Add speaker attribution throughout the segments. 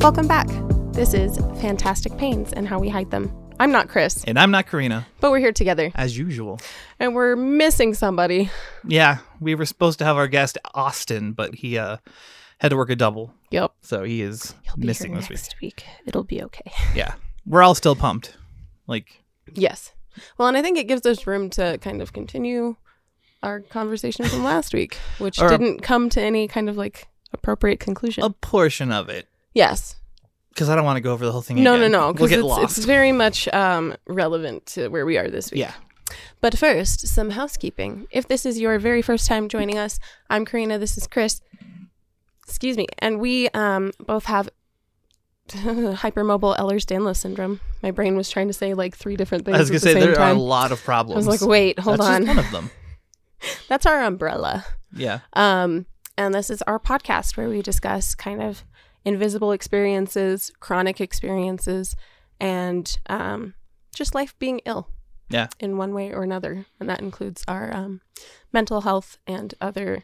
Speaker 1: Welcome back. This is Fantastic Pains and How We Hide Them. I'm not Chris,
Speaker 2: And I'm not Karina,
Speaker 1: but we're here together
Speaker 2: as usual.
Speaker 1: and we're missing somebody.
Speaker 2: Yeah, we were supposed to have our guest Austin, but he uh had to work a double,
Speaker 1: Yep.
Speaker 2: so he is
Speaker 1: Be
Speaker 2: missing
Speaker 1: here
Speaker 2: this week.
Speaker 1: next week. It'll be okay.
Speaker 2: Yeah, we're all still pumped. Like,
Speaker 1: Yes. Well, and I think it gives us room to kind of continue our conversation from last week, which
Speaker 2: Or-
Speaker 1: didn't come to any kind of like appropriate conclusion.
Speaker 2: a portion of it,
Speaker 1: yes.
Speaker 2: because I don't want to go over the whole thing.
Speaker 1: No, no,
Speaker 2: again.
Speaker 1: no.
Speaker 2: We'll
Speaker 1: Because
Speaker 2: get
Speaker 1: it's,
Speaker 2: lost.
Speaker 1: it's very much um, relevant to where we are this week.
Speaker 2: yeah,
Speaker 1: But first, some housekeeping. If this is your very first time joining us, I'm Karina. This is Chris. Excuse me. And we um, both have hypermobile Ehlers-Danlos syndrome. My brain was trying to say like three different things
Speaker 2: I was
Speaker 1: at
Speaker 2: gonna
Speaker 1: the
Speaker 2: say
Speaker 1: same
Speaker 2: there are
Speaker 1: time.
Speaker 2: a lot of
Speaker 1: I
Speaker 2: problems.
Speaker 1: was like, wait, hold
Speaker 2: That's
Speaker 1: on.
Speaker 2: just one of them.
Speaker 1: That's our umbrella.
Speaker 2: Yeah,
Speaker 1: Um, and this is our podcast where we discuss kind of invisible experiences, chronic experiences, and um, just life being ill.
Speaker 2: Yeah.
Speaker 1: In one way or another. And that includes our um, mental health and other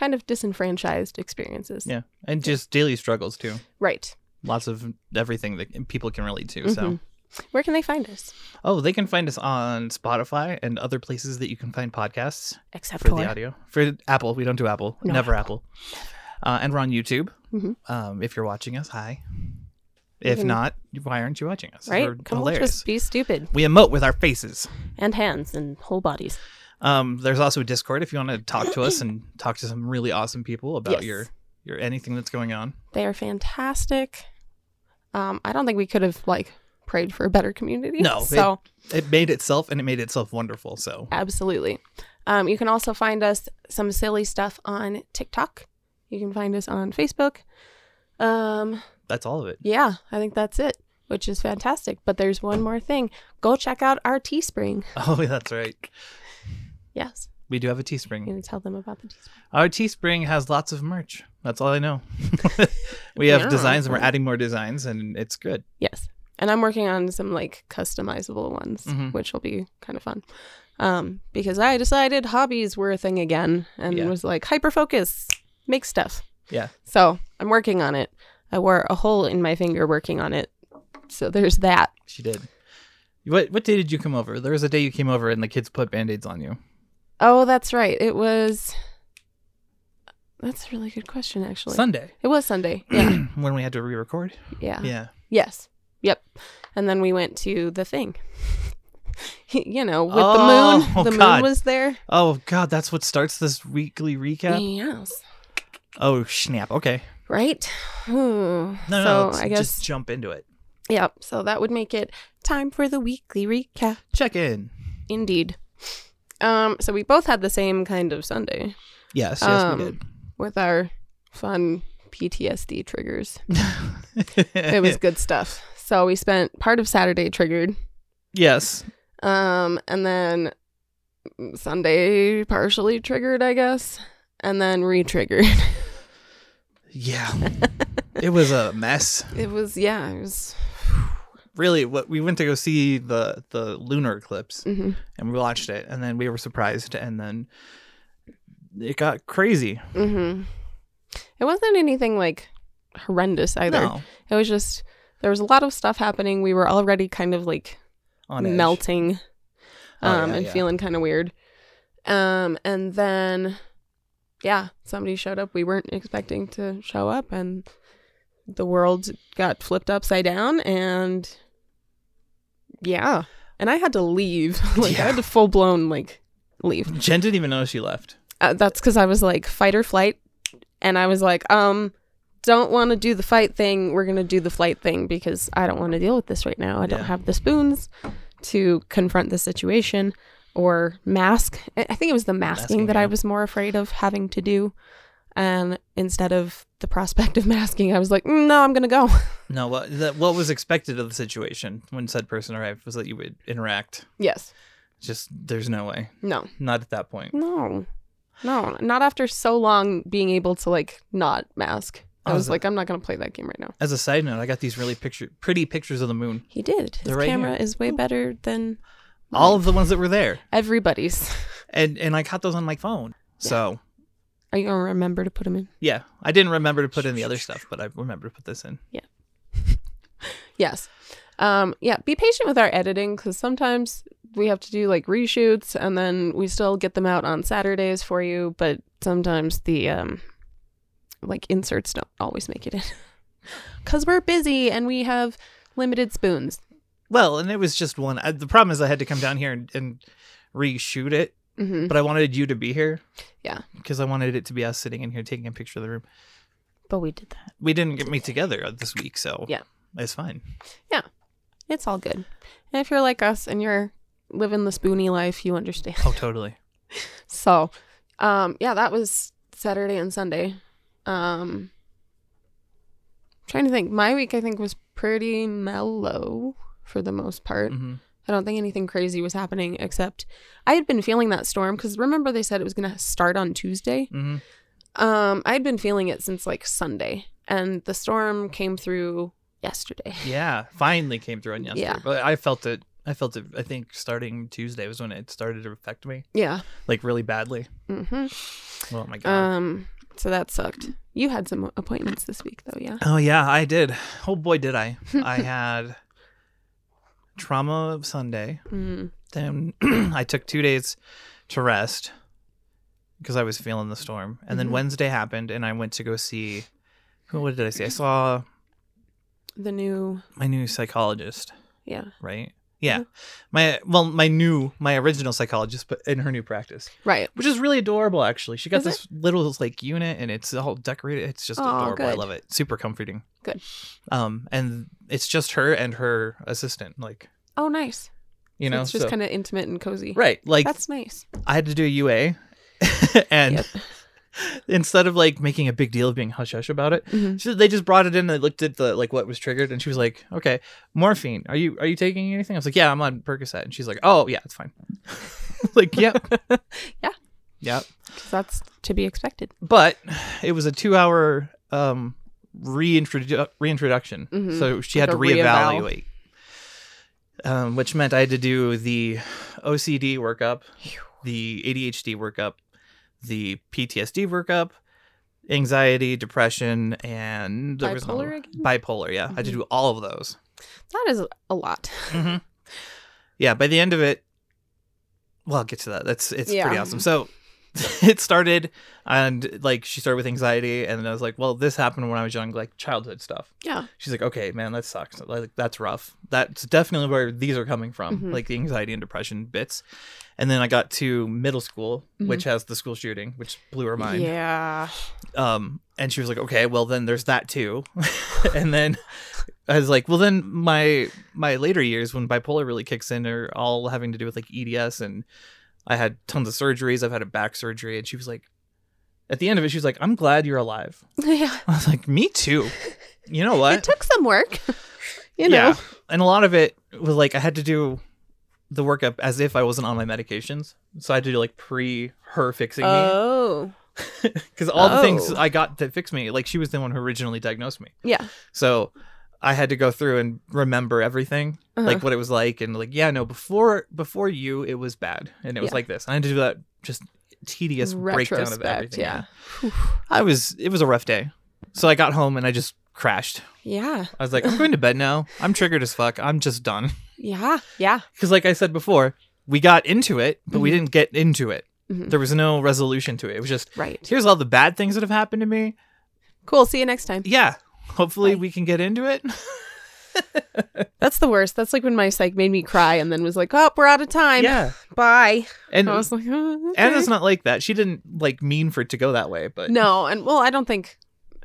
Speaker 1: kind of disenfranchised experiences.
Speaker 2: yeah, and just daily struggles too.
Speaker 1: Right.
Speaker 2: Lots of everything that people can relate to. So,
Speaker 1: Mhm. Where can they find us?
Speaker 2: oh, they can find us on Spotify and other places that you can find podcasts.
Speaker 1: Except
Speaker 2: for
Speaker 1: for,
Speaker 2: the audio. For Apple, we don't do Apple.
Speaker 1: No
Speaker 2: Never Apple. Uh, and we're on YouTube.
Speaker 1: Mhm.
Speaker 2: Um, if you're watching us, hi. If
Speaker 1: can-
Speaker 2: not, why aren't you watching us?
Speaker 1: Mm-hmm. right?
Speaker 2: We're
Speaker 1: Come on,
Speaker 2: hilarious.
Speaker 1: just be stupid.
Speaker 2: We emote with our faces.
Speaker 1: And hands and whole bodies.
Speaker 2: Um, there's also a Discord if you want to talk to us and talk to some really awesome people about
Speaker 1: Yes.
Speaker 2: your your anything that's going on.
Speaker 1: They are fantastic. Um, I don't think we could have like prayed for a better community.
Speaker 2: No, it-
Speaker 1: So
Speaker 2: It made itself and it made itself wonderful. So
Speaker 1: Absolutely. Um, you can also find us some silly stuff on TikTok. You can find us on Facebook. Um,
Speaker 2: that's all of it.
Speaker 1: yeah, I think that's it, which is fantastic. But there's one more thing. Go check out our Teespring.
Speaker 2: Oh, that's right.
Speaker 1: Yes,
Speaker 2: We do have a
Speaker 1: you
Speaker 2: Teespring.
Speaker 1: can tell them about the Teespring.
Speaker 2: Our Teespring has lots of merch. That's all I know. we have
Speaker 1: Yeah.
Speaker 2: designs and we're adding more designs and it's good.
Speaker 1: Yes, and I'm working on some like customizable ones,
Speaker 2: Mhm.
Speaker 1: which will be kind of fun. Um, because I decided hobbies were a thing again, and
Speaker 2: Yeah.
Speaker 1: was like hyper focus, make stuff.
Speaker 2: Yeah.
Speaker 1: So I'm working on it. I wore a hole in my finger working on it. So there's that.
Speaker 2: She did. What what day did you come over? There was a day you came over and the kids put band-aids on you.
Speaker 1: Oh, that's right. It was. That's a really good question, actually.
Speaker 2: Sunday.
Speaker 1: it was Sunday. Yeah. Uh.
Speaker 2: when we had to re-record.
Speaker 1: yeah.
Speaker 2: Yeah.
Speaker 1: Yes. Yep. And then we went to the thing. you know, with
Speaker 2: Oh,
Speaker 1: the moon. The
Speaker 2: God.
Speaker 1: moon was there.
Speaker 2: Oh god, that's what starts this weekly recap.
Speaker 1: Yes.
Speaker 2: Oh snap. Okay.
Speaker 1: Right? Ooh.
Speaker 2: No,
Speaker 1: so
Speaker 2: no, let's
Speaker 1: I guess.
Speaker 2: just jump into it.
Speaker 1: Yep. So that would make it time for the weekly recap.
Speaker 2: Check in.
Speaker 1: Indeed. Um, so we both had the same kind of Sunday
Speaker 2: Yes, yes,
Speaker 1: Um,
Speaker 2: we did.
Speaker 1: with our fun PTSD triggers. Um, It was good stuff. So we spent part of Saturday triggered,
Speaker 2: yes.
Speaker 1: um, and then Sunday partially triggered, I guess, and then re-triggered.
Speaker 2: Yeah. it was a mess.
Speaker 1: It was yeah, it was.
Speaker 2: Really, what we went to go see the the lunar eclipse
Speaker 1: mhm,
Speaker 2: and we watched it and then we were surprised and then it got crazy.
Speaker 1: mhm. It wasn't anything like horrendous either.
Speaker 2: No.
Speaker 1: It was just there was a lot of stuff happening. We were already kind of like
Speaker 2: On edge.
Speaker 1: melting
Speaker 2: Oh,
Speaker 1: um
Speaker 2: yeah,
Speaker 1: and
Speaker 2: yeah.
Speaker 1: feeling kind of weird um and then yeah somebody showed up we weren't expecting to show up and the world got flipped upside down and yeah and i had to leave like i
Speaker 2: Yeah.
Speaker 1: had to full blown like leave
Speaker 2: Jen didn't even know she left.
Speaker 1: uh, that's because i was like fight or flight and i was like um don't want to do the fight thing we're going to do the flight thing because i don't want to deal with this right now i don't
Speaker 2: Yeah.
Speaker 1: have the spoons to confront the situation or mask i I think it was the masking,
Speaker 2: Masking,
Speaker 1: that i
Speaker 2: yeah.
Speaker 1: was more afraid of having to do and instead of the prospect of masking i was like "Mm, no i'm going to go
Speaker 2: No, what that, what was expected of the situation when said person arrived was that you would interact.
Speaker 1: yes
Speaker 2: Just there's no way,
Speaker 1: no
Speaker 2: not at that point.
Speaker 1: no no not after so long being able to like not mask i
Speaker 2: Oh,
Speaker 1: was
Speaker 2: the-
Speaker 1: like i'm not going to play that game right now
Speaker 2: As a side note, I got these really picture pretty pictures of the moon.
Speaker 1: He did. His
Speaker 2: They're right
Speaker 1: camera
Speaker 2: here.
Speaker 1: is way better than
Speaker 2: All of the ones that were there,
Speaker 1: everybody's.
Speaker 2: and and I caught those on my phone. So
Speaker 1: Are you gonna remember to put him in?
Speaker 2: yeah, I didn't remember to put in the other stuff, but I remember to put this in.
Speaker 1: Yes. Um, yeah, be patient with our editing because sometimes we have to do like reshoots and then we still get them out on Saturdays for you, but sometimes the um, like inserts don't always make it in because we're busy and we have limited spoons.
Speaker 2: Well, and it was just one. I, the problem is I had to come down here and, and reshoot it,
Speaker 1: hmm
Speaker 2: but I wanted you to be here.
Speaker 1: Yeah.
Speaker 2: Because I wanted it to be us sitting in here taking a picture of the room.
Speaker 1: But we did that.
Speaker 2: We didn't get meet together this week, so
Speaker 1: Yeah.
Speaker 2: it's fine.
Speaker 1: It's all good. And if you're like us and you're living the spoony life, you understand.
Speaker 2: Oh, totally.
Speaker 1: So, um, yeah, that was Saturday and Sunday. Um, trying to think, my week I think was pretty mellow for the most part.
Speaker 2: hmm
Speaker 1: I don't think anything crazy was happening except I had been feeling that storm because remember they said it was gonna start on Tuesday.
Speaker 2: hmm
Speaker 1: Um, I had been feeling it since like Sunday, and the storm came through yesterday.
Speaker 2: Yeah, finally came through on yesterday.
Speaker 1: Yeah.
Speaker 2: But I felt it. I felt it. I think starting Tuesday was when it started to affect me
Speaker 1: Yeah.
Speaker 2: like really badly.
Speaker 1: Mm-hmm.
Speaker 2: Oh my god.
Speaker 1: Um. So that sucked. You had some appointments this week though, yeah.
Speaker 2: Oh yeah, I did. Oh boy, did I! I had trauma Sunday.
Speaker 1: Mm.
Speaker 2: Then I took two days to rest because I was feeling the storm. And then
Speaker 1: Mhm.
Speaker 2: Wednesday happened, and I went to go see. Who? What did I see? I saw
Speaker 1: The new,
Speaker 2: my new psychologist.
Speaker 1: yeah.
Speaker 2: Right? Yeah. My well, my new, my original psychologist, but in her new practice,
Speaker 1: Right.
Speaker 2: which is really adorable. Actually, she got
Speaker 1: Is it?
Speaker 2: this little like unit, and it's all decorated. It's just
Speaker 1: Aw,
Speaker 2: adorable. I
Speaker 1: good.
Speaker 2: love it. Super comforting.
Speaker 1: Good.
Speaker 2: Um, and it's just her and her assistant. Like
Speaker 1: Oh, nice.
Speaker 2: you
Speaker 1: So
Speaker 2: know,
Speaker 1: it's just
Speaker 2: so-
Speaker 1: kind of intimate and cozy.
Speaker 2: right. Like
Speaker 1: That's nice.
Speaker 2: I had to do a UA, and
Speaker 1: Yep.
Speaker 2: instead of like making a big deal of being hush hush about it,
Speaker 1: Mhm.
Speaker 2: so they just brought it in. They looked at the like what was triggered, and she was like, "Okay, morphine. Are you are you taking anything?" I was like, "Yeah, I'm on Percocet," and she's like, "Oh yeah, it's fine." like, yep,
Speaker 1: Yeah.
Speaker 2: yep.
Speaker 1: 'Cause that's to be expected.
Speaker 2: But it was a two hour um reintrodu- reintroduction,
Speaker 1: Mhm.
Speaker 2: so she
Speaker 1: Like
Speaker 2: had to
Speaker 1: a reeval.
Speaker 2: reevaluate. Um, which meant I had to do the OCD workup, the ADHD workup, the PTSD workup, anxiety, depression, and there was another
Speaker 1: Bipolar
Speaker 2: one.
Speaker 1: again?
Speaker 2: bipolar. Yeah, I had to
Speaker 1: Mhm.
Speaker 2: do all of those.
Speaker 1: That is a lot.
Speaker 2: Mm-hmm. Yeah, by the end of it, well, I'll get to that. That's it's pretty
Speaker 1: Yeah.
Speaker 2: awesome. So it started, and like she started with anxiety, and then I was like, well, this happened when I was young, like childhood stuff.
Speaker 1: Yeah.
Speaker 2: She's like, okay, man, that sucks. Like that's rough. That's definitely where these are coming from,
Speaker 1: Mhm.
Speaker 2: like the anxiety and depression bits. And then I got to middle school, which has the school shooting, which blew her mind.
Speaker 1: Yeah.
Speaker 2: Um, and she was like, okay, well then there's that too. and then I was like, well then my my later years when bipolar really kicks in are all having to do with like EDS and I had tons of surgeries. I've had a back surgery, and she was like, at the end of it, she was like, I'm glad you're alive.
Speaker 1: yeah.
Speaker 2: I was like, me too. You know what?
Speaker 1: It took some work. you know.
Speaker 2: Yeah. And a lot of it was like I had to do the workup as if I wasn't on my medications. So I had to do like pre her fixing me.
Speaker 1: Oh.
Speaker 2: Because all the things
Speaker 1: Oh.
Speaker 2: I got that fixed me, like she was the one who originally diagnosed me.
Speaker 1: Yeah.
Speaker 2: So I had to go through and remember everything,
Speaker 1: Uh-huh.
Speaker 2: like what it was like, and like yeah, no, before before you, it was bad, and it was
Speaker 1: Yeah.
Speaker 2: like this. I had to do that just tedious breakdown of
Speaker 1: Retrospect,
Speaker 2: everything.
Speaker 1: yeah.
Speaker 2: I was it was a rough day, so I got home and I just crashed.
Speaker 1: Yeah.
Speaker 2: I was like, I'm going to bed now. I'm triggered as fuck. I'm just done.
Speaker 1: Yeah. Yeah.
Speaker 2: Because like I said before, we got into it, but
Speaker 1: Mm-hmm.
Speaker 2: we didn't get into it.
Speaker 1: Mhm.
Speaker 2: There was no resolution to it. It was just
Speaker 1: Right.
Speaker 2: here's all the bad things that have happened to me.
Speaker 1: Cool. See you next time.
Speaker 2: Yeah. Hopefully
Speaker 1: Right.
Speaker 2: we can get into it.
Speaker 1: That's the worst. That's like when my psych made me cry and then was like, oh, we're out of time.
Speaker 2: yeah.
Speaker 1: Bye.
Speaker 2: And
Speaker 1: I was like, oh, okay.
Speaker 2: Anna's not like that. She didn't like mean for it to go that way, but
Speaker 1: No. And well, I don't think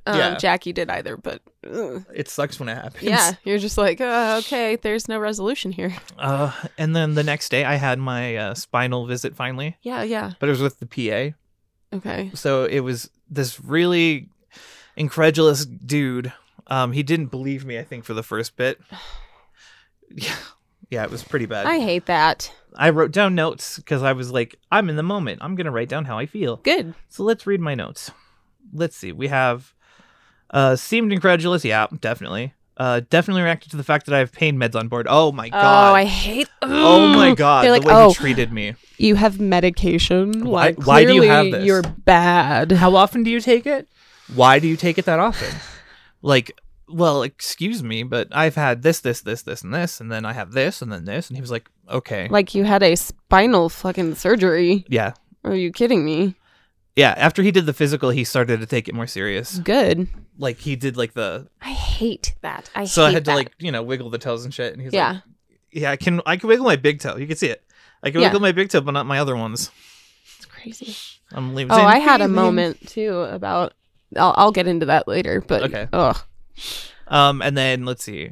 Speaker 1: um,
Speaker 2: Yeah.
Speaker 1: Jackie did either, but ugh.
Speaker 2: it sucks when it happens.
Speaker 1: yeah. You're just like, oh, okay, there's no resolution here.
Speaker 2: Uh, and then the next day, I had my uh, spinal visit finally,
Speaker 1: Yeah. Yeah.
Speaker 2: but it was with the
Speaker 1: Okay.
Speaker 2: PA. So it was this really incredulous dude. Um, he didn't believe me, I think, for the first bit. Yeah. Yeah, it was pretty bad.
Speaker 1: I hate that.
Speaker 2: I wrote down notes because I was like, I'm in the moment. I'm going to write down how I feel.
Speaker 1: Good.
Speaker 2: So let's read my notes. Let's see. We have uh seemed incredulous. Yeah, definitely. Uh definitely reacted to the fact that I have pain meds on board. Oh my god.
Speaker 1: Oh, I hate.
Speaker 2: oh my
Speaker 1: Ugh.
Speaker 2: god.
Speaker 1: They're like,
Speaker 2: the way
Speaker 1: oh,
Speaker 2: he treated me.
Speaker 1: you have medication.
Speaker 2: Why-
Speaker 1: Like,
Speaker 2: why do you
Speaker 1: clearly
Speaker 2: have this?
Speaker 1: You're bad.
Speaker 2: How often do you take it? Why do you take it that often? like well, excuse me, but I've had this, this, this, this, and this, and then I have this, and then this. And he was like, okay.
Speaker 1: Like you had a spinal fucking surgery.
Speaker 2: Yeah.
Speaker 1: Are you kidding me?
Speaker 2: Yeah. After he did the physical, he started to take it more serious.
Speaker 1: Good.
Speaker 2: Like he did like the,
Speaker 1: I hate that. I
Speaker 2: so I
Speaker 1: hate
Speaker 2: had to
Speaker 1: that.
Speaker 2: like, you know, wiggle the toes and shit. And he's like,
Speaker 1: yeah.
Speaker 2: yeah, I can, I can wiggle my big toe. You can see it. I can
Speaker 1: Yeah.
Speaker 2: wiggle my big toe, but not my other ones.
Speaker 1: It's crazy.
Speaker 2: I'm leaving.
Speaker 1: Oh, I had a moment too about. I'll, I'll get into that later, but
Speaker 2: Okay.
Speaker 1: ugh.
Speaker 2: Um, and then let's see,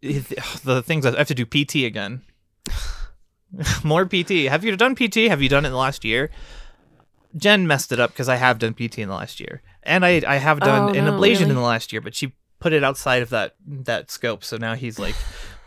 Speaker 2: the things I have to do PT again. More PT. Have you done PT? Have you done it in the last year? Jen messed it up because I have done PT in the last year, and I I have done
Speaker 1: Oh,
Speaker 2: an
Speaker 1: no,
Speaker 2: ablation in
Speaker 1: really?
Speaker 2: the last year, but she put it outside of that that scope. So now he's like,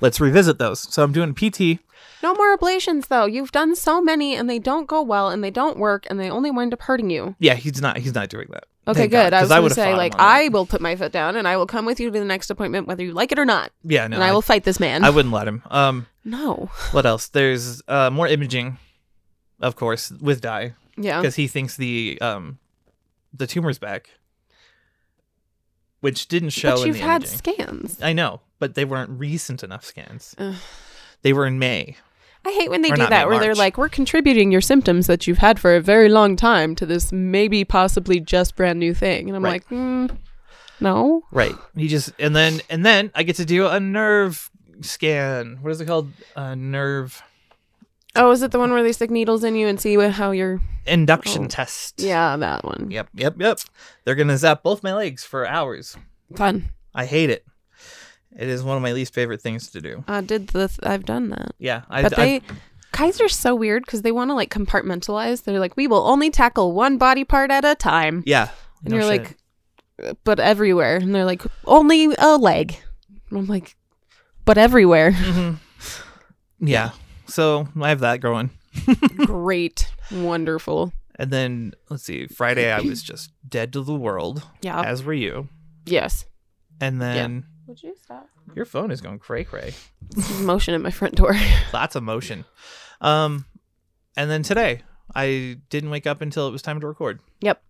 Speaker 2: let's revisit those. So I'm doing PT.
Speaker 1: No more ablations though. You've done so many, and they don't go well, and they don't work, and they only wind up hurting you.
Speaker 2: Yeah, he's not he's not doing that.
Speaker 1: Okay,
Speaker 2: Thank God,
Speaker 1: good. I
Speaker 2: 'cause
Speaker 1: was going to
Speaker 2: would've fought
Speaker 1: say,
Speaker 2: him
Speaker 1: like,
Speaker 2: on that.
Speaker 1: I will put my foot down, and I will come with you to the next appointment, whether you like it or not,
Speaker 2: yeah no
Speaker 1: and I will fight this man.
Speaker 2: I wouldn't let him. Um,
Speaker 1: no.
Speaker 2: what else? There's uh more imaging, of course, with dye.
Speaker 1: Yeah.
Speaker 2: because he thinks the um the tumor's back, which didn't show
Speaker 1: But
Speaker 2: in
Speaker 1: you've
Speaker 2: the
Speaker 1: had
Speaker 2: imaging.
Speaker 1: scans.
Speaker 2: I know, but they weren't recent enough scans.
Speaker 1: Ugh.
Speaker 2: They were in May.
Speaker 1: I hate when they
Speaker 2: Or
Speaker 1: do
Speaker 2: not
Speaker 1: that,
Speaker 2: May,
Speaker 1: where they're
Speaker 2: March.
Speaker 1: like, "We're contributing your symptoms that you've had for a very long time to this maybe possibly just brand new thing," and I'm
Speaker 2: Right.
Speaker 1: like, mm, "No."
Speaker 2: Right. He just and then and then I get to do a nerve scan. What is it called? A nerve
Speaker 1: Oh, is it the one where they stick needles in you and see wh- how you're?
Speaker 2: induction
Speaker 1: Oh.
Speaker 2: test.
Speaker 1: Yeah, that one.
Speaker 2: Yep. Yep. Yep. They're gonna zap both my legs for hours.
Speaker 1: Fun.
Speaker 2: I hate it. It is one of my least favorite things to do.
Speaker 1: I did the. Th- I've done that.
Speaker 2: Yeah. I,
Speaker 1: But
Speaker 2: I-
Speaker 1: they Kaiser's so weird because they want to like compartmentalize. They're like, we will only tackle one body part at a time,
Speaker 2: yeah.
Speaker 1: and
Speaker 2: No
Speaker 1: you're
Speaker 2: shit.
Speaker 1: like, "Uh, but everywhere, and they're like, only a leg. And I'm like, but everywhere.
Speaker 2: yeah. So I have that going.
Speaker 1: Great, wonderful.
Speaker 2: And then let's see, Friday I was just dead to the world,
Speaker 1: Yeah.
Speaker 2: as were you.
Speaker 1: yes.
Speaker 2: And then
Speaker 1: Would you stop?
Speaker 2: your phone is going cray cray.
Speaker 1: Motion at my front door.
Speaker 2: Lots of motion. Um, and then today I didn't wake up until it was time to record.
Speaker 1: yep.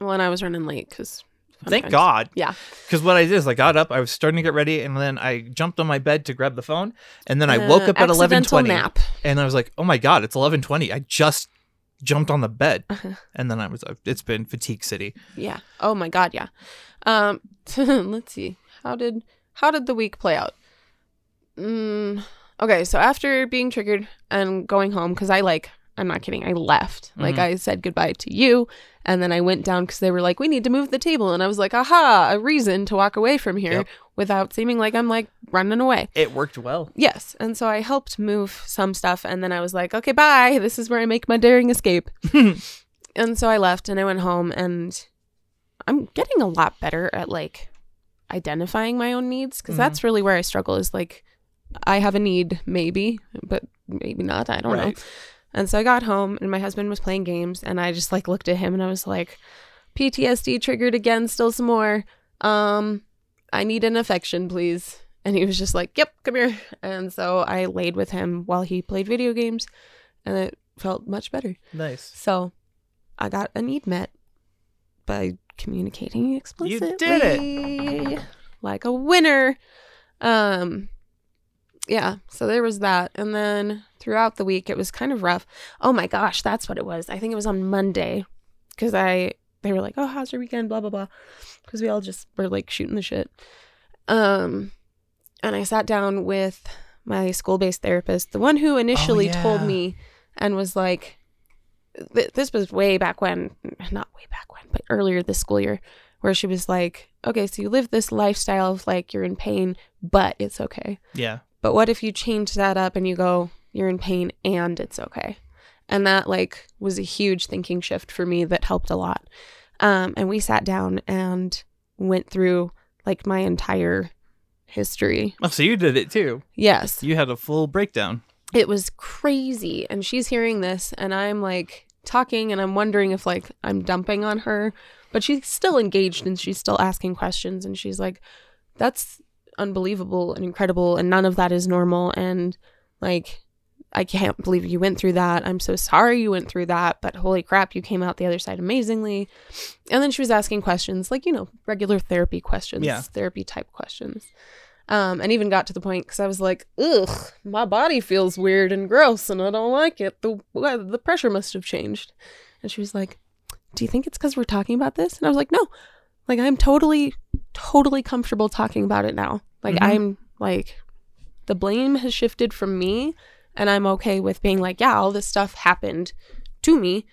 Speaker 1: Well, and I was running late because.
Speaker 2: Thank God.
Speaker 1: Yeah.
Speaker 2: Because what I did is I got up, I was starting to get ready, and then I jumped on my bed to grab the phone, and then I woke
Speaker 1: Uh,
Speaker 2: up at eleven
Speaker 1: accidental
Speaker 2: twenty,
Speaker 1: nap.
Speaker 2: and I was like, "Oh my God, it's eleven twenty! I just jumped on the bed." and then I was, uh, it's been fatigue city.
Speaker 1: Yeah. Oh my god, yeah. Um let's see. How did how did the week play out? Mm, okay, so after being triggered and going home cuz I like I'm not kidding. I left. Like
Speaker 2: Mhm.
Speaker 1: I said goodbye to you and then I went down cuz they were like we need to move the table and I was like, "Aha, a reason to walk away from here
Speaker 2: Yep.
Speaker 1: without seeming like I'm like running away."
Speaker 2: It worked well.
Speaker 1: Yes. And so I helped move some stuff. And then I was like, okay, bye. This is where I make my daring escape. and so I left and I went home. And I'm getting a lot better at like identifying my own needs because
Speaker 2: Mhm.
Speaker 1: that's really where I struggle is like, I have a need, maybe, but maybe not. I don't know.
Speaker 2: Right.
Speaker 1: And so I got home and my husband was playing games. And I just like looked at him and I was like, PTSD triggered again, still some more. Um, I need an affection, please. And he was just like, Yep, come here. And so I laid with him while he played video games and it felt much better.
Speaker 2: Nice.
Speaker 1: So I got a need met by communicating explicitly.
Speaker 2: did it.
Speaker 1: Like a winner. Um yeah, so there was that. And then throughout the week it was kind of rough. Oh my gosh, that's what it was. I think it was on Monday cuz I they were like, "Oh, how's your weekend?" blah blah blah. Cuz we all just were like shooting the shit. Um and I sat down with my school-based therapist, the one who initially told
Speaker 2: yeah.
Speaker 1: me and was like th- this was way back when, not way back when, but earlier this school year, where she was like, okay, so you live this lifestyle of like you're in pain, but it's okay.
Speaker 2: Yeah.
Speaker 1: But what if you change that up and you go, you're in pain and it's okay? And that like was a huge thinking shift for me that helped a lot. Um, and we sat down and went through like my entire history.
Speaker 2: Oh, so you did it too.
Speaker 1: Yes.
Speaker 2: You had a full breakdown.
Speaker 1: it was crazy and she's hearing this and i'm like talking and i'm wondering if like i'm dumping on her but she's still engaged and she's still asking questions and she's like that's unbelievable and incredible and none of that is normal and like I can't believe you went through that. I'm so sorry you went through that, but holy crap, you came out the other side amazingly. And then she was asking questions like, you know, regular therapy questions,
Speaker 2: Yeah.
Speaker 1: therapy type questions. Um, and even got to the point because I was like, ugh, my body feels weird and gross and I don't like it. The, well, the pressure must have changed. And she was like, do you think it's because we're talking about this? And I was like, no, like I'm totally, totally comfortable talking about it now. Like
Speaker 2: Mhm.
Speaker 1: I'm like, the blame has shifted from me and I'm okay with being like, yeah, all this stuff happened to me.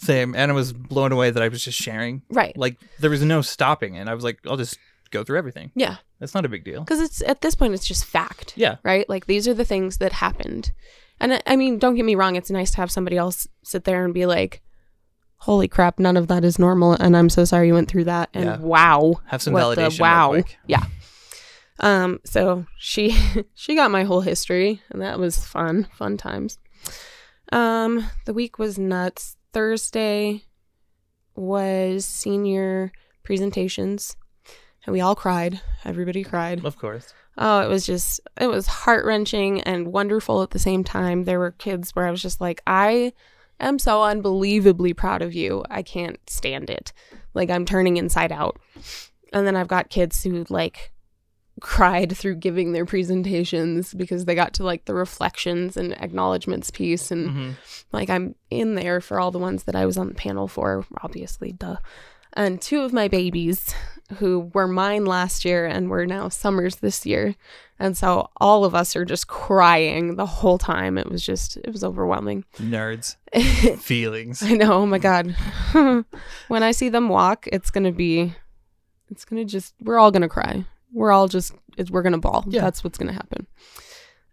Speaker 2: Same. And I was blown away that I was just sharing.
Speaker 1: Right.
Speaker 2: Like there was no stopping, and I was like, I'll just go through everything.
Speaker 1: Yeah.
Speaker 2: That's not a big deal.
Speaker 1: Because it's at this point, it's just fact.
Speaker 2: Yeah.
Speaker 1: Right. Like these are the things that happened. And I, I mean, don't get me wrong. It's nice to have somebody else sit there and be like, holy crap, none of that is normal. And I'm so sorry you went through that. And
Speaker 2: Yeah.
Speaker 1: wow.
Speaker 2: Have some
Speaker 1: what the
Speaker 2: validation. real
Speaker 1: wow.
Speaker 2: quick.
Speaker 1: Yeah. Um, so she she got my whole history and that was fun, fun times. Um, the week was nuts. Thursday was senior presentations and we all cried. Everybody cried.
Speaker 2: Of course.
Speaker 1: Oh, it was just it was heart-wrenching and wonderful at the same time. There were kids where I was just like, I am so unbelievably proud of you. I can't stand it. Like I'm turning inside out. And then I've got kids who like cried through giving their presentations because they got to like the reflections and acknowledgments piece and
Speaker 2: hmm
Speaker 1: like I'm in there for all the ones that I was on the panel for, obviously, duh. And two of my babies who were mine last year and were now summers this year. And so all of us are just crying the whole time. It was just, it was overwhelming.
Speaker 2: Mm-hmm. Nerds. Feelings.
Speaker 1: I know. Oh my God. when I see them walk, it's going to be, it's going to just, we're all going to cry. We're all just, it's, we're going to ball.
Speaker 2: Yeah.
Speaker 1: That's what's going to happen.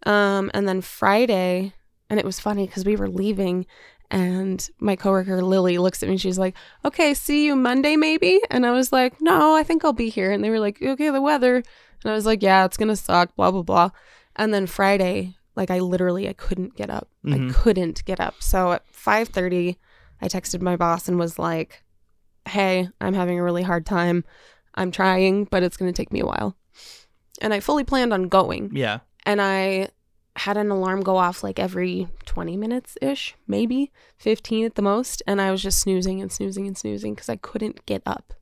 Speaker 1: Um, and then Friday, and it was funny because we were leaving and my coworker Lily looks at me and she's like, okay, see you Monday maybe? And I was like, no, I think I'll be here. And they were like, okay, the weather. And I was like, yeah, it's going to suck, blah, blah, blah. And then Friday, like I literally, I couldn't get up. I
Speaker 2: Mhm.
Speaker 1: couldn't get up. So at 5.30, I texted my boss and was like, hey, I'm having a really hard time. I'm trying, but it's going to take me a while. And I fully planned on going
Speaker 2: Yeah.
Speaker 1: and I had an alarm go off like every 20 minutes ish, maybe 15 at the most. And I was just snoozing and snoozing and snoozing because I couldn't get up.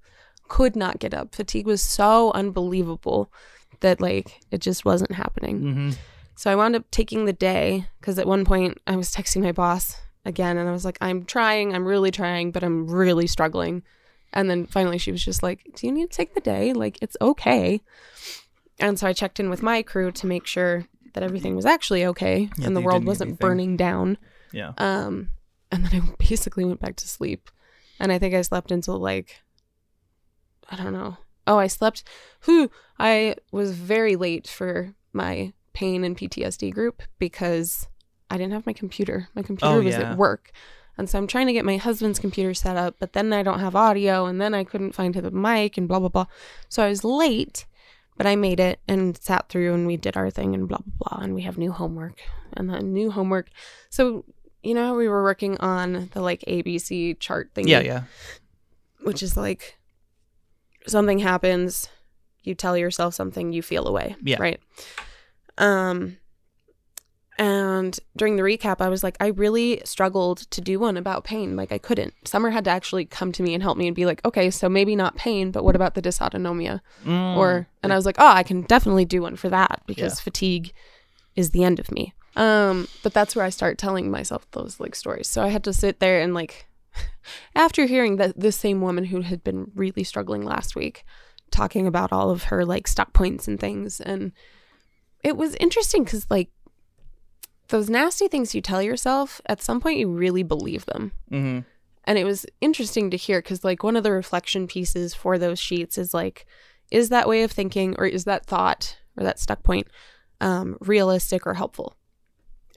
Speaker 1: Could not get up. Fatigue was so unbelievable that like it just wasn't happening.
Speaker 2: hmm
Speaker 1: So I wound up taking the day because at one point I was texting my boss again and I was like, I'm trying, I'm really trying, but I'm really struggling. And then finally she was just like, Do you need to take the day? Like, it's okay. And so I checked in with my crew to make sure that everything was actually okay
Speaker 2: Yeah,
Speaker 1: and the
Speaker 2: that you
Speaker 1: world
Speaker 2: didn't need
Speaker 1: wasn't
Speaker 2: anything.
Speaker 1: burning down.
Speaker 2: Yeah.
Speaker 1: Um, and then I basically went back to sleep. And I think I slept until like, I don't know. Oh, I slept. Whew, I was very late for my pain and PTSD group because I didn't have my computer. My computer
Speaker 2: Oh,
Speaker 1: was
Speaker 2: yeah.
Speaker 1: at work. And so I'm trying to get my husband's computer set up, but then I don't have audio. And then I couldn't find the mic and blah, blah, blah. So I was late, but I made it and sat through and we did our thing and blah, blah, blah. And we have new homework and then new homework. So, you know, we were working on the like ABC chart thing.
Speaker 2: Yeah. Yeah.
Speaker 1: Which is like something happens, you tell yourself something, you feel away.
Speaker 2: Yeah.
Speaker 1: Right. Um, and during the recap, I was like, I really struggled to do one about pain. Like, I couldn't. Summer had to actually come to me and help me and be like, okay, so maybe not pain, but what about the dysautonomia?
Speaker 2: Mm.
Speaker 1: or and I was like, oh, I can definitely do one for that because fatigue is the end of me. Um, but that's where I start telling myself those like stories. So I had to sit there and like, after hearing that this same woman who had been really struggling last week, talking about all of her like stuck points and things, and it was interesting because like those nasty things you tell yourself, at some point you really believe them
Speaker 2: Mhm.
Speaker 1: and it was interesting to hear because like one of the reflection pieces for those sheets is like is that way of thinking or is that thought or that stuck point um, realistic or helpful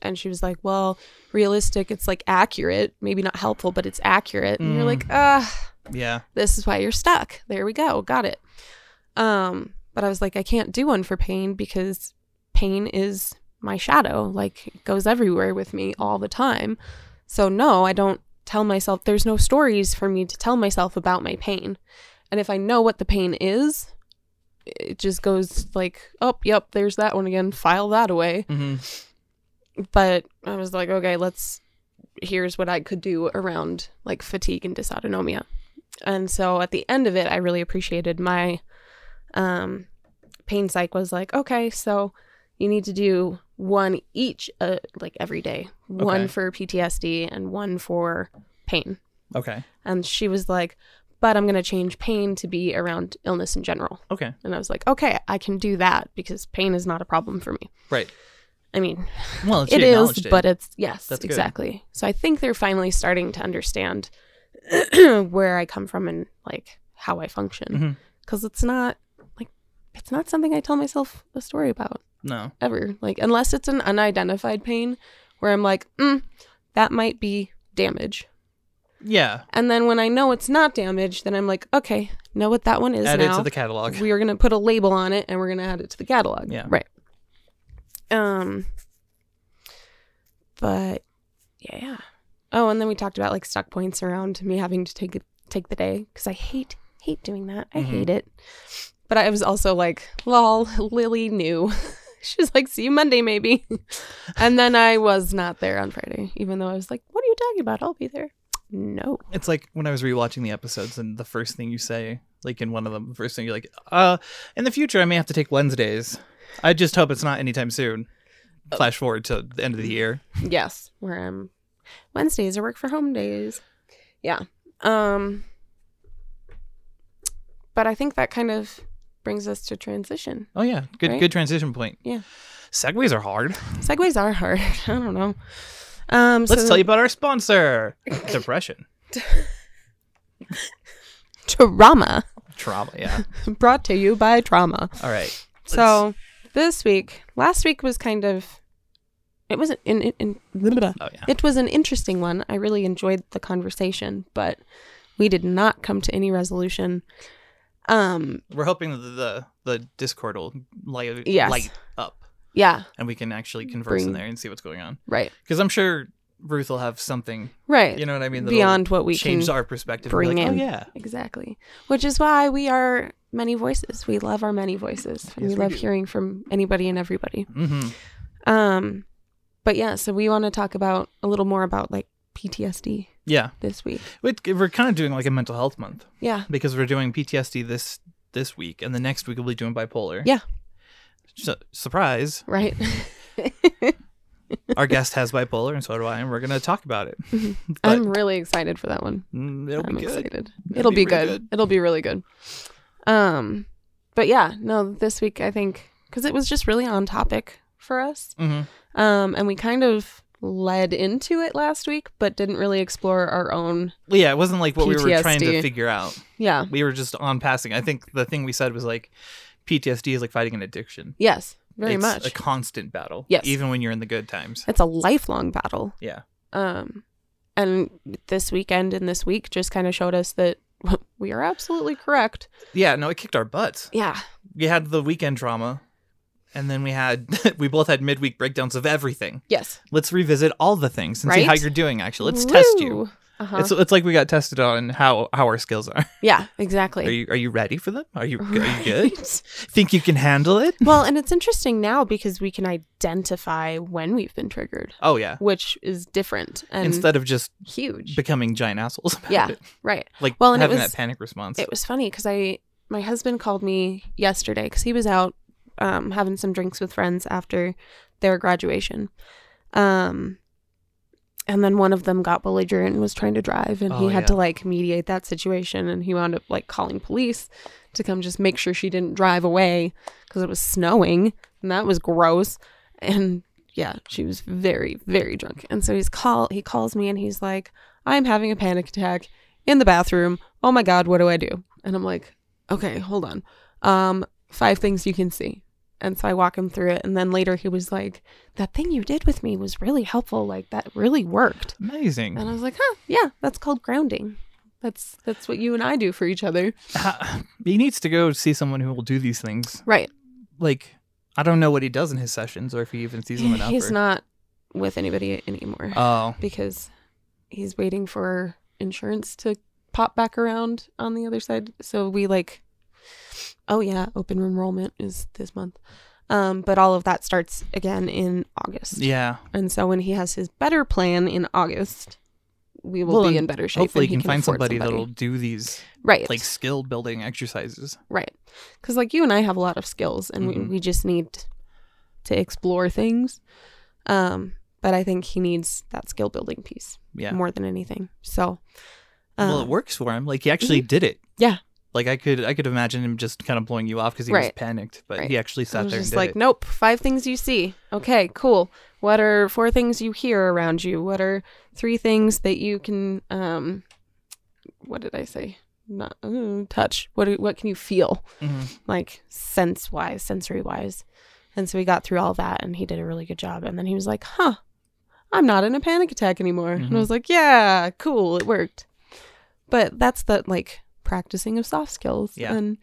Speaker 1: and she was like well realistic it's like accurate maybe not helpful but it's accurate and you're
Speaker 2: Mm.
Speaker 1: like ah
Speaker 2: Yeah.
Speaker 1: this is why you're stuck. There we go. Got it. Um, but I was like, I can't do one for pain because pain is my shadow. Like it goes everywhere with me all the time. So no, I don't tell myself there's no stories for me to tell myself about my pain. And if I know what the pain is,
Speaker 2: Mm-hmm.
Speaker 1: it just goes like, oh, yep, there's that one again. File that away.
Speaker 2: hmm
Speaker 1: but I was like, okay, let's here's what I could do around like fatigue and dysautonomia. And so at the end of it, I really appreciated my um pain psych was like, okay, so you need to do one each uh, like every day. One
Speaker 2: Okay.
Speaker 1: for PTSD and one for pain.
Speaker 2: Okay.
Speaker 1: And she was like, but I'm going to change pain to be around illness in general.
Speaker 2: Okay.
Speaker 1: And I was like, okay, I can do that because pain is not a problem for me.
Speaker 2: Right.
Speaker 1: I mean,
Speaker 2: Well, she
Speaker 1: it is,
Speaker 2: acknowledged it.
Speaker 1: but it's yes,
Speaker 2: That's good.
Speaker 1: exactly. So I think they're finally starting to understand where I come from and like how I function
Speaker 2: Mhm.
Speaker 1: because it's not like it's not something I tell myself a story about
Speaker 2: no.
Speaker 1: ever. Like unless it's an unidentified pain where I'm like, mm, that might be damage.
Speaker 2: Yeah.
Speaker 1: And then when I know it's not damage, then I'm like, okay, know what that one is
Speaker 2: Add
Speaker 1: now.
Speaker 2: it to the catalog.
Speaker 1: We are gonna put a label on it and we're gonna add it to the catalog.
Speaker 2: Yeah.
Speaker 1: Right. Um but yeah. Oh, and then we talked about like stuck points around me having to take take the day because I hate hate doing that. I
Speaker 2: Mhm.
Speaker 1: hate it. But I was also like, lol, Lily knew. she was like, see you Monday maybe. and then I was not there on Friday, even though I was like, what are you talking about? I'll be there. No.
Speaker 2: It's like when I was rewatching the episodes, and the first thing you say, like in one of them, the first thing you're like, "Uh, in the future, I may have to take Wednesdays. I just hope it's not anytime soon."
Speaker 1: Oh.
Speaker 2: Flash forward to the end of the
Speaker 1: Mm-hmm.
Speaker 2: year.
Speaker 1: Yes, where I'm Wednesdays are work for home days. Yeah. Um but I think that kind of brings us to transition.
Speaker 2: Oh yeah, good
Speaker 1: Right?
Speaker 2: good transition point.
Speaker 1: Yeah.
Speaker 2: segues are hard.
Speaker 1: Segways are hard. I don't know. Um
Speaker 2: Let's
Speaker 1: so
Speaker 2: tell you about our sponsor, depression,
Speaker 1: trauma
Speaker 2: trauma. Yeah.
Speaker 1: brought to you by trauma.
Speaker 2: All right.
Speaker 1: So this week, last week was kind of it was not in, in, in blah, blah, blah.
Speaker 2: Oh yeah.
Speaker 1: it was an interesting one. I really enjoyed the conversation, but we did not come to any resolution. Um
Speaker 2: We're hoping that the the Discord will light
Speaker 1: Yes.
Speaker 2: light up,
Speaker 1: yeah,
Speaker 2: and we can actually converse
Speaker 1: Bring-
Speaker 2: in there and see what's going on.
Speaker 1: right.
Speaker 2: Because I'm sure Ruth will have something.
Speaker 1: Right.
Speaker 2: You know what I mean? that'll
Speaker 1: beyond what we
Speaker 2: change
Speaker 1: can
Speaker 2: our perspective.
Speaker 1: bring
Speaker 2: and be like,
Speaker 1: in.
Speaker 2: Oh yeah.
Speaker 1: exactly which is why we are many voices we love our many voices and we
Speaker 2: Yes, we
Speaker 1: love
Speaker 2: do.
Speaker 1: hearing from anybody and everybody
Speaker 2: Mm-hmm.
Speaker 1: um but yeah so we want to talk about a little more about like ptsd
Speaker 2: Yeah,
Speaker 1: this week
Speaker 2: It- we're kind of doing like a mental health month
Speaker 1: yeah
Speaker 2: because we're doing PTSD this this week, and the next week we'll be doing bipolar.
Speaker 1: Yeah.
Speaker 2: Su- surprise!
Speaker 1: right
Speaker 2: Our guest has bipolar, and so do I, and we're gonna talk about it. But
Speaker 1: i'm really excited for that one
Speaker 2: mm, it'll
Speaker 1: i'm
Speaker 2: be good.
Speaker 1: excited
Speaker 2: It'll
Speaker 1: it'll be,
Speaker 2: be
Speaker 1: good.
Speaker 2: really
Speaker 1: it'll be really good um but yeah no this week i think because it was just really on topic for us
Speaker 2: Mhm.
Speaker 1: Um, and we kind of led into it last week, but didn't really explore our own.
Speaker 2: Well, Yeah, it wasn't like what we were trying
Speaker 1: PTSD.
Speaker 2: to figure out.
Speaker 1: Yeah.
Speaker 2: We were just on passing. I think the thing we said was like PTSD is like fighting an addiction.
Speaker 1: Yes. Very
Speaker 2: it's
Speaker 1: much.
Speaker 2: a constant battle.
Speaker 1: Yes.
Speaker 2: even when you're in the good times.
Speaker 1: it's a lifelong battle.
Speaker 2: Yeah.
Speaker 1: Um, and this weekend and this week just kind of showed us that we are absolutely correct.
Speaker 2: Yeah, no, it kicked our butts.
Speaker 1: Yeah.
Speaker 2: we had the weekend drama and then we had we both had midweek breakdowns of everything
Speaker 1: Yes.
Speaker 2: let's revisit all the things and see how
Speaker 1: Right?
Speaker 2: you're doing actually let's test you
Speaker 1: Uh huh.
Speaker 2: it's, it's like we got tested on how how our skills are
Speaker 1: Yeah.
Speaker 2: are
Speaker 1: Exactly.
Speaker 2: you are you ready for them are you, are you good
Speaker 1: Right.
Speaker 2: think you can handle it
Speaker 1: well, and it's interesting now because we can identify when we've been triggered,
Speaker 2: oh yeah
Speaker 1: which is different and
Speaker 2: instead of just
Speaker 1: huge.
Speaker 2: becoming giant assholes about
Speaker 1: Yeah.
Speaker 2: it.
Speaker 1: right.
Speaker 2: like
Speaker 1: Well, and it
Speaker 2: having
Speaker 1: was-
Speaker 2: that panic response
Speaker 1: It was funny because I my husband called me yesterday because he was out um, having some drinks with friends after their graduation, um, and then one of them got belligerent and was trying to drive, and he
Speaker 2: Oh,
Speaker 1: had
Speaker 2: yeah.
Speaker 1: to like mediate that situation, and he wound up like calling police to come just make sure she didn't drive away because it was snowing and that was gross, and yeah, she was very very drunk, and so he's call he calls me and he's like, I'm having a panic attack in the bathroom. Oh my god, what do I do? And I'm like, okay, hold on. Um, five things you can see. And so I walk him through it, and then later he was like, "That thing you did with me was really helpful. Like that really worked."
Speaker 2: amazing
Speaker 1: And I was like, "Huh, yeah, that's called grounding. That's that's what you and I do for each other,
Speaker 2: he needs to go see someone who will do these things
Speaker 1: right?"
Speaker 2: like i don't know what he does in his sessions or if he even sees them enough
Speaker 1: He's
Speaker 2: or-
Speaker 1: not with anybody anymore
Speaker 2: oh
Speaker 1: because he's waiting for insurance to pop back around on the other side. So we like, oh yeah, open enrollment is this month. Um, but all of that starts again in August.
Speaker 2: Yeah.
Speaker 1: And so when he has his better plan in August, we will
Speaker 2: Well,
Speaker 1: be in
Speaker 2: and
Speaker 1: better shape.
Speaker 2: Hopefully,
Speaker 1: and
Speaker 2: you can, find
Speaker 1: afford
Speaker 2: somebody, that'll do these
Speaker 1: right,
Speaker 2: like skill building exercises.
Speaker 1: right, because like you and I have a lot of skills, and
Speaker 2: Mhm.
Speaker 1: we, we just need to explore things. Um, but I think he needs that skill building piece
Speaker 2: Yeah.
Speaker 1: more than anything. So,
Speaker 2: well,
Speaker 1: um,
Speaker 2: it works for him. Like he actually did it.
Speaker 1: mm-hmm. Yeah.
Speaker 2: Like I could, I could imagine him just kind of blowing you off because he was
Speaker 1: Right.
Speaker 2: panicked, but
Speaker 1: Right.
Speaker 2: he actually
Speaker 1: I
Speaker 2: sat
Speaker 1: was
Speaker 2: there and
Speaker 1: just
Speaker 2: did
Speaker 1: like,
Speaker 2: it.
Speaker 1: nope, five things you see. Okay, cool. What are four things you hear around you? What are three things that you can um what did I say? Not uh, touch. What do, what can you feel?
Speaker 2: Mhm.
Speaker 1: Like sense wise, sensory wise. And so we got through all that and he did a really good job. And then he was like, huh, I'm not in a panic attack anymore. And
Speaker 2: Mhm.
Speaker 1: I was like, yeah, cool, it worked. But that's the like practicing of soft skills.
Speaker 2: Yeah.
Speaker 1: And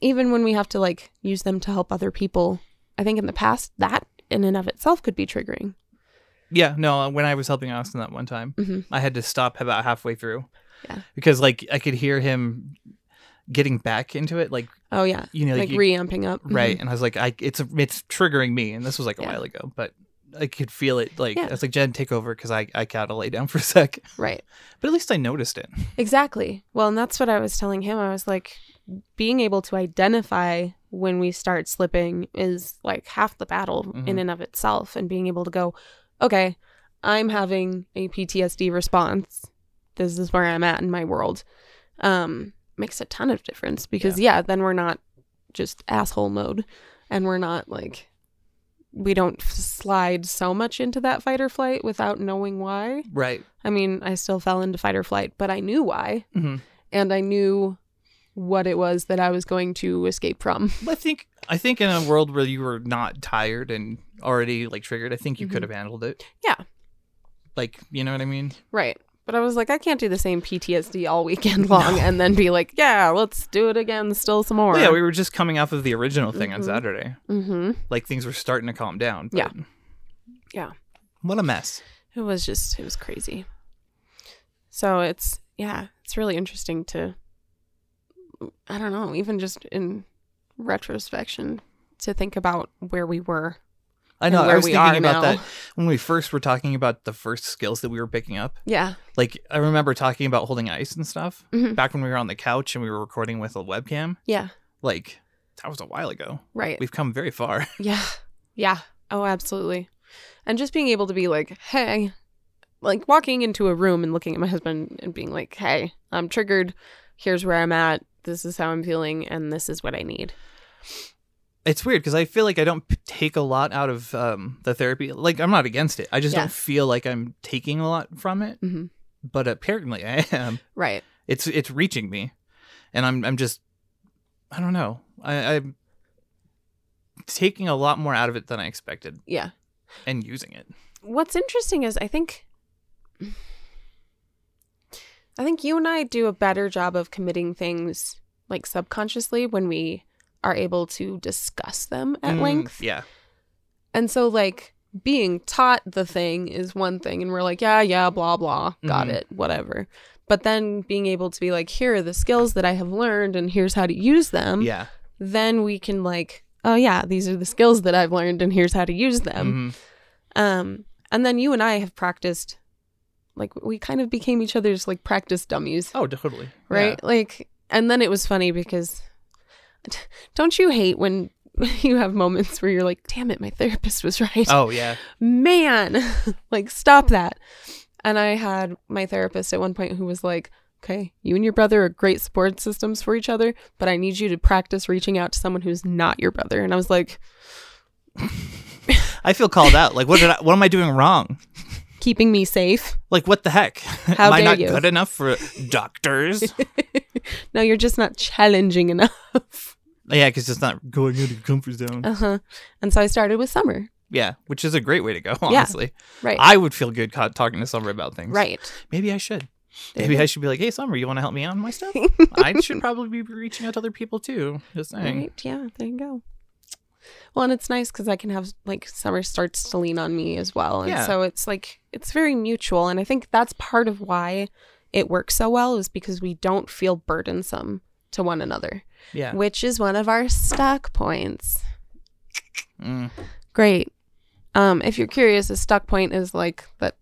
Speaker 1: even when we have to like use them to help other people, I think in the past that in and of itself could be triggering.
Speaker 2: Yeah. No, uh, when I was helping Austin that one time,
Speaker 1: Mhm.
Speaker 2: I had to stop about halfway through.
Speaker 1: Yeah.
Speaker 2: Because like I could hear him getting back into it, like
Speaker 1: Oh yeah.
Speaker 2: you know,
Speaker 1: Like
Speaker 2: you-
Speaker 1: reamping up. Mhm.
Speaker 2: right? And I was like, I it's it's triggering me, and this was like a
Speaker 1: Yeah.
Speaker 2: while ago, but I could feel it. Like
Speaker 1: Yeah.
Speaker 2: I was like, Jen, take over because I I gotta lay down for a sec.
Speaker 1: Right.
Speaker 2: But at least I noticed it.
Speaker 1: Exactly. Well, and that's what I was telling him. I was like, being able to identify when we start slipping is like half the battle in
Speaker 2: Mhm.
Speaker 1: and of itself. And being able to go, okay, I'm having a PTSD response. This is where I'm at in my world. Um, makes a ton of difference because, yeah, then we're not just asshole mode and we're not like, we don't f- slide so much into that fight or flight without knowing why.
Speaker 2: Right.
Speaker 1: I mean, I still fell into fight or flight, but I knew why
Speaker 2: hmm
Speaker 1: and I knew what it was that I was going to escape from.
Speaker 2: I think I think in a world where you were not tired and already like triggered, I think you could have handled it.
Speaker 1: Yeah.
Speaker 2: Like, you know what I mean?
Speaker 1: Right. But I was like, I can't do the same PTSD all weekend long and then be like, yeah, let's do it again, still some more.
Speaker 2: Well, yeah, we were just coming off of the original thing on
Speaker 1: Mhm.
Speaker 2: Saturday.
Speaker 1: mm-hmm.
Speaker 2: Like things were starting to calm down. but-
Speaker 1: Yeah. Yeah.
Speaker 2: What a mess.
Speaker 1: It was just, it was crazy. So it's, yeah, it's really interesting to, I don't know, even just in retrospection, to think about where we were.
Speaker 2: I
Speaker 1: And
Speaker 2: know. I
Speaker 1: where
Speaker 2: was
Speaker 1: we
Speaker 2: thinking
Speaker 1: are
Speaker 2: about
Speaker 1: now.
Speaker 2: that when we first were talking about the first skills that we were picking up.
Speaker 1: Yeah.
Speaker 2: Like I remember talking about holding ice and stuff
Speaker 1: Mhm.
Speaker 2: back when we were on the couch and we were recording with a webcam.
Speaker 1: Yeah.
Speaker 2: Like that was a while ago.
Speaker 1: Right.
Speaker 2: We've come very far.
Speaker 1: Yeah. Yeah. Oh, absolutely. And just being able to be like, hey, like walking into a room and looking at my husband and being like, hey, I'm triggered. Here's where I'm at. This is how I'm feeling. And this is what I need.
Speaker 2: it's weird because I feel like I don't p- take a lot out of um, the therapy. Like I'm not against it. I just
Speaker 1: Yeah.
Speaker 2: don't feel like I'm taking a lot from it.
Speaker 1: Mhm.
Speaker 2: But apparently I am.
Speaker 1: Right.
Speaker 2: It's it's reaching me, and I'm I'm just I don't know. I, I'm taking a lot more out of it than I expected
Speaker 1: Yeah.
Speaker 2: and using it.
Speaker 1: What's interesting is I think. I think you and I do a better job of committing things like subconsciously when we are able to discuss them at
Speaker 2: Mm,
Speaker 1: length.
Speaker 2: Yeah.
Speaker 1: And so like being taught the thing is one thing and we're like, yeah, yeah, blah blah, got
Speaker 2: Mhm.
Speaker 1: it, whatever. But then being able to be like, here are the skills that I have learned and here's how to use them,
Speaker 2: yeah.
Speaker 1: then we can like, oh yeah, these are the skills that I've learned and here's how to use them.
Speaker 2: Mhm.
Speaker 1: Um and then you and I have practiced like we kind of became each other's like practice dummies
Speaker 2: Oh, totally.
Speaker 1: right? Like, and then it was funny because don't you hate when you have moments where you're like, damn it, my therapist was right.
Speaker 2: Yeah. Oh yeah.
Speaker 1: Man, like, stop that. And I had my therapist at one point who was like, okay, you and your brother are great support systems for each other, but I need you to practice reaching out to someone who's not your brother. And I was like,
Speaker 2: I feel called out. Like what did I, what am I doing wrong?
Speaker 1: keeping me safe.
Speaker 2: Like what the heck?
Speaker 1: How
Speaker 2: am I
Speaker 1: dare
Speaker 2: not
Speaker 1: you.
Speaker 2: good enough for doctors?
Speaker 1: No, you're just not challenging enough.
Speaker 2: yeah, because it's not going into your comfort zone.
Speaker 1: Uh huh. And so I started with summer.
Speaker 2: Yeah, which is a great way to go, honestly.
Speaker 1: Right.
Speaker 2: I would feel good co- talking to Summer about things.
Speaker 1: right.
Speaker 2: Maybe I should.
Speaker 1: There
Speaker 2: Maybe
Speaker 1: you
Speaker 2: I should be like, hey, Summer, you want to help me out on my stuff? I should probably be reaching out to other people too. Just saying.
Speaker 1: Right. Yeah, there you go. Well, and it's nice because I can have like summer starts to lean on me as well. And
Speaker 2: Yeah.
Speaker 1: so it's like it's very mutual. And I think that's part of why it works so well is because we don't feel burdensome to one another,
Speaker 2: Yeah.
Speaker 1: which is one of our stuck points.
Speaker 2: Mm.
Speaker 1: Great. Um, if you're curious, a stuck point is like that.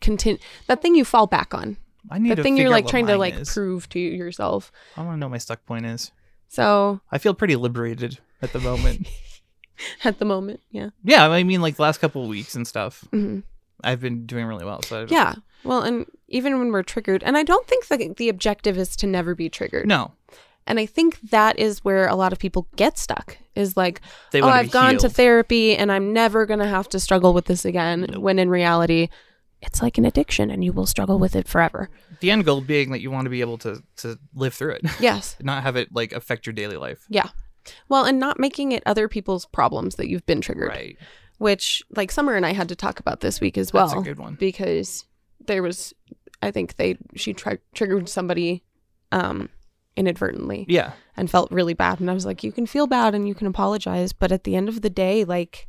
Speaker 1: Continue that thing you fall back on.
Speaker 2: I need
Speaker 1: the
Speaker 2: to
Speaker 1: thing you're
Speaker 2: figure out
Speaker 1: like
Speaker 2: what
Speaker 1: trying to
Speaker 2: mine
Speaker 1: like
Speaker 2: is.
Speaker 1: prove to yourself.
Speaker 2: I want to know what my stuck point is.
Speaker 1: So
Speaker 2: I feel pretty liberated at the moment.
Speaker 1: at the moment, yeah,
Speaker 2: yeah, I mean, like the last couple of weeks and stuff,
Speaker 1: hmm
Speaker 2: I've been doing really well. So I just-
Speaker 1: yeah. Well, and even when we're triggered, and I don't think the the objective is to never be triggered.
Speaker 2: no,
Speaker 1: And I think that is where a lot of people get stuck. Is like,
Speaker 2: they
Speaker 1: oh,
Speaker 2: want to
Speaker 1: I've
Speaker 2: be
Speaker 1: gone to
Speaker 2: healed.
Speaker 1: therapy and I'm never going to have to struggle with this again.
Speaker 2: Nope.
Speaker 1: When in reality, it's like an addiction and you will struggle with it forever.
Speaker 2: the end goal being that you want to be able to to live through it,
Speaker 1: yes.
Speaker 2: not have it like affect your daily life.
Speaker 1: Well, and not making it other people's problems that you've been triggered,
Speaker 2: Right.
Speaker 1: which like Summer and I had to talk about this week as
Speaker 2: That's
Speaker 1: well
Speaker 2: a good one.
Speaker 1: because there was, I think they, she tri- triggered somebody um, inadvertently.
Speaker 2: Yeah.
Speaker 1: and felt really bad. And I was like, you can feel bad and you can apologize, but at the end of the day, like,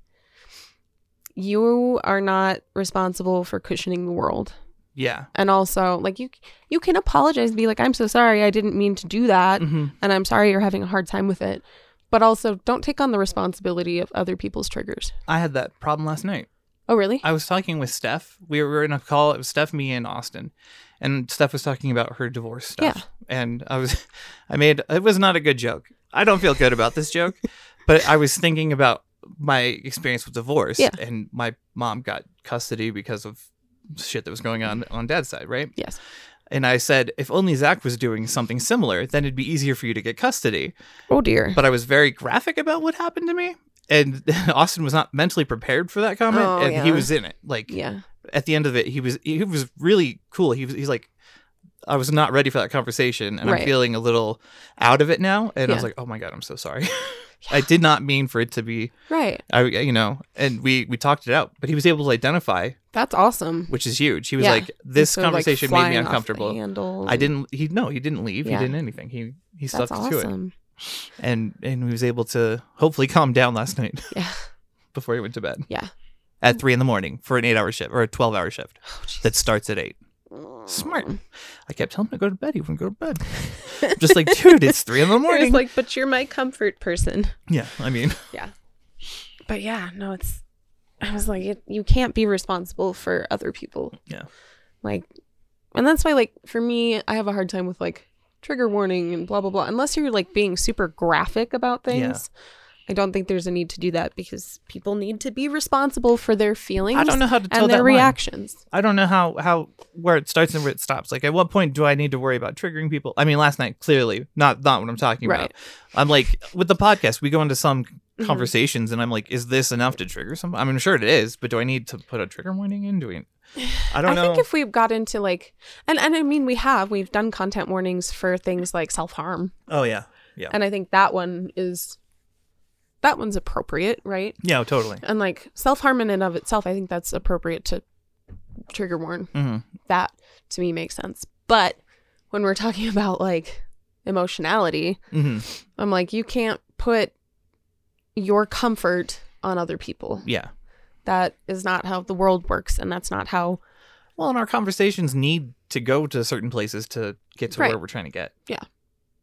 Speaker 1: you are not responsible for cushioning the world.
Speaker 2: Yeah.
Speaker 1: And also, like, you you can apologize and be like, I'm so sorry, I didn't mean to do that,
Speaker 2: hmm
Speaker 1: and I'm sorry you're having a hard time with it. But also, don't take on the responsibility of other people's triggers.
Speaker 2: I had that problem last night.
Speaker 1: Oh, really?
Speaker 2: I was talking with Steph. We were in a call. It was Steph, me, and Austin. And Steph was talking about her divorce stuff.
Speaker 1: Yeah.
Speaker 2: And I was, I made, it was not a good joke. I don't feel good about this joke, but I was thinking about my experience with divorce.
Speaker 1: Yeah.
Speaker 2: And my mom got custody because of shit that was going on on dad's side, right?
Speaker 1: Yes.
Speaker 2: And I said, if only Zach was doing something similar, then it'd be easier for you to get custody.
Speaker 1: Oh, dear.
Speaker 2: But I was very graphic about what happened to me. And Austin was not mentally prepared for that comment.
Speaker 1: Oh,
Speaker 2: and he
Speaker 1: yeah.
Speaker 2: was in it. Like,
Speaker 1: Yeah.
Speaker 2: at the end of it, he was he was really cool. He was he's like, I was not ready for that conversation, and
Speaker 1: Right.
Speaker 2: I'm feeling a little out of it now. And I was
Speaker 1: Yeah.
Speaker 2: like, oh my god, I'm so sorry. I did not mean for it to be,
Speaker 1: Right.
Speaker 2: I you know. And we we talked it out, but he was able to identify,
Speaker 1: That's awesome.
Speaker 2: which is huge. He was
Speaker 1: Yeah.
Speaker 2: like, this
Speaker 1: So, like,
Speaker 2: conversation made me
Speaker 1: flying off the
Speaker 2: uncomfortable.
Speaker 1: handle
Speaker 2: I didn't. He no, he didn't leave.
Speaker 1: Yeah.
Speaker 2: He didn't anything. He he stuck
Speaker 1: That's
Speaker 2: to it,
Speaker 1: awesome.
Speaker 2: and and he was able to hopefully calm down last night.
Speaker 1: Yeah.
Speaker 2: Before he went to bed.
Speaker 1: Yeah.
Speaker 2: At three in the morning for an eight-hour shift or a twelve-hour shift
Speaker 1: Oh, jeez. Mm.
Speaker 2: that starts at eight. Smart. I kept telling him to go to bed. He wouldn't go to bed. Just like, dude, it's three in the
Speaker 1: It's
Speaker 2: morning.
Speaker 1: like, but you're my comfort person.
Speaker 2: yeah, I mean,
Speaker 1: But yeah, no, it's. I was like, it, you can't be responsible for other people.
Speaker 2: Yeah.
Speaker 1: Like, and that's why, like, for me, I have a hard time with like trigger warning and blah blah blah. Unless you're like being super graphic about
Speaker 2: Yeah.
Speaker 1: things, I don't think there's a need to do that because people need to be responsible for their feelings.
Speaker 2: I don't know how to tell
Speaker 1: and
Speaker 2: that
Speaker 1: their
Speaker 2: line.
Speaker 1: reactions.
Speaker 2: I don't know how how where it starts and where it stops. Like, at what point do I need to worry about triggering people? I mean, last night clearly not not what I'm talking
Speaker 1: Right. Mm-hmm.
Speaker 2: about. I'm like with the podcast, we go into some conversations, and I'm like, is this enough to trigger someone? I mean, sure it is, but do I need to put a trigger warning in? Do we? I don't
Speaker 1: I
Speaker 2: know.
Speaker 1: think if we got into like, and and I mean, we have we've done content warnings for things like self harm,
Speaker 2: oh yeah, yeah,
Speaker 1: and I think that one is, that one's appropriate, right?
Speaker 2: yeah, totally.
Speaker 1: And like self harm in and of itself, I think that's appropriate to trigger warn.
Speaker 2: hmm
Speaker 1: That to me makes sense. But when we're talking about like emotionality,
Speaker 2: hmm
Speaker 1: I'm like, you can't put your comfort on other people.
Speaker 2: Yeah.
Speaker 1: That is not how the world works, and that's not how
Speaker 2: Well, and our conversations need to go to certain places to get to
Speaker 1: Right.
Speaker 2: where we're trying to get.
Speaker 1: Yeah.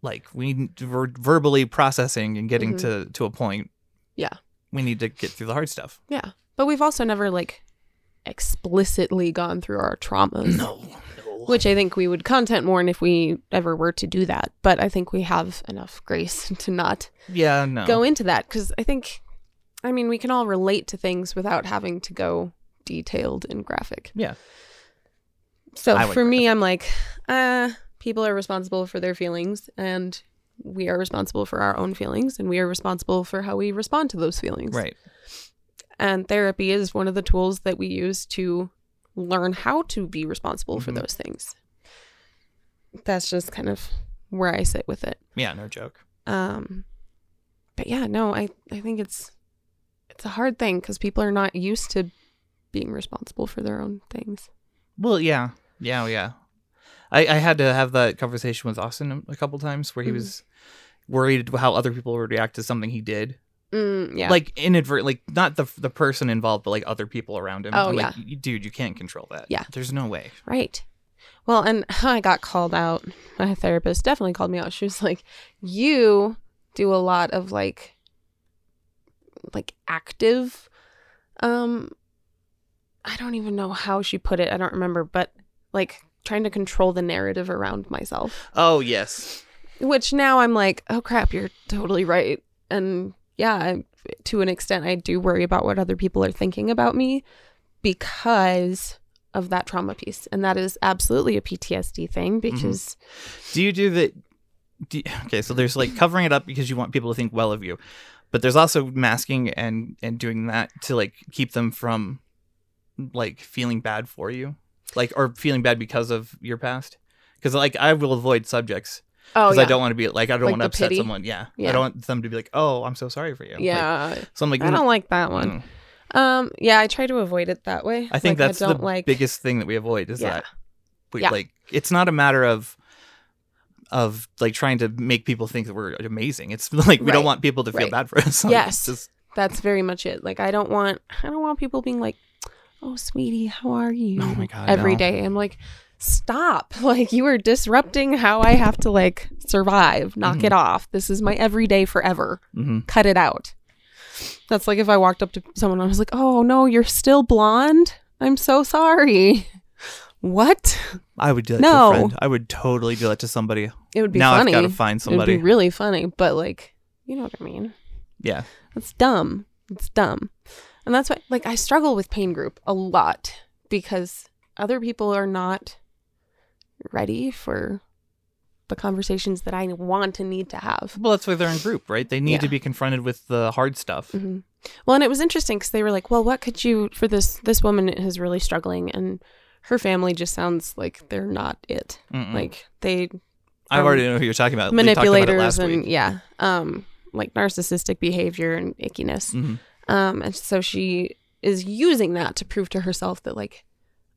Speaker 2: Like we need- we're verbally processing and getting
Speaker 1: Mhm.
Speaker 2: to to a point.
Speaker 1: Yeah.
Speaker 2: We need to get through the hard stuff.
Speaker 1: Yeah. But we've also never like explicitly gone through our traumas,
Speaker 2: No. no.
Speaker 1: which I think we would content warn if we ever were to do that. But I think we have enough grace to not
Speaker 2: yeah, no.
Speaker 1: go into that because I think, I mean, we can all relate to things without having to go detailed and graphic.
Speaker 2: Yeah.
Speaker 1: So
Speaker 2: I
Speaker 1: for
Speaker 2: went
Speaker 1: me, I'm like, uh, people are responsible for their feelings and we are responsible for our own feelings and we are responsible for how we respond to those feelings.
Speaker 2: right.
Speaker 1: And therapy is one of the tools that we use to learn how to be responsible for
Speaker 2: Mhm.
Speaker 1: those things. That's just kind of where I sit with it.
Speaker 2: Yeah, no joke.
Speaker 1: Um, but yeah, no, I, I think it's it's a hard thing because people are not used to being responsible for their own things.
Speaker 2: Well, yeah. Yeah, oh, yeah. I, I had to have that conversation with Austin a couple times where he
Speaker 1: Mhm.
Speaker 2: was worried how other people would react to something he did.
Speaker 1: Mm, yeah,
Speaker 2: Like inadvertent, like not the the person involved, but like other people around him.
Speaker 1: Oh,
Speaker 2: I'm like, "Y- dude, you can't control that.
Speaker 1: Yeah.
Speaker 2: There's no way.
Speaker 1: right. Well, and I got called out. My therapist definitely called me out. She was like, "You do a lot of like like active um I don't even know how she put it. I don't remember, but like trying to control the narrative around myself,
Speaker 2: Oh yes.
Speaker 1: which now I'm like, oh crap, you're totally right. And yeah, I, to an extent, I do worry about what other people are thinking about me because of that trauma piece. And that is absolutely a PTSD thing
Speaker 2: Mm-hmm.
Speaker 1: because
Speaker 2: Do you do the? Do you- okay, so there's like covering it up because you want people to think well of you, but there's also masking and and doing that to like keep them from like feeling bad for you, like or feeling bad because of your past. Because like I will avoid subjects
Speaker 1: oh
Speaker 2: because
Speaker 1: yeah.
Speaker 2: I don't want to be like I don't
Speaker 1: Like
Speaker 2: want to
Speaker 1: the
Speaker 2: upset
Speaker 1: pity?
Speaker 2: someone. Yeah.
Speaker 1: Yeah.
Speaker 2: I don't want them to be like, oh, I'm so sorry for you. Like,
Speaker 1: yeah,
Speaker 2: so I'm like,
Speaker 1: I
Speaker 2: mm,
Speaker 1: don't like that one.
Speaker 2: mm.
Speaker 1: Um, yeah, I try to avoid it that way.
Speaker 2: I think
Speaker 1: Like,
Speaker 2: that's
Speaker 1: I don't
Speaker 2: the
Speaker 1: like
Speaker 2: biggest thing that we avoid is
Speaker 1: Yeah.
Speaker 2: that we
Speaker 1: Yeah.
Speaker 2: like it's not a matter of of like trying to make people think that we're amazing. It's like we
Speaker 1: Right.
Speaker 2: don't want people to feel
Speaker 1: Right.
Speaker 2: bad for us. Like,
Speaker 1: Yes.
Speaker 2: it's just-
Speaker 1: that's very much it. Like I don't want I don't want people being like, "Oh, sweetie, how are you?"
Speaker 2: Oh my God,
Speaker 1: every
Speaker 2: no.
Speaker 1: day. I'm like, "Stop. Like you are disrupting how I have to like survive. Knock
Speaker 2: Mm-hmm.
Speaker 1: it off. This is my everyday forever.
Speaker 2: Mhm.
Speaker 1: Cut it out." That's like if I walked up to someone and I was like, "Oh, no, you're still blonde. I'm so sorry." What?
Speaker 2: I would do that
Speaker 1: No.
Speaker 2: to a friend. I would totally do that to somebody.
Speaker 1: It would be
Speaker 2: now
Speaker 1: funny.
Speaker 2: I've got to find
Speaker 1: it would
Speaker 2: somebody.
Speaker 1: be really funny, but like, you know what I mean.
Speaker 2: yeah.
Speaker 1: That's dumb. It's dumb. And that's why, like, I struggle with pain group a lot because other people are not ready for the conversations that I want and need to have.
Speaker 2: Well, that's why they're in group, right? They need to
Speaker 1: Yeah.
Speaker 2: be confronted with the hard stuff.
Speaker 1: hmm Well, and it was interesting because they were like, well, what could you, for this, this woman is really struggling and her family just sounds like they're not it.
Speaker 2: Mm-mm.
Speaker 1: Like, they
Speaker 2: I
Speaker 1: um,
Speaker 2: already know who you're talking about. Mm. We talked about it
Speaker 1: manipulators
Speaker 2: last
Speaker 1: and,
Speaker 2: week.
Speaker 1: yeah, um, like narcissistic behavior and ickiness.
Speaker 2: Mhm.
Speaker 1: Um, and so she is using that to prove to herself that like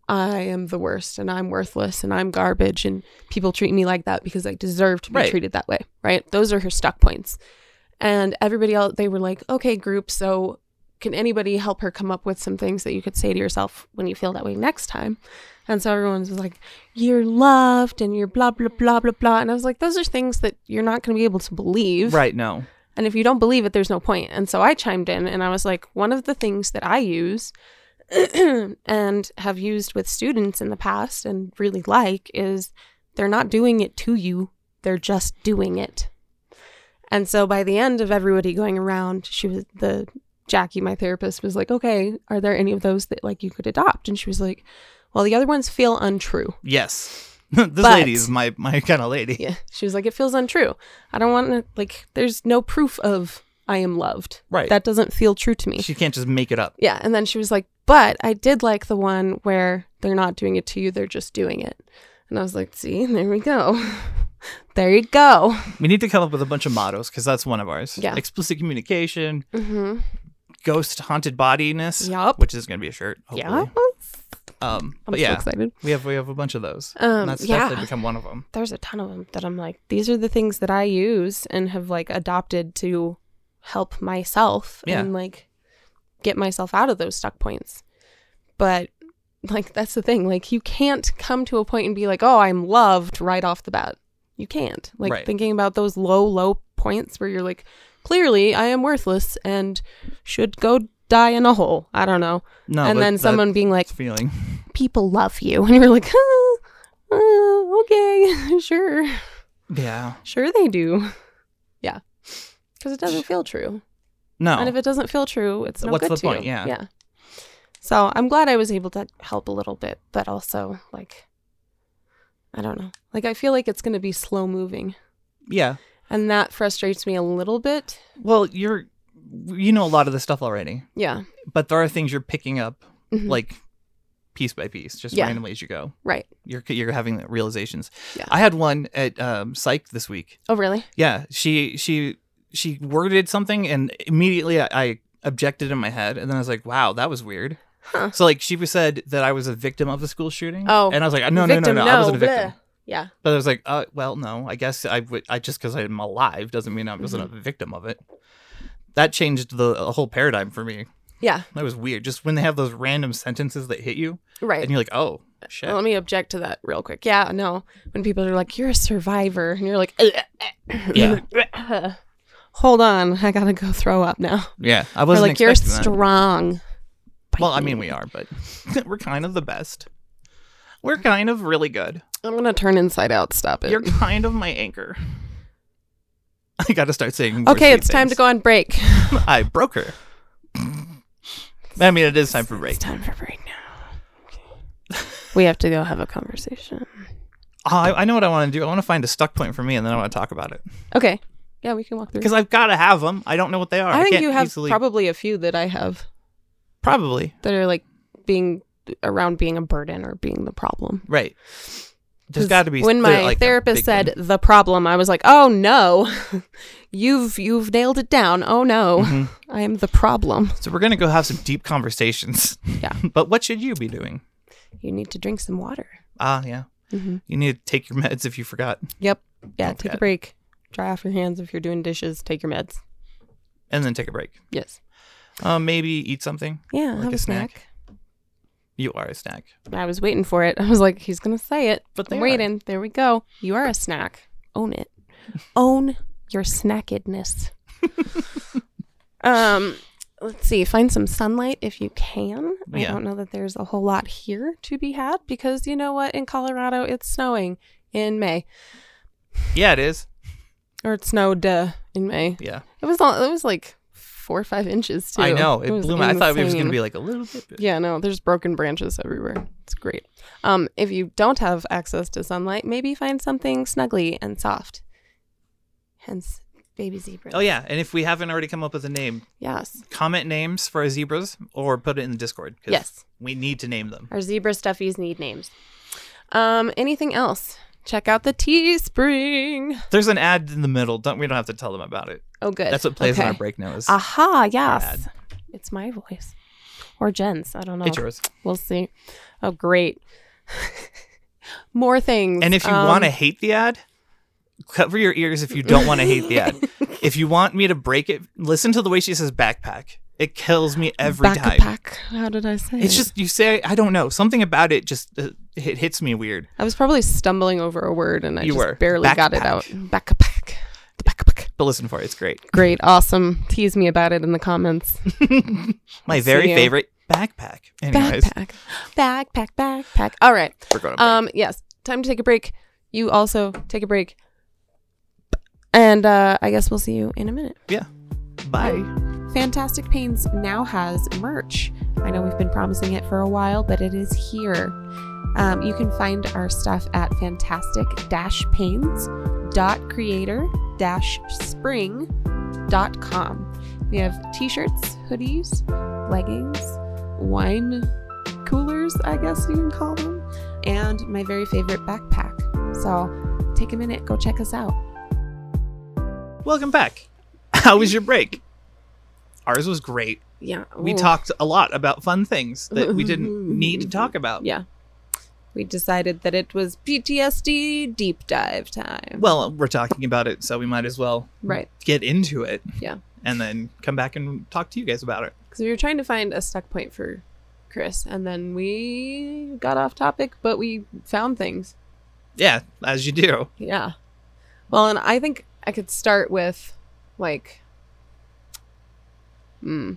Speaker 1: I am the worst and I'm worthless and I'm garbage and people treat me like that because I deserve to be
Speaker 2: Right.
Speaker 1: treated that way. Right. Those are her stuck points. And everybody else they were like, Okay, group, so can anybody help her come up with some things that you could say to yourself when you feel that way next time? And so everyone was like, You're loved and you're blah blah blah blah blah. And I was like, those are things that you're not gonna be able to believe.
Speaker 2: Right. No.
Speaker 1: And if you don't believe it, there's no point. And so I chimed in and I was like, one of the things that I use and have used with students in the past and really like is they're not doing it to you, they're just doing it. And so by the end of everybody going around, she was the Jackie, my therapist, was like, okay, are there any of those that like you could adopt? And she was like, well, the other ones feel untrue.
Speaker 2: Yes. this lady is my my kind of lady.
Speaker 1: Yeah. She was like, it feels untrue. I don't want to, like, there's no proof of I am loved.
Speaker 2: Right.
Speaker 1: That doesn't feel true to me.
Speaker 2: She can't just make it up.
Speaker 1: yeah. And then she was like, but I did like the one where they're not doing it to you, they're just doing it. And I was like, see, there we go. there you go.
Speaker 2: We need to come up with a bunch of mottos because that's one of ours.
Speaker 1: Yeah.
Speaker 2: Explicit communication,
Speaker 1: Mm-hmm.
Speaker 2: ghost haunted bodiness.
Speaker 1: Yup.
Speaker 2: Which is gonna be a shirt. Hopefully.
Speaker 1: Yeah.
Speaker 2: Um.
Speaker 1: I'm
Speaker 2: But
Speaker 1: so
Speaker 2: yeah,
Speaker 1: excited.
Speaker 2: we have we have a bunch of those.
Speaker 1: Um,
Speaker 2: and that's
Speaker 1: yeah.
Speaker 2: definitely become one of them.
Speaker 1: There's a ton of them that I'm like, these are the things that I use and have like adopted to help myself
Speaker 2: Yeah.
Speaker 1: and like get myself out of those stuck points. But like, that's the thing. Like, you can't come to a point and be like, oh, I'm loved right off the bat. You can't. Like,
Speaker 2: Right.
Speaker 1: thinking about those low, low points where you're like, clearly I am worthless and should go die in a hole. I don't know.
Speaker 2: No.
Speaker 1: and
Speaker 2: that-
Speaker 1: then
Speaker 2: that
Speaker 1: someone being like,
Speaker 2: feeling.
Speaker 1: people love you. And you're like, "Huh, uh, okay, sure.
Speaker 2: Yeah.
Speaker 1: Sure they do. Yeah. Because it doesn't feel true.
Speaker 2: No.
Speaker 1: And if it doesn't feel true, it's no
Speaker 2: What's
Speaker 1: good
Speaker 2: the
Speaker 1: to
Speaker 2: point?
Speaker 1: you.
Speaker 2: Yeah.
Speaker 1: Yeah. So I'm glad I was able to help a little bit, but also like I don't know. Like I feel like it's gonna be slow moving.
Speaker 2: yeah.
Speaker 1: And that frustrates me a little bit.
Speaker 2: Well, you're you know a lot of the stuff already,
Speaker 1: Yeah.
Speaker 2: but there are things you're picking up
Speaker 1: Mhm.
Speaker 2: like piece by piece, just
Speaker 1: Yeah.
Speaker 2: randomly as you go.
Speaker 1: Right.
Speaker 2: You're you're having the realizations.
Speaker 1: Yeah.
Speaker 2: I had one at um, psych this week.
Speaker 1: Oh really?
Speaker 2: Yeah, she she she worded something, and immediately I, I objected in my head, and then I was like, "Wow, that was weird."
Speaker 1: Huh.
Speaker 2: So like she was said that I was a victim of the school shooting.
Speaker 1: Oh.
Speaker 2: and I was like, "Uh, "No, no, no,
Speaker 1: Victim,
Speaker 2: no, I wasn't a victim."
Speaker 1: bleh. Yeah.
Speaker 2: But I was like, "Uh, well, no, I guess I would. I just because I'm alive doesn't mean I wasn't
Speaker 1: Mm-hmm.
Speaker 2: a victim of it." That changed the uh, whole paradigm for me.
Speaker 1: Yeah.
Speaker 2: That was weird. Just when they have those random sentences that hit you,
Speaker 1: Right.
Speaker 2: and you're like, "Oh shit."
Speaker 1: Well, let me object to that real quick. Yeah, no. When people are like, "You're a survivor," and you're like,
Speaker 2: Yeah.
Speaker 1: hold on, I gotta go throw up now.
Speaker 2: Yeah, I
Speaker 1: We're
Speaker 2: wasn't
Speaker 1: like, you're
Speaker 2: expecting that.
Speaker 1: strong.
Speaker 2: Well, I mean, we are, but we're kind of the best. We're kind of really good.
Speaker 1: I'm gonna turn inside out. Stop it.
Speaker 2: You're kind of my anchor. I got to start saying. more
Speaker 1: okay,
Speaker 2: sweet
Speaker 1: it's time to
Speaker 2: things.
Speaker 1: go on break.
Speaker 2: I broke her. I mean, it is time for break.
Speaker 1: It's time for break now. we have to go have a conversation.
Speaker 2: Oh, I, I know what I want to do. I want to find a stuck point for me, and then I want to talk about it
Speaker 1: Okay. Yeah, we can walk through.
Speaker 2: because I've got to have them. I don't know what they are.
Speaker 1: I think
Speaker 2: can't
Speaker 1: you have
Speaker 2: easily-
Speaker 1: probably a few that I have
Speaker 2: probably
Speaker 1: that are like being around being a burden or being the problem.
Speaker 2: right.
Speaker 1: 'Cause
Speaker 2: There's got to be
Speaker 1: when
Speaker 2: the-
Speaker 1: my
Speaker 2: like, a
Speaker 1: therapist
Speaker 2: big
Speaker 1: said
Speaker 2: one.
Speaker 1: the problem, I was like, "Oh no, you've you've nailed it down. Oh no,
Speaker 2: Mhm.
Speaker 1: I am the problem.
Speaker 2: So we're gonna go have some deep conversations.
Speaker 1: Yeah.
Speaker 2: but what should you be doing?
Speaker 1: You need to drink some water."
Speaker 2: Ah, yeah.
Speaker 1: hmm
Speaker 2: You need to take your meds if you forgot,
Speaker 1: Yep. Yeah. take
Speaker 2: Don't
Speaker 1: a
Speaker 2: forget.
Speaker 1: break. Dry off your hands if you're doing dishes. Take your meds.
Speaker 2: and then take a break.
Speaker 1: Yes.
Speaker 2: Um, maybe eat something.
Speaker 1: Yeah.
Speaker 2: Like
Speaker 1: have
Speaker 2: a
Speaker 1: a snack.
Speaker 2: You are a snack.
Speaker 1: I was waiting for it. I was like, he's gonna say it.
Speaker 2: But they
Speaker 1: I'm
Speaker 2: are.
Speaker 1: waiting. There we go. You are a snack. Own it. Own your snackedness. um, let's see. Find some sunlight if you can. I
Speaker 2: Yeah.
Speaker 1: don't know that there's a whole lot here to be had because you know what? In Colorado, it's snowing in May,
Speaker 2: Yeah, it is.
Speaker 1: or it snowed uh, in May.
Speaker 2: Yeah,
Speaker 1: It was all. It was like four or five inches too.
Speaker 2: I know. It,
Speaker 1: was
Speaker 2: blew my. I thought it was
Speaker 1: insane.
Speaker 2: gonna be like a little bit.
Speaker 1: Yeah, no, there's broken branches everywhere. It's great. Um, if you don't have access to sunlight, maybe find something snuggly and soft. Hence, baby zebra.
Speaker 2: Oh yeah, and if we haven't already come up with a name,
Speaker 1: Yes,
Speaker 2: comment names for our zebras or put it in the Discord. 'cause
Speaker 1: yes.
Speaker 2: we need to name them.
Speaker 1: Our zebra stuffies need names. Um, anything else? Check out the Teespring.
Speaker 2: There's an ad in the middle. Don't we don't have to tell them about it.
Speaker 1: Oh, good.
Speaker 2: That's what plays on our
Speaker 1: Okay. Uh,
Speaker 2: break now. Is
Speaker 1: Aha! Yes,
Speaker 2: Ad.
Speaker 1: it's my voice or Jen's. I don't know.
Speaker 2: it's yours.
Speaker 1: We'll see. Oh, great. More things.
Speaker 2: And if you
Speaker 1: Um,
Speaker 2: want to hate the ad, cover your ears. If you don't want to hate the ad, if you want me to break it, listen to the way she says backpack. It kills me every time.
Speaker 1: backpack. How did I say?
Speaker 2: It's
Speaker 1: it?
Speaker 2: just you say I don't know something about it just uh, it hits me weird.
Speaker 1: I was probably stumbling over a word and I
Speaker 2: You
Speaker 1: just
Speaker 2: were.
Speaker 1: barely got it
Speaker 2: Backpack.
Speaker 1: out. Backpack. The backpack.
Speaker 2: But listen for it, it's great.
Speaker 1: Great. Awesome. Tease me about it in the comments.
Speaker 2: My very
Speaker 1: you.
Speaker 2: favorite backpack. Anyways,
Speaker 1: Backpack. Backpack. Backpack. All right.
Speaker 2: we're going. to
Speaker 1: Um, yes. Time to take a break. You also take a break. And uh, I guess we'll see you in a minute.
Speaker 2: yeah. Bye.
Speaker 1: Fantastic Pains now has merch. I know we've been promising it for a while, but it is here. Um, you can find our stuff at fantastic pains.creator spring.com. We have t shirts, hoodies, leggings, wine coolers, I guess you can call them, and my very favorite backpack. So take a minute, go check us out.
Speaker 2: Welcome back. How was your break? Ours was great.
Speaker 1: Yeah.
Speaker 2: We talked a lot about fun things that we didn't need to talk about.
Speaker 1: Yeah. We decided that it was PTSD deep dive time.
Speaker 2: Well, we're talking about it, so we might as well
Speaker 1: right.
Speaker 2: get into it.
Speaker 1: Yeah.
Speaker 2: And then come back and talk to you guys about it.
Speaker 1: Because we were trying to find a stuck point for Chris, and then we got off topic, but we found things.
Speaker 2: Yeah, as you do.
Speaker 1: Yeah. Well, and I think I could start with like, hmm,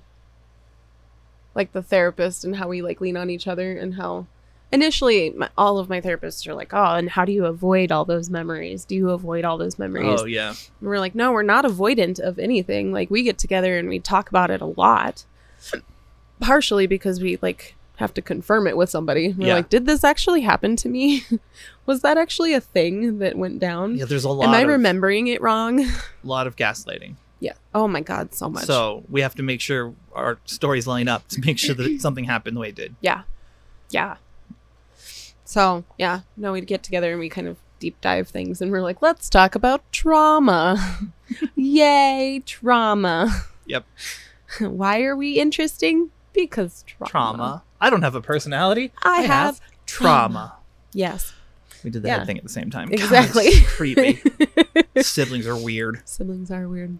Speaker 1: like the therapist and how we like lean on each other and how initially my, all of my therapists are like, oh, and how do you avoid all those memories? Do you avoid all those memories?
Speaker 2: Oh yeah.
Speaker 1: And we're like, no, we're not avoidant of anything. Like we get together and we talk about it a lot. Partially because we like have to confirm it with somebody. We're
Speaker 2: Yeah.
Speaker 1: like, did this actually happen to me? Was that actually a thing that went down?
Speaker 2: Yeah, there's a lot
Speaker 1: Am I
Speaker 2: of
Speaker 1: remembering it wrong?
Speaker 2: lot of gaslighting.
Speaker 1: yeah. Oh my god, so much.
Speaker 2: So we have to make sure our stories line up to make sure that something happened the way it did.
Speaker 1: yeah. So yeah, no, we'd get together and we kind of deep dive things and we're like, let's talk about trauma. Yay, trauma.
Speaker 2: Yep.
Speaker 1: Why are we interesting? Because trauma.
Speaker 2: Trauma. I don't have a personality.
Speaker 1: I have
Speaker 2: trauma.
Speaker 1: Yes.
Speaker 2: We did the
Speaker 1: Yeah.
Speaker 2: head thing at the same time. God,
Speaker 1: Exactly.
Speaker 2: it's creepy. Siblings are weird.
Speaker 1: Siblings are weird.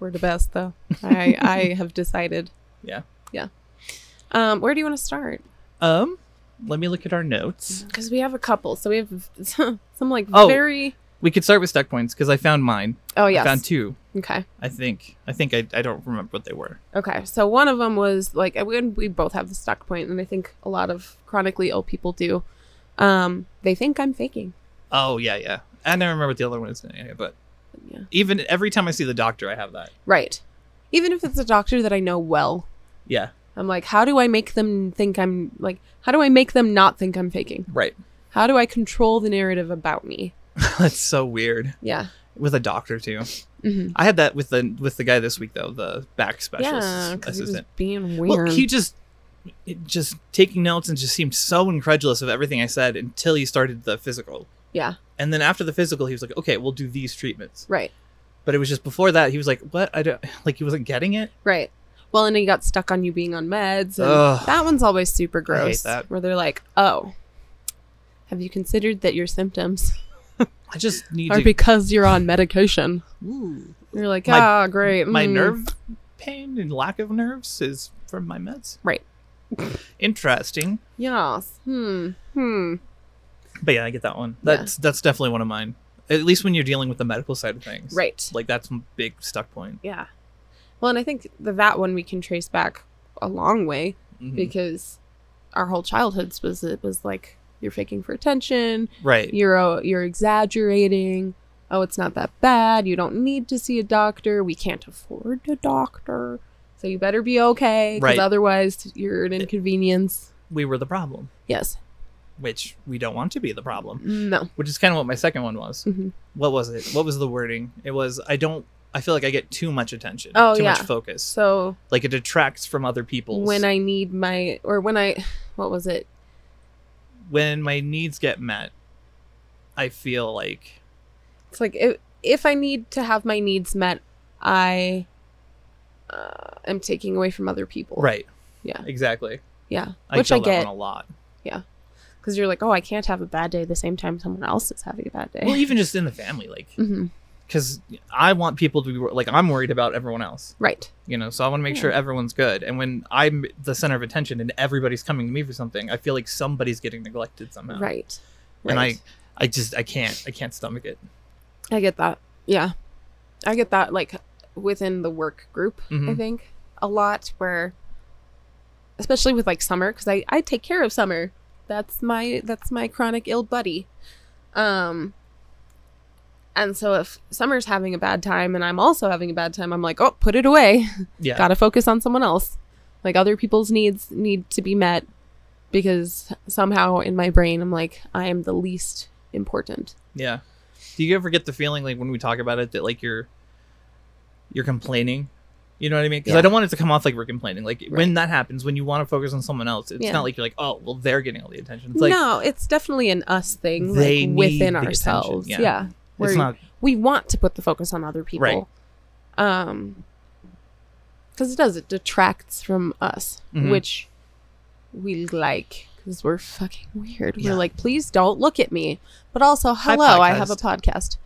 Speaker 1: We're the best though. I I have decided.
Speaker 2: Yeah.
Speaker 1: Yeah. Um, where do you want to start?
Speaker 2: Um, let me look at our notes.
Speaker 1: Because we have a couple, so we have some like
Speaker 2: Oh.
Speaker 1: very
Speaker 2: We could start with stuck points because I found mine.
Speaker 1: Oh
Speaker 2: I
Speaker 1: yes.
Speaker 2: found two.
Speaker 1: okay.
Speaker 2: I think. I think I, I don't remember what they were.
Speaker 1: Okay. So one of them was like and we- we both have the stuck point, and I think a lot of chronically ill people do. Um, they think I'm faking.
Speaker 2: Oh yeah, yeah. I don't remember what the other one is, yeah, but
Speaker 1: Yeah.
Speaker 2: even every time I see the doctor, I have that.
Speaker 1: Right. Even if it's a doctor that I know well,
Speaker 2: Yeah,
Speaker 1: I'm like, how do I make them think I'm like? How do I make them not think I'm faking?
Speaker 2: right.
Speaker 1: How do I control the narrative about me?
Speaker 2: That's so weird
Speaker 1: Yeah.
Speaker 2: with a doctor too.
Speaker 1: hmm
Speaker 2: I had that with the with the guy this week though, the back specialist
Speaker 1: Yeah, because he was
Speaker 2: assistant.
Speaker 1: being weird.
Speaker 2: Well, he just it just taking notes and just seemed so incredulous of everything I said until he started the physical.
Speaker 1: Yeah.
Speaker 2: And then after the physical, he was like, "Okay, we'll do these treatments."
Speaker 1: right,
Speaker 2: But it was just before that he was like, "What? I don't like." He wasn't getting it.
Speaker 1: right. Well, and he got stuck on you being on meds. And
Speaker 2: Ugh.
Speaker 1: That one's always super gross.
Speaker 2: that.
Speaker 1: Where they're like, oh, have you considered that your symptoms
Speaker 2: I just need
Speaker 1: are
Speaker 2: to.
Speaker 1: because you're on medication?
Speaker 2: Ooh.
Speaker 1: You're like,
Speaker 2: My-
Speaker 1: ah, great.
Speaker 2: my
Speaker 1: mm,
Speaker 2: nerve pain and lack of nerves is from my meds.
Speaker 1: Right.
Speaker 2: Interesting.
Speaker 1: Yes. Hmm. Hmm.
Speaker 2: But yeah, I get that one.
Speaker 1: Yeah.
Speaker 2: That's that's definitely one of mine. At least when you're dealing with the medical side of things.
Speaker 1: Right.
Speaker 2: Like that's a big stuck point.
Speaker 1: Yeah. Well, and I think that that one we can trace back a long way
Speaker 2: Mhm.
Speaker 1: because our whole childhoods was it was like you're faking for attention.
Speaker 2: Right.
Speaker 1: you're uh, you're exaggerating. Oh, it's not that bad. You don't need to see a doctor. We can't afford a doctor. So you better be okay because
Speaker 2: Right.
Speaker 1: otherwise you're an inconvenience.
Speaker 2: We were the problem,
Speaker 1: Yes.
Speaker 2: which we don't want to be the problem.
Speaker 1: No.
Speaker 2: Which is kind of what my second one was.
Speaker 1: Mhm.
Speaker 2: What was it? What was the wording? It was I don't I feel like I get too much attention,
Speaker 1: Oh,
Speaker 2: too much
Speaker 1: yeah.
Speaker 2: focus.
Speaker 1: So
Speaker 2: Like it detracts from other people's.
Speaker 1: when I need my or when I what was it?
Speaker 2: when my needs get met, I feel like
Speaker 1: It's like if, if I need to have my needs met, I uh, am taking away from other people.
Speaker 2: Right.
Speaker 1: Yeah.
Speaker 2: Exactly.
Speaker 1: Yeah.
Speaker 2: I
Speaker 1: Which
Speaker 2: feel
Speaker 1: I
Speaker 2: that
Speaker 1: get
Speaker 2: one a lot.
Speaker 1: because you're like, oh, I can't have a bad day the same time someone else is having a bad day.
Speaker 2: Well, even just in the family, like,
Speaker 1: hmm
Speaker 2: because I want people to be wor- like, I'm worried about everyone else,
Speaker 1: Right.
Speaker 2: you know. So I want to make sure everyone's good. And when I'm the center of attention and everybody's coming to me for something, I feel like somebody's getting neglected somehow.
Speaker 1: Right.
Speaker 2: And
Speaker 1: right.
Speaker 2: I, I just, I can't, I can't stomach it.
Speaker 1: I get that. Yeah. I get that like within the work group, I
Speaker 2: Mhm.
Speaker 1: think, a lot where especially with like summer cuz I I take care of summer. That's my that's my chronic ill buddy. Um and so if summer's having a bad time and I'm also having a bad time, I'm like, "Oh, put it away.
Speaker 2: Yeah.
Speaker 1: Got to focus on someone else." Like other people's needs need to be met because somehow in my brain I'm like, I am the least important.
Speaker 2: Yeah. Do you ever get the feeling like when we talk about it that like you're, you're complaining? You know what I mean? Because
Speaker 1: Yeah.
Speaker 2: I don't want it to come off like we're complaining. Like when that happens, when you want to focus on someone else, it's
Speaker 1: Yeah.
Speaker 2: not like you're like, oh, well, they're getting all the attention. It's like
Speaker 1: no, it's definitely an us thing
Speaker 2: They
Speaker 1: like, within
Speaker 2: need the
Speaker 1: ourselves.
Speaker 2: attention,
Speaker 1: Yeah.
Speaker 2: yeah.
Speaker 1: Where
Speaker 2: it's not
Speaker 1: we want to put the focus on other people.
Speaker 2: Right.
Speaker 1: Um cuz it does it detracts from us,
Speaker 2: Mhm.
Speaker 1: which we like cuz we're fucking weird.
Speaker 2: Yeah.
Speaker 1: We're like, "Please don't look at me." But also, "Hello, I have a podcast."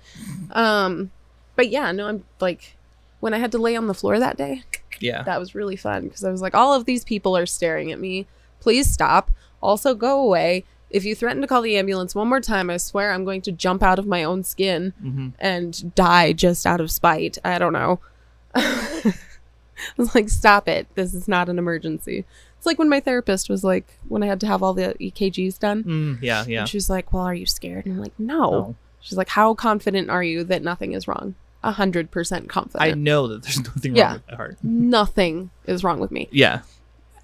Speaker 1: Um but yeah, no, I'm like when I had to lay on the floor that day,
Speaker 2: Yeah.
Speaker 1: that was really fun because I was like, all of these people are staring at me. Please stop. Also, go away. If you threaten to call the ambulance one more time, I swear I'm going to jump out of my own skin
Speaker 2: hmm
Speaker 1: and die just out of spite. I don't know. I was like, stop it. This is not an emergency. It's like when my therapist was like, when I had to have all the EKGs done.
Speaker 2: Mm, yeah, yeah.
Speaker 1: And she was like, well, are you scared? And I'm like, no.
Speaker 2: No.
Speaker 1: She's like, how confident are you that nothing is wrong? 100%
Speaker 2: I
Speaker 1: confident.
Speaker 2: know that there's nothing
Speaker 1: Yeah.
Speaker 2: wrong with the heart.
Speaker 1: nothing is wrong with me.
Speaker 2: Yeah.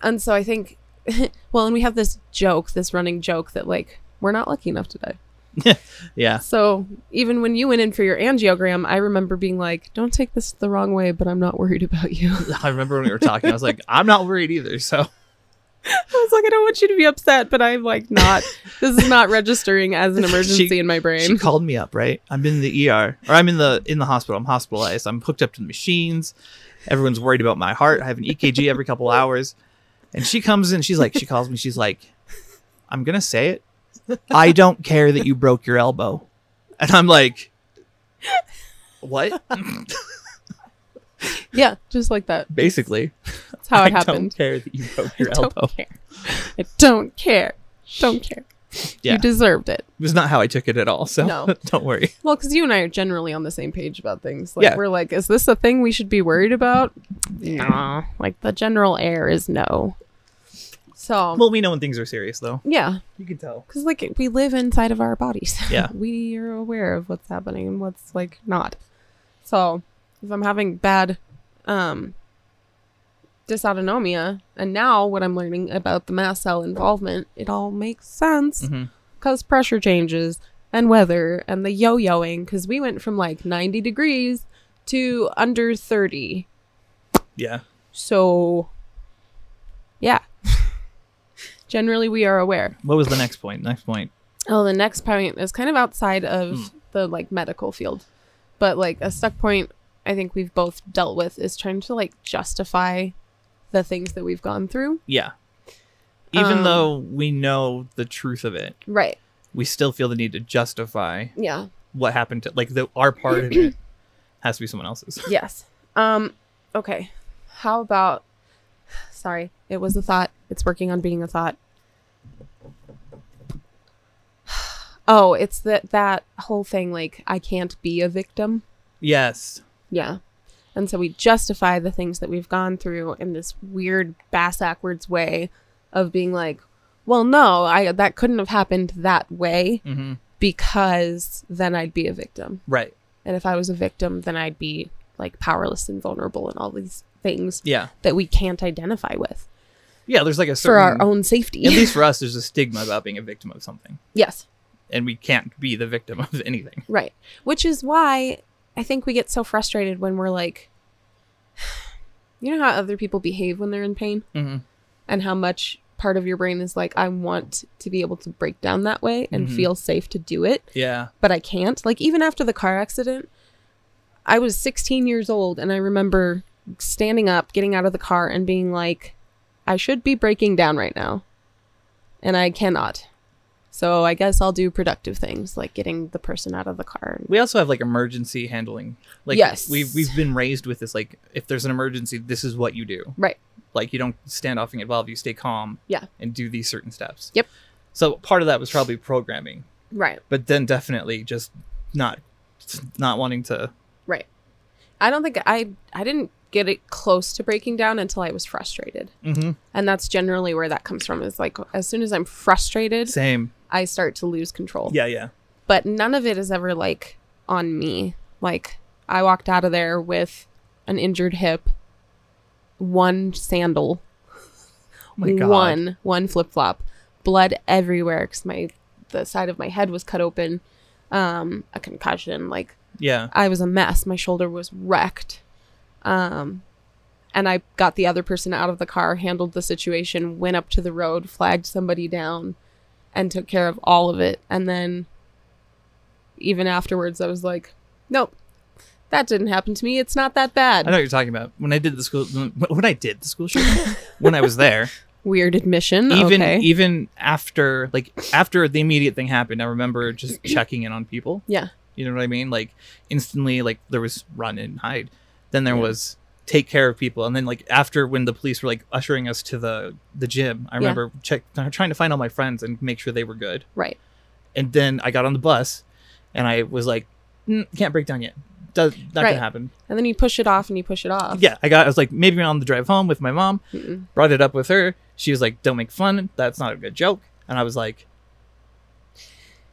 Speaker 1: and so I think, well, and we have this joke, this running joke that like we're not lucky enough today.
Speaker 2: Yeah.
Speaker 1: So even when you went in for your angiogram, I remember being like, "Don't take this the wrong way, but I'm not worried about you." I
Speaker 2: I remember when we were talking, I was like, I'm not worried either. So
Speaker 1: was like, "I don't want you to be upset, but I'm like not. this is not registering as an emergency
Speaker 2: She-
Speaker 1: in my
Speaker 2: she
Speaker 1: brain."
Speaker 2: called me up, right? I'm in the ER or I'm in the in the hospital. I'm hospitalized. I'm hooked up to the machines. Everyone's worried about my heart. I have an EKG every couple hours. And she comes in, she's like, she calls me, she's like, I'm gonna say it. I don't care that you broke your elbow. And I'm like, what?
Speaker 1: yeah, just like that.
Speaker 2: Basically.
Speaker 1: That's how it
Speaker 2: I
Speaker 1: happened.
Speaker 2: don't care that you broke
Speaker 1: I
Speaker 2: your elbow.
Speaker 1: don't care. I don't care. Don't care.
Speaker 2: Yeah.
Speaker 1: You deserved it.
Speaker 2: was not how I took it at all. So
Speaker 1: No.
Speaker 2: don't worry.
Speaker 1: Well, because you and I are generally on the same page about things. Like
Speaker 2: Yeah.
Speaker 1: we're like, is this a thing we should be worried about? Nah. Like the general air is no. So
Speaker 2: Well, we know when things are serious, though.
Speaker 1: yeah,
Speaker 2: You can tell.
Speaker 1: because like we live inside of our bodies.
Speaker 2: Yeah.
Speaker 1: we are aware of what's happening and what's like not. So if I'm having bad um dysautonomia, and now what I'm learning about the mast cell involvement, it all makes sense
Speaker 2: Mhm.
Speaker 1: because pressure changes and weather and the yo-yoing because we went from like 90 degrees to under 30
Speaker 2: Yeah.
Speaker 1: so yeah generally we are aware
Speaker 2: What was the next point? Next point.
Speaker 1: oh the next point is kind of outside of the like medical field but like a stuck point i think we've both dealt with is trying to like justify the things that we've gone through
Speaker 2: Yeah. Even
Speaker 1: Um,
Speaker 2: though we know the truth of it,
Speaker 1: right
Speaker 2: we still feel the need to justify
Speaker 1: yeah
Speaker 2: what happened to like the our part in it has to be someone else's.
Speaker 1: Yes. Um okay. How about Sorry, it was a thought. It's working on being a thought. Oh, it's that that whole thing like I can't be a victim.
Speaker 2: Yes.
Speaker 1: Yeah. And so we justify the things that we've gone through in this weird bass backwards way of being like, well, no, I that couldn't have happened that way
Speaker 2: hmm
Speaker 1: because then I'd be a victim.
Speaker 2: Right.
Speaker 1: And if I was a victim, then I'd be like powerless and vulnerable and all these things
Speaker 2: Yeah.
Speaker 1: that we can't identify with
Speaker 2: Yeah. There's like a
Speaker 1: for
Speaker 2: certain
Speaker 1: our own safety.
Speaker 2: At least for us, there's a stigma about being a victim of something,
Speaker 1: yes,
Speaker 2: and we can't be the victim of anything.
Speaker 1: right. Which is why I think we get so frustrated when we're like, you know how other people behave when they're in pain
Speaker 2: Mm-hmm.
Speaker 1: and how much part of your brain is like, I want to be able to break down that way and
Speaker 2: Mhm.
Speaker 1: feel safe to do it.
Speaker 2: Yeah.
Speaker 1: but I can't. Like even after the car accident, I was 16 years old and I remember standing up, getting out of the car and being like I should be breaking down right now. And I cannot. So I guess I'll do productive things like getting the person out of the car. and-
Speaker 2: We also have like emergency handling. Like
Speaker 1: Yes.
Speaker 2: we've we've been raised with this like if there's an emergency, this is what you do.
Speaker 1: Right.
Speaker 2: Like you don't stand off and get involved, you stay calm
Speaker 1: Yeah.
Speaker 2: and do these certain steps.
Speaker 1: Yep.
Speaker 2: So part of that was probably programming,
Speaker 1: Right.
Speaker 2: but then definitely just not not wanting to
Speaker 1: Right. I don't think I I didn't get it close to breaking down until I was frustrated.
Speaker 2: Mhm.
Speaker 1: And that's generally where that comes from is like as soon as I'm frustrated,
Speaker 2: same.
Speaker 1: I start to lose control.
Speaker 2: Yeah, yeah.
Speaker 1: but none of it is ever like on me. Like I walked out of there with an injured hip, one sandal,
Speaker 2: Oh my god.
Speaker 1: one one flip flop, blood everywhere because my the side of my head was cut open, um, a concussion. Like
Speaker 2: Yeah.
Speaker 1: I was a mess. My shoulder was wrecked, um, and I got the other person out of the car, handled the situation, went up to the road, flagged somebody down, and took care of all of it. And then even afterwards, I was like, nope, that didn't happen to me. It's not that bad.
Speaker 2: I know what you're talking about. When I did the school, when I did the school shooting, when I was there,
Speaker 1: Weird admission.
Speaker 2: even
Speaker 1: Oh,
Speaker 2: e-
Speaker 1: okay.
Speaker 2: even after like after the immediate thing happened, I remember just checking in on people.
Speaker 1: yeah.
Speaker 2: You know what I mean? Like instantly, like there was run and hide. Then there
Speaker 1: Yeah.
Speaker 2: was take care of people, and then like after when the police were like ushering us to the the gym, I
Speaker 1: Yeah.
Speaker 2: remember check trying to find all my friends and make sure they were good.
Speaker 1: Right.
Speaker 2: And then I got on the bus, and I was like, "Mm, can't break down yet. Does not
Speaker 1: Right.
Speaker 2: gonna happen.
Speaker 1: And then you push it off and you push it off.
Speaker 2: Yeah, I got. I was like maybe on the drive home with my mom.
Speaker 1: Mm-mm.
Speaker 2: brought it up with her. She was like, "Don't make fun. That's not a good joke." And I was like,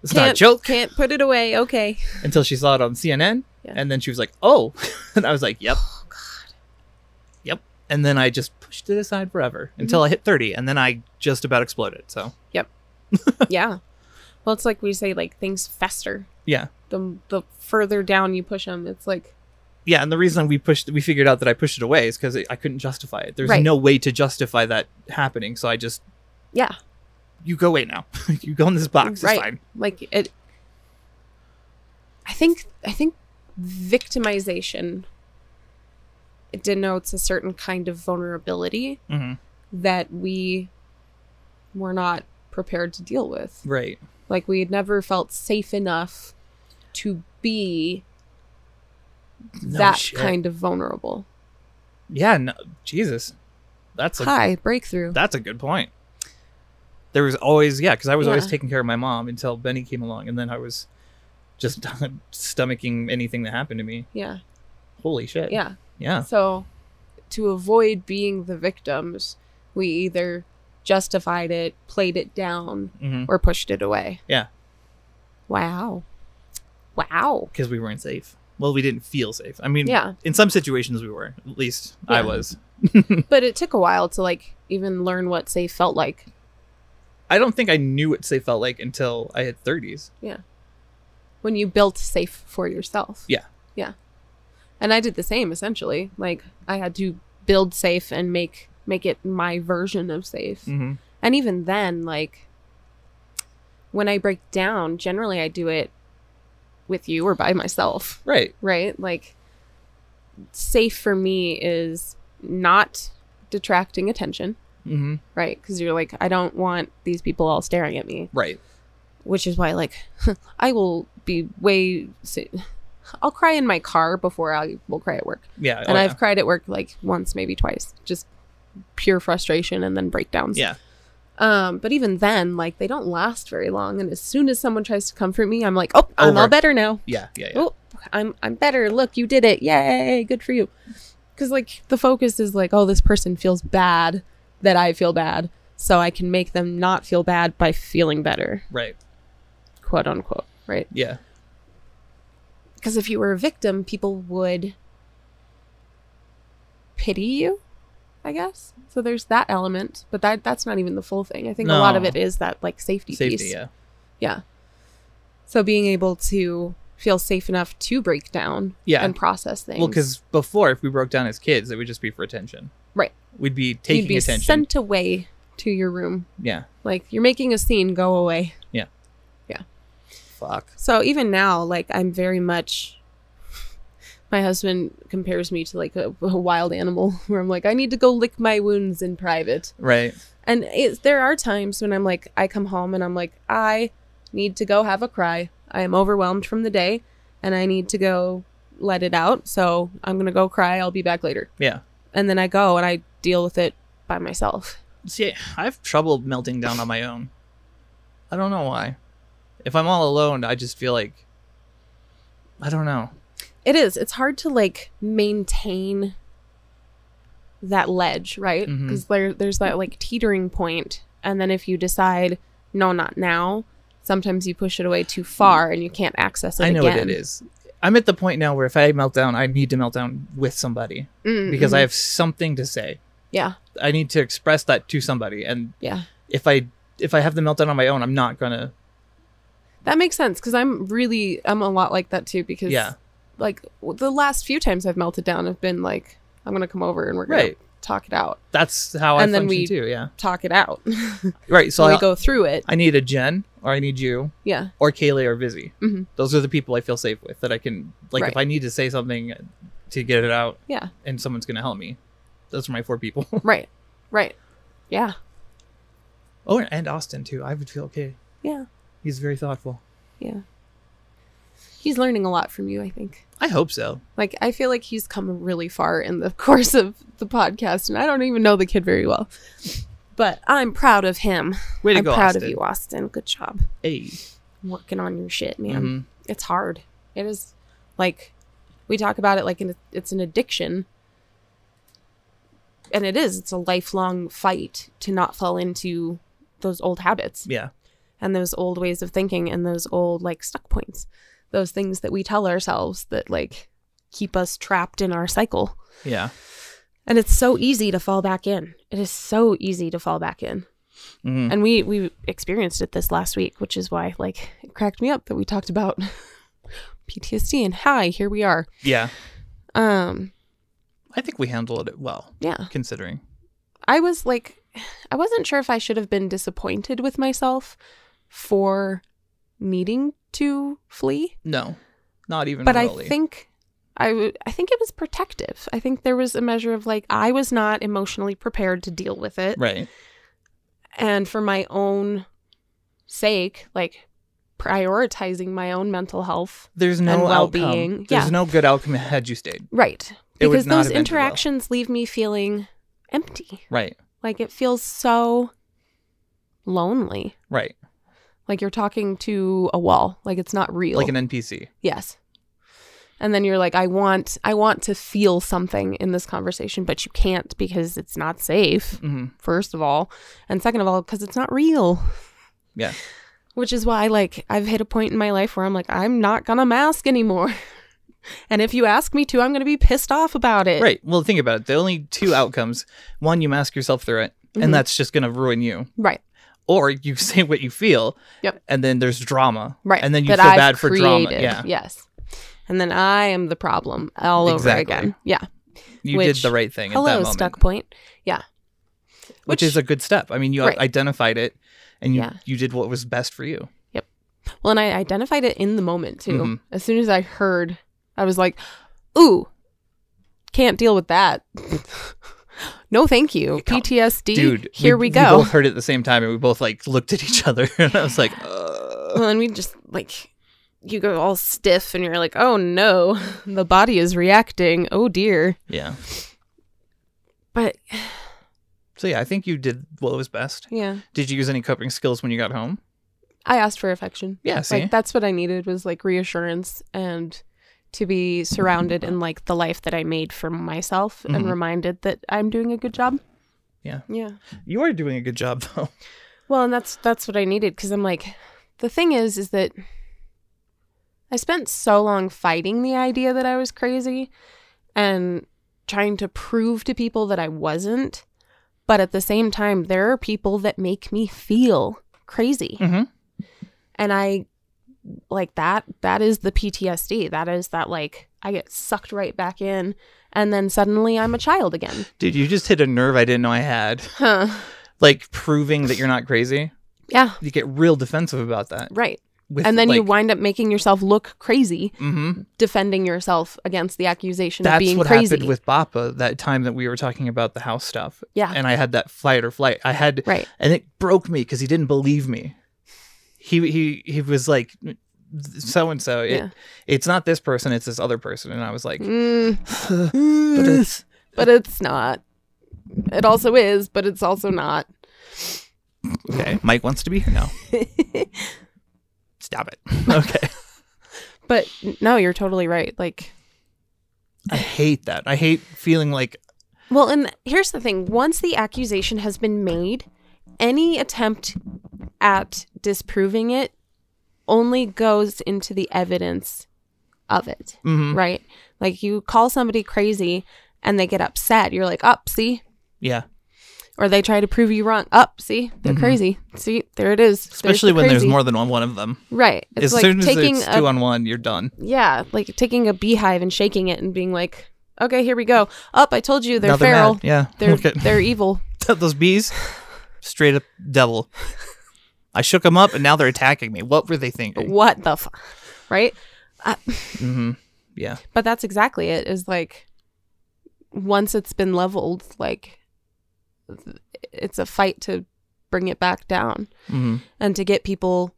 Speaker 2: "It's not a
Speaker 1: Can't,
Speaker 2: joke."
Speaker 1: can't put it away. Okay.
Speaker 2: Until she saw it on CNN,
Speaker 1: Yeah. Oh,
Speaker 2: and then she was like, "Oh," and I was like, "Yep." Yep. And then I just pushed it aside forever
Speaker 1: Mm-hmm.
Speaker 2: until I hit thirty, and then I just about exploded. So
Speaker 1: yeah. Well, it's like we say, like things fester.
Speaker 2: yeah,
Speaker 1: the the further down you push them, it's like
Speaker 2: yeah. And the reason we pushed, we figured out that I pushed it away is because I couldn't justify it. There's
Speaker 1: Right.
Speaker 2: no way to justify that happening. So I just,
Speaker 1: yeah,
Speaker 2: you go away now. you go in this box.
Speaker 1: right.
Speaker 2: It's fine.
Speaker 1: Like it. I think I think victimization denotes a certain kind of vulnerability
Speaker 2: Mm-hmm.
Speaker 1: that we were not prepared to deal with.
Speaker 2: Right.
Speaker 1: Like we had never felt safe enough to be
Speaker 2: No
Speaker 1: that
Speaker 2: shit.
Speaker 1: kind of vulnerable.
Speaker 2: Yeah. No, Jesus. That's a
Speaker 1: Hi, breakthrough.
Speaker 2: That's a good point. there was always yeah because i was always
Speaker 1: Yeah.
Speaker 2: taking care of my mom until benny came along and then i was just stomaching anything that happened to me
Speaker 1: Yeah.
Speaker 2: holy shit
Speaker 1: Yeah.
Speaker 2: yeah
Speaker 1: So to avoid being the victims, we either justified it, played it down,
Speaker 2: because
Speaker 1: or pushed it away.
Speaker 2: Yeah.
Speaker 1: Wow. Wow.
Speaker 2: we weren't safe well we didn't feel safe i mean
Speaker 1: Yeah.
Speaker 2: in some situations we were at least i
Speaker 1: Yeah.
Speaker 2: was
Speaker 1: But it took a while to like even learn what safe felt like.
Speaker 2: i don't think i knew what safe felt like until i had 30s
Speaker 1: when you built safe for yourself.
Speaker 2: Yeah.
Speaker 1: Yeah. And I did the same essentially. Like I had to build safe and make make it my version of safe.
Speaker 2: mm-hmm.
Speaker 1: And even then like when I break down, generally I do it with you or by myself,
Speaker 2: right
Speaker 1: right? Like safe for me is not detracting attention,
Speaker 2: mm-hmm.
Speaker 1: right? Cuz you're like I don't want these people all staring at me
Speaker 2: right
Speaker 1: which is why like i will be way i'll cry in my car before i will cry at work
Speaker 2: Oh, yeah
Speaker 1: and i've cried at work like once maybe twice just pure frustration and then breakdowns
Speaker 2: yeah
Speaker 1: um but even then like they don't last very long and as soon as someone tries to comfort me i'm like oh i'm all
Speaker 2: Over.
Speaker 1: better now
Speaker 2: yeah yeah yeah,
Speaker 1: Oh, i'm i'm better look you did it yay good for you because like the focus is like oh this person feels bad that i feel bad so i can make them not feel bad by feeling better
Speaker 2: right
Speaker 1: quote unquote right
Speaker 2: yeah
Speaker 1: because if you were a victim, people would pity you, I guess. So there's that element, but that that's not even the full thing. I think a lot of
Speaker 2: No.
Speaker 1: it is that like safety,
Speaker 2: safety
Speaker 1: piece.
Speaker 2: yeah
Speaker 1: So being able to feel safe enough to break down
Speaker 2: Yeah.
Speaker 1: and process things.
Speaker 2: Well, because before, if we broke down as kids, it would just be for attention.
Speaker 1: Right.
Speaker 2: We'd be taking
Speaker 1: you'd be
Speaker 2: attention.
Speaker 1: sent away to your room.
Speaker 2: yeah.
Speaker 1: Like you're making a scene, go away.
Speaker 2: Fuck.
Speaker 1: So even now, like I'm very much. My husband compares me to like a, a wild animal, where I'm like, I need to go lick my wounds in private.
Speaker 2: Right.
Speaker 1: And it's, there are times when I'm like, I come home and I'm like, I need to go have a cry. I am overwhelmed from the day and I need to go let it out. So I'm going to go cry. I'll be back later.
Speaker 2: Yeah.
Speaker 1: And then I go and I deal with it by myself.
Speaker 2: See, I have trouble melting down on my own. I don't know why. If I'm all alone, I just feel like. I don't know.
Speaker 1: It is. It's hard to like maintain that ledge, right?
Speaker 2: Mhm.
Speaker 1: Because there, there's that like teetering point, And then if you decide, no, not now, sometimes you push it away too far and you can't access it
Speaker 2: I know
Speaker 1: again.
Speaker 2: what it is. I'm at the point now where if I melt down, I need to melt down with somebody
Speaker 1: Mm,
Speaker 2: because I
Speaker 1: mhm.
Speaker 2: have something to say.
Speaker 1: Yeah.
Speaker 2: I need to express that to somebody, and
Speaker 1: Yeah.
Speaker 2: if I if I have the meltdown on my own, I'm not gonna.
Speaker 1: That makes sense because I'm really I'm a lot like that too because
Speaker 2: Yeah.
Speaker 1: like w- the last few times I've melted down have been like I'm gonna come over and we're gonna
Speaker 2: Right.
Speaker 1: talk it out,
Speaker 2: That's how
Speaker 1: And
Speaker 2: I
Speaker 1: then
Speaker 2: function
Speaker 1: we-
Speaker 2: too. Yeah.
Speaker 1: talk it out.
Speaker 2: Right. So
Speaker 1: So we
Speaker 2: I'll-
Speaker 1: go through it.
Speaker 2: I need a Jen or I need you
Speaker 1: Yeah,
Speaker 2: or Kaylee or Vizzy.
Speaker 1: Mhm.
Speaker 2: Those are the people I feel safe with that I can like if
Speaker 1: Right.
Speaker 2: I need to say something to get it out
Speaker 1: yeah,
Speaker 2: and someone's gonna help me. Those are my four people.
Speaker 1: right, right, yeah,
Speaker 2: oh, and Austin too. I would feel okay.
Speaker 1: yeah,
Speaker 2: He's very thoughtful.
Speaker 1: yeah. He's learning a lot from you, I think.
Speaker 2: I hope so.
Speaker 1: Like I feel like he's come really far in the course of the podcast, and I don't even know the kid very well, but I'm proud of him.
Speaker 2: Way to
Speaker 1: I'm
Speaker 2: go,
Speaker 1: proud
Speaker 2: Austin.
Speaker 1: of you, Austin. Good job
Speaker 2: Hey.
Speaker 1: working on your shit, man.
Speaker 2: Mhm.
Speaker 1: it's hard. It is like we talk about it like an, it's an addiction. And it is. It's a lifelong fight to not fall into those old habits
Speaker 2: Yeah.
Speaker 1: and those old ways of thinking and those old like stuck points. Those things that we tell ourselves that like keep us trapped in our cycle.
Speaker 2: Yeah.
Speaker 1: And it's so easy to fall back in. It is so easy to fall back in.
Speaker 2: Mhm.
Speaker 1: And we we experienced it this last week, which is why like it cracked me up that we talked about PTSD and hi, here we are.
Speaker 2: Yeah.
Speaker 1: Um,
Speaker 2: I think we handled it well,
Speaker 1: yeah.
Speaker 2: considering.
Speaker 1: I was like I wasn't sure if I should have been disappointed with myself for needing to flee,
Speaker 2: No. Not even
Speaker 1: but
Speaker 2: remotely.
Speaker 1: I think I would I think it was protective. I think there was a measure of like I was not emotionally prepared to deal with it.
Speaker 2: Right.
Speaker 1: and for my own sake, like prioritizing my own mental health.
Speaker 2: There's no
Speaker 1: and
Speaker 2: well-being.
Speaker 1: well-being.
Speaker 2: There's
Speaker 1: Yeah.
Speaker 2: no good outcome had you stayed.
Speaker 1: Right.
Speaker 2: It would
Speaker 1: Because
Speaker 2: not
Speaker 1: those
Speaker 2: have ended well.
Speaker 1: interactions leave me feeling empty.
Speaker 2: Right.
Speaker 1: Like it feels so lonely.
Speaker 2: Right.
Speaker 1: Like you're talking to a wall. Like it's not real.
Speaker 2: Like an NPC.
Speaker 1: yes. And then you're like, I want, I want to feel something in this conversation, but you can't because it's not safe.
Speaker 2: hmm
Speaker 1: First of all, and second of all, because it's not real.
Speaker 2: Yeah.
Speaker 1: Which is why, like, I've hit a point in my life where I'm like, I'm not gonna mask anymore. and if you ask me to, I'm gonna be pissed off about it.
Speaker 2: Right. Well, think about it. The only two outcomes one, you mask yourself through it,
Speaker 1: Mhm.
Speaker 2: and that's just going to ruin you.
Speaker 1: Right.
Speaker 2: Or you say what you feel.
Speaker 1: Yep.
Speaker 2: And then there's drama.
Speaker 1: Right.
Speaker 2: And then you
Speaker 1: that
Speaker 2: feel
Speaker 1: I've
Speaker 2: bad for drama.
Speaker 1: created.
Speaker 2: Yeah.
Speaker 1: Yes. And then I am the problem all
Speaker 2: Exactly.
Speaker 1: over again. Yeah.
Speaker 2: You
Speaker 1: Which-
Speaker 2: did the right thing at that
Speaker 1: Hello,
Speaker 2: moment.
Speaker 1: stuck point. Yeah.
Speaker 2: which, is a good step. I mean, you
Speaker 1: Right.
Speaker 2: identified it and you,
Speaker 1: Yeah.
Speaker 2: you did what was best for you.
Speaker 1: well, and I identified it in the moment too.
Speaker 2: Mhm.
Speaker 1: As soon as I heard, I was like, "Ooh, can't deal with that." no, thank you.
Speaker 2: Yeah.
Speaker 1: PTSD.
Speaker 2: Dude,
Speaker 1: here we,
Speaker 2: We
Speaker 1: go.
Speaker 2: both heard it at the same time and we both like looked at each other and I was like, uh,
Speaker 1: well, and we just like you go all stiff, and you're like, "Oh no, the body is reacting. Oh dear."
Speaker 2: yeah.
Speaker 1: But
Speaker 2: So yeah, I think you did what was best.
Speaker 1: yeah,
Speaker 2: Did you use any coping skills when you got home?
Speaker 1: I asked for affection.
Speaker 2: Yeah, see.
Speaker 1: Like that's what I needed was like reassurance and to be surrounded in like the life that I made for myself and
Speaker 2: Mhm.
Speaker 1: reminded that I'm doing a good job.
Speaker 2: Yeah.
Speaker 1: Yeah.
Speaker 2: you are doing a good job though.
Speaker 1: Well, and that's that's what I needed because I'm like, the thing is, is that I spent so long fighting the idea that I was crazy and trying to prove to people that I wasn't. But at the same time, there are people that make me feel crazy.
Speaker 2: Mhm.
Speaker 1: And I like that that is the PTSD. That is that like I get sucked right back in and then suddenly I'm a child again.
Speaker 2: Dude, you just hit a nerve I didn't know I had.
Speaker 1: Huh.
Speaker 2: Like proving that you're not crazy.
Speaker 1: Yeah.
Speaker 2: You get real defensive about that.
Speaker 1: Right.
Speaker 2: With,
Speaker 1: And then you
Speaker 2: like,
Speaker 1: wind up making yourself look crazy
Speaker 2: mhm.
Speaker 1: defending yourself against the accusation of
Speaker 2: That's
Speaker 1: being
Speaker 2: what
Speaker 1: crazy.
Speaker 2: happened with Bappa that time that we were talking about the house stuff.
Speaker 1: Yeah.
Speaker 2: And I had that flight or flight. I had
Speaker 1: right.
Speaker 2: and it broke me because he didn't believe me. He he he was like so and so.
Speaker 1: Yeah.
Speaker 2: It it's not this person, it's this other person. And I was like,
Speaker 1: Mm,
Speaker 2: but it's
Speaker 1: but it's not. It also is, but it's also not.
Speaker 2: okay. Mike wants to be here now. Stop it. Okay.
Speaker 1: But no, you're totally right. Like,
Speaker 2: I hate that. I hate feeling like
Speaker 1: well, and here's the thing once the accusation has been made, any attempt at disproving it only goes into the evidence of it.
Speaker 2: mhm,
Speaker 1: Right? Like, you call somebody crazy and they get upset. You're like, up, see,
Speaker 2: yeah.
Speaker 1: or they try to prove you wrong. Up, see, they're
Speaker 2: Mhm.
Speaker 1: crazy. See, there it is. There's
Speaker 2: Especially
Speaker 1: the
Speaker 2: when there's
Speaker 1: crazy.
Speaker 2: more than one, one of them.
Speaker 1: Right. It's
Speaker 2: as
Speaker 1: like
Speaker 2: soon as
Speaker 1: taking
Speaker 2: it's
Speaker 1: a
Speaker 2: two on one, you're done.
Speaker 1: yeah, like taking a beehive and shaking it and being like, okay, here we go. Up, I told you they're
Speaker 2: Now
Speaker 1: feral.
Speaker 2: mad. Yeah.
Speaker 1: They're
Speaker 2: Okay.
Speaker 1: they're evil.
Speaker 2: those bees straight up devil i shook them up and now they're attacking me what were they thinking
Speaker 1: What the, fu-? right?
Speaker 2: hmm yeah
Speaker 1: But that's exactly it. Is like once it's been leveled, like th- it's a fight to bring it back down
Speaker 2: hmm
Speaker 1: and to get people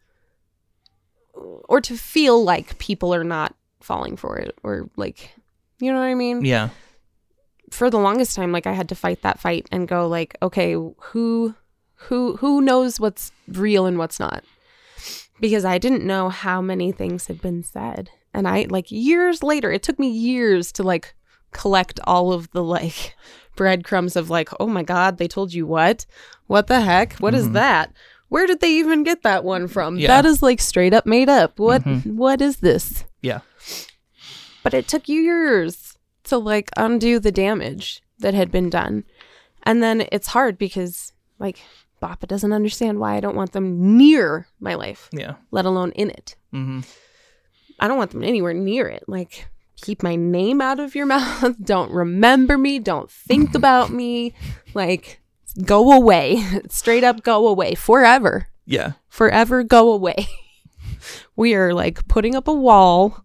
Speaker 1: or to feel like people are not falling for it or like you know what I mean?
Speaker 2: yeah
Speaker 1: for the longest time like i had to fight that fight and go like okay who who who knows what's real and what's not because i didn't know how many things had been said and i like years later it took me years to like collect all of the like breadcrumbs of like oh my god they told you what what the heck What is
Speaker 2: Mhm.
Speaker 1: that where did they even get that one from
Speaker 2: Yeah.
Speaker 1: that is like straight up made up what
Speaker 2: Mhm.
Speaker 1: what is this
Speaker 2: yeah
Speaker 1: but it took you years to like undo the damage that had been done. And then it's hard because like Bappa doesn't understand why I don't want them near my life,
Speaker 2: yeah
Speaker 1: let alone in it.
Speaker 2: hmm
Speaker 1: I don't want them anywhere near it. Like keep my name out of your mouth. Don't remember me. Don't think about me. Like go away. Straight up go away forever
Speaker 2: yeah
Speaker 1: forever go away. we are like putting up a wall.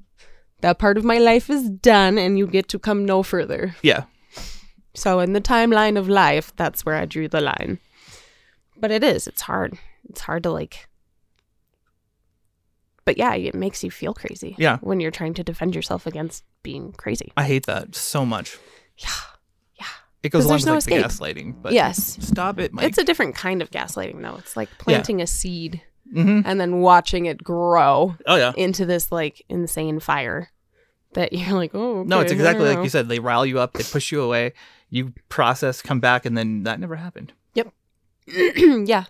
Speaker 1: That part of my life is done, and you get to come no further.
Speaker 2: yeah
Speaker 1: So, in the timeline of life, that's where I drew the line. But it is, it's hard. It's hard to like. But yeah, it makes you feel crazy.
Speaker 2: Yeah.
Speaker 1: When you're trying to defend yourself against being crazy.
Speaker 2: i hate that so much
Speaker 1: Yeah. Yeah.
Speaker 2: It goes
Speaker 1: 'Cause
Speaker 2: along
Speaker 1: there's
Speaker 2: with
Speaker 1: no
Speaker 2: like,
Speaker 1: escape.
Speaker 2: the gaslighting, but
Speaker 1: yes.
Speaker 2: stop it, Mike.
Speaker 1: It's a different kind of gaslighting though. It's like planting a seed
Speaker 2: hmm
Speaker 1: and then watching it grow
Speaker 2: Oh yeah.
Speaker 1: into this like insane fire that you're like, "Oh,
Speaker 2: No, it's
Speaker 1: okay, I
Speaker 2: exactly
Speaker 1: don't
Speaker 2: like
Speaker 1: know."
Speaker 2: you said. They rile you up, they push you away, you process, come back, and then that never happened.
Speaker 1: yeah.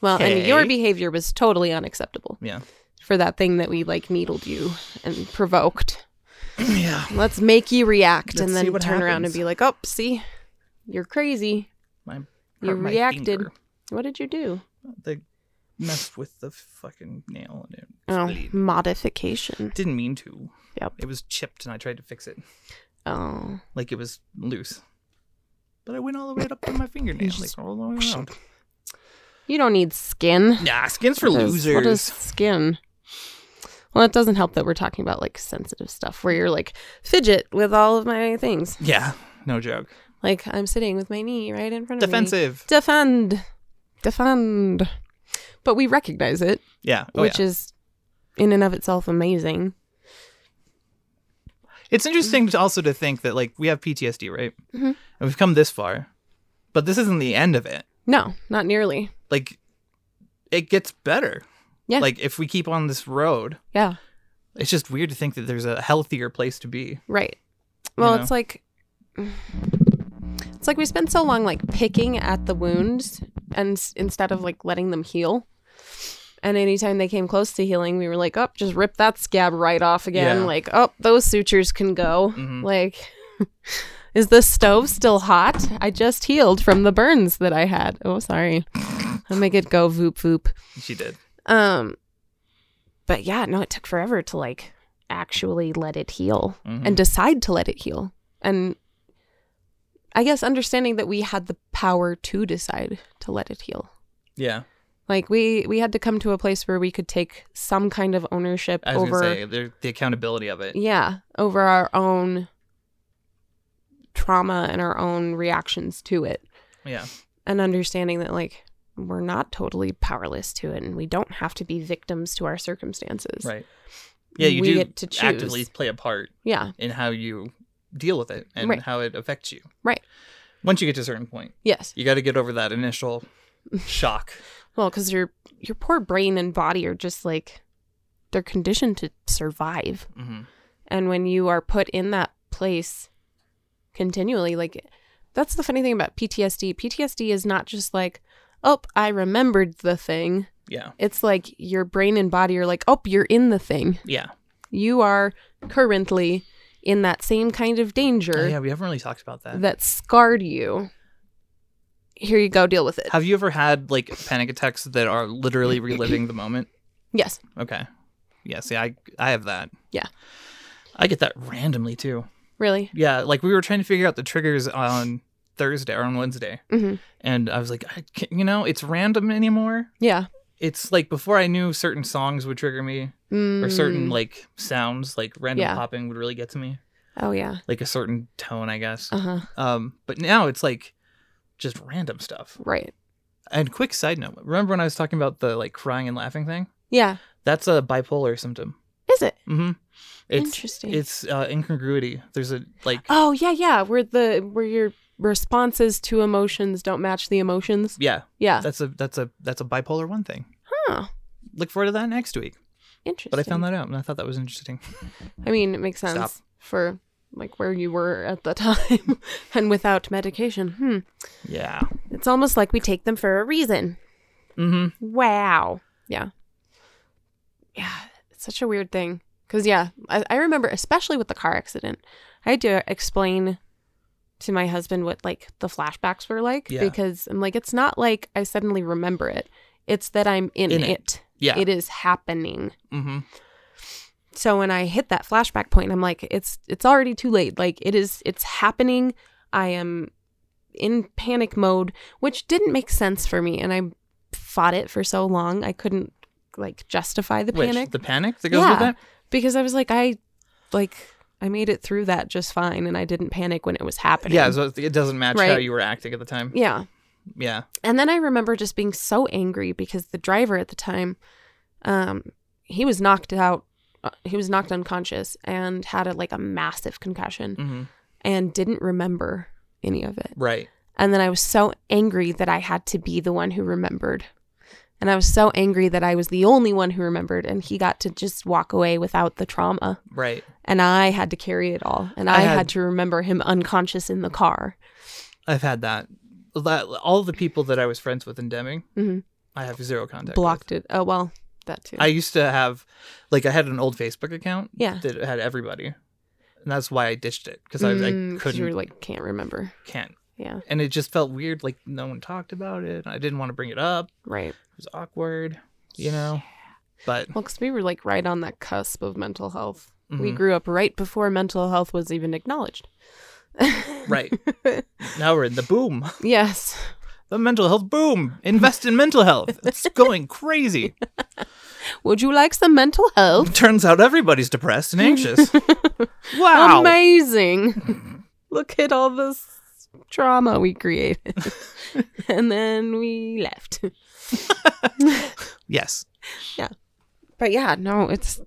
Speaker 1: Well, and your
Speaker 2: Okay.
Speaker 1: behavior was totally unacceptable.
Speaker 2: Yeah.
Speaker 1: For that thing that we like needled you and provoked.
Speaker 2: yeah.
Speaker 1: Let's make you react
Speaker 2: Let's
Speaker 1: and
Speaker 2: see
Speaker 1: then
Speaker 2: what
Speaker 1: turn around and
Speaker 2: happens.
Speaker 1: be like, "Oh, see, you're crazy.
Speaker 2: I
Speaker 1: You
Speaker 2: hurt my
Speaker 1: reacted.
Speaker 2: finger.
Speaker 1: What did you do?"
Speaker 2: They messed with the fucking nail and it
Speaker 1: Oh,
Speaker 2: bleed.
Speaker 1: modification.
Speaker 2: didn't mean to.
Speaker 1: Yep.
Speaker 2: It was chipped and I tried to fix it.
Speaker 1: Oh,
Speaker 2: Like it was loose. But I went all the way up to my fingernail.
Speaker 1: just-
Speaker 2: Like all the way around.
Speaker 1: you don't need skin.
Speaker 2: Nah, skins for
Speaker 1: What is-
Speaker 2: losers.
Speaker 1: What is skin? Well, it doesn't help that we're talking about like sensitive stuff where you're like fidget with all of my things.
Speaker 2: Yeah, no joke.
Speaker 1: Like I'm sitting with my knee right in front of me.
Speaker 2: Defensive.
Speaker 1: defend defend but we recognize it
Speaker 2: Yeah. Oh,
Speaker 1: which
Speaker 2: yeah.
Speaker 1: is in and of itself amazing
Speaker 2: It's interesting
Speaker 1: Mm-hmm.
Speaker 2: to also to think that like we have PTSD, right?
Speaker 1: Mhm.
Speaker 2: And we've come this far. But this isn't the end of it.
Speaker 1: no not nearly
Speaker 2: Like it gets better.
Speaker 1: Yeah.
Speaker 2: Like if we keep on this road,
Speaker 1: yeah
Speaker 2: it's just weird to think that there's a healthier place to be.
Speaker 1: right
Speaker 2: You
Speaker 1: well
Speaker 2: know?
Speaker 1: it's like it's like we spend so long like picking at the wounds and s- instead of like letting them heal and anytime they came close to healing we were like oh just rip that scab right off again
Speaker 2: Yeah.
Speaker 1: like oh those sutures can go
Speaker 2: Mhm.
Speaker 1: like is the stove still hot i just healed from the burns that i had oh sorry i'll make it go voop voop
Speaker 2: She did.
Speaker 1: um but yeah no it took forever to like actually let it heal
Speaker 2: Mhm.
Speaker 1: and decide to let it heal. And I guess understanding that we had the power to decide to let it heal.
Speaker 2: yeah.
Speaker 1: Like we we had to come to a place where we could take some kind of ownership
Speaker 2: I was
Speaker 1: over
Speaker 2: gonna say the, the accountability of it.
Speaker 1: yeah, over our own trauma and our own reactions to it
Speaker 2: Yeah,
Speaker 1: and understanding that like we're not totally powerless to it and we don't have to be victims to our circumstances.
Speaker 2: right. Yeah, you
Speaker 1: We
Speaker 2: do
Speaker 1: get to choose.
Speaker 2: actively play a part
Speaker 1: Yeah.
Speaker 2: in how you deal with it and
Speaker 1: Right.
Speaker 2: how it affects you.
Speaker 1: Right.
Speaker 2: Once you get to a certain point,
Speaker 1: Yes.
Speaker 2: you got to get over that initial shock.
Speaker 1: Well, because your your poor brain and body are just like they're conditioned to survive,
Speaker 2: hmm
Speaker 1: and when you are put in that place continually, like that's the funny thing about PTSD. PTSD is not just like, oh, I remembered the thing.
Speaker 2: Yeah,
Speaker 1: It's like your brain and body are like, oh, you're in the thing.
Speaker 2: yeah,
Speaker 1: You are currently in that same kind of danger
Speaker 2: Oh, yeah. We haven't really talked about that.
Speaker 1: that scarred you. Here you go, deal with it.
Speaker 2: Have you ever had like panic attacks that are literally reliving the moment?
Speaker 1: yes.
Speaker 2: Okay. Yeah. See, I I have that.
Speaker 1: Yeah.
Speaker 2: I get that randomly too.
Speaker 1: Really?
Speaker 2: Yeah, like we were trying to figure out the triggers on Thursday or on Wednesday,
Speaker 1: hmm
Speaker 2: and I was like, I can't, you know, it's random anymore.
Speaker 1: Yeah.
Speaker 2: it's like before I knew certain songs would trigger me or certain
Speaker 1: Mm.
Speaker 2: like sounds like random
Speaker 1: Yeah.
Speaker 2: popping would really get to me
Speaker 1: Oh yeah.
Speaker 2: like a certain tone I guess
Speaker 1: Uh huh.
Speaker 2: um but now it's like just random stuff
Speaker 1: Right.
Speaker 2: and quick side note remember when I was talking about the like crying and laughing thing
Speaker 1: Yeah.
Speaker 2: that's a bipolar symptom
Speaker 1: Is it?
Speaker 2: mhm it's
Speaker 1: Interesting.
Speaker 2: it's uh, incongruity there's a like
Speaker 1: oh yeah, yeah. Where the where your responses to emotions don't match the emotions.
Speaker 2: yeah
Speaker 1: Yeah.
Speaker 2: that's a that's a that's a bipolar 1 thing
Speaker 1: Huh.
Speaker 2: look forward to that next week
Speaker 1: Interesting.
Speaker 2: but I found that out and I thought that was interesting
Speaker 1: I mean, it makes sense
Speaker 2: Stop.
Speaker 1: for like where you were at the time and without medication. Hmm.
Speaker 2: yeah
Speaker 1: It's almost like we take them for a reason. Mm-hmm.
Speaker 2: mhm
Speaker 1: Wow. Yeah. Yeah. It's such a weird thing. Cause yeah, I, I remember especially with the car accident, I had to explain to my husband what like the flashbacks were like
Speaker 2: Yeah.
Speaker 1: because I'm like, it's not like I suddenly remember it. It's that I'm in,
Speaker 2: In it.
Speaker 1: it.
Speaker 2: yeah
Speaker 1: It is happening.
Speaker 2: mhm
Speaker 1: So when I hit that flashback point, I'm like, it's it's already too late. Like it is it's happening. I am in panic mode, which didn't make sense for me. And I fought it for so long I couldn't like justify the
Speaker 2: Which,
Speaker 1: panic
Speaker 2: the panic that goes with
Speaker 1: Yeah.
Speaker 2: that
Speaker 1: because I was like, I like I made it through that just fine and I didn't panic when it was happening.
Speaker 2: Yeah, so it doesn't match how
Speaker 1: Right.
Speaker 2: you were acting at the time.
Speaker 1: yeah.
Speaker 2: Yeah.
Speaker 1: And then I remember just being so angry because the driver at the time, um, he was knocked out. uh, He was knocked unconscious and had a, like a massive concussion
Speaker 2: hmm
Speaker 1: and didn't remember any of it.
Speaker 2: Right.
Speaker 1: And then I was so angry that I had to be the one who remembered. And I was so angry that I was the only one who remembered, and he got to just walk away without the trauma.
Speaker 2: Right.
Speaker 1: And I had to carry it all. And I,
Speaker 2: I
Speaker 1: had,
Speaker 2: had-
Speaker 1: to remember him unconscious in the car.
Speaker 2: I've had that. that all the people that I was friends with in Deming,
Speaker 1: Mhm.
Speaker 2: I have zero contact.
Speaker 1: Blocked it. Oh, well, that too.
Speaker 2: with. I used to have, like, I had an old Facebook account
Speaker 1: yeah.
Speaker 2: that had everybody, and that's why I ditched it because
Speaker 1: Mm,
Speaker 2: I, I
Speaker 1: 'cause
Speaker 2: couldn't
Speaker 1: You were like, can't remember.
Speaker 2: can't,
Speaker 1: Yeah.
Speaker 2: and it just felt weird. Like no one talked about it. I didn't want to bring it up.
Speaker 1: Right.
Speaker 2: It was awkward, you know. But
Speaker 1: Well, because we were like right on that cusp of mental health. We
Speaker 2: mhm,
Speaker 1: grew up right before mental health was even acknowledged.
Speaker 2: right now we're in the boom.
Speaker 1: yes.
Speaker 2: The mental health boom. Invest in mental health. It's going crazy.
Speaker 1: Would you like some mental health?
Speaker 2: Turns out everybody's depressed and anxious. Wow.
Speaker 1: Amazing. Look at all this trauma we created. and then we left.
Speaker 2: yes.
Speaker 1: But yeah, no, it's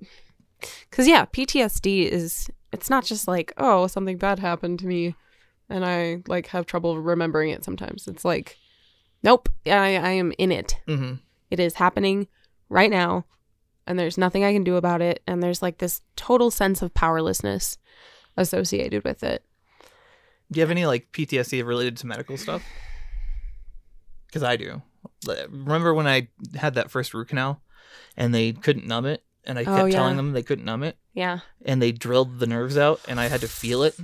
Speaker 1: cuz yeah, PTSD is it's not just like, oh, something bad happened to me and I like have trouble remembering it sometimes. It's like nope, I I am in it.
Speaker 2: hmm
Speaker 1: It is happening right now, and there's nothing I can do about it. And there's like this total sense of powerlessness associated with it.
Speaker 2: Do you have any like PTSD related to medical stuff? Because I do. Like, Remember when I had that first root canal, and they couldn't numb it, and I
Speaker 1: Oh,
Speaker 2: kept
Speaker 1: yeah.
Speaker 2: telling them they couldn't numb it,
Speaker 1: Yeah.
Speaker 2: and they drilled the nerves out, and I had to feel it.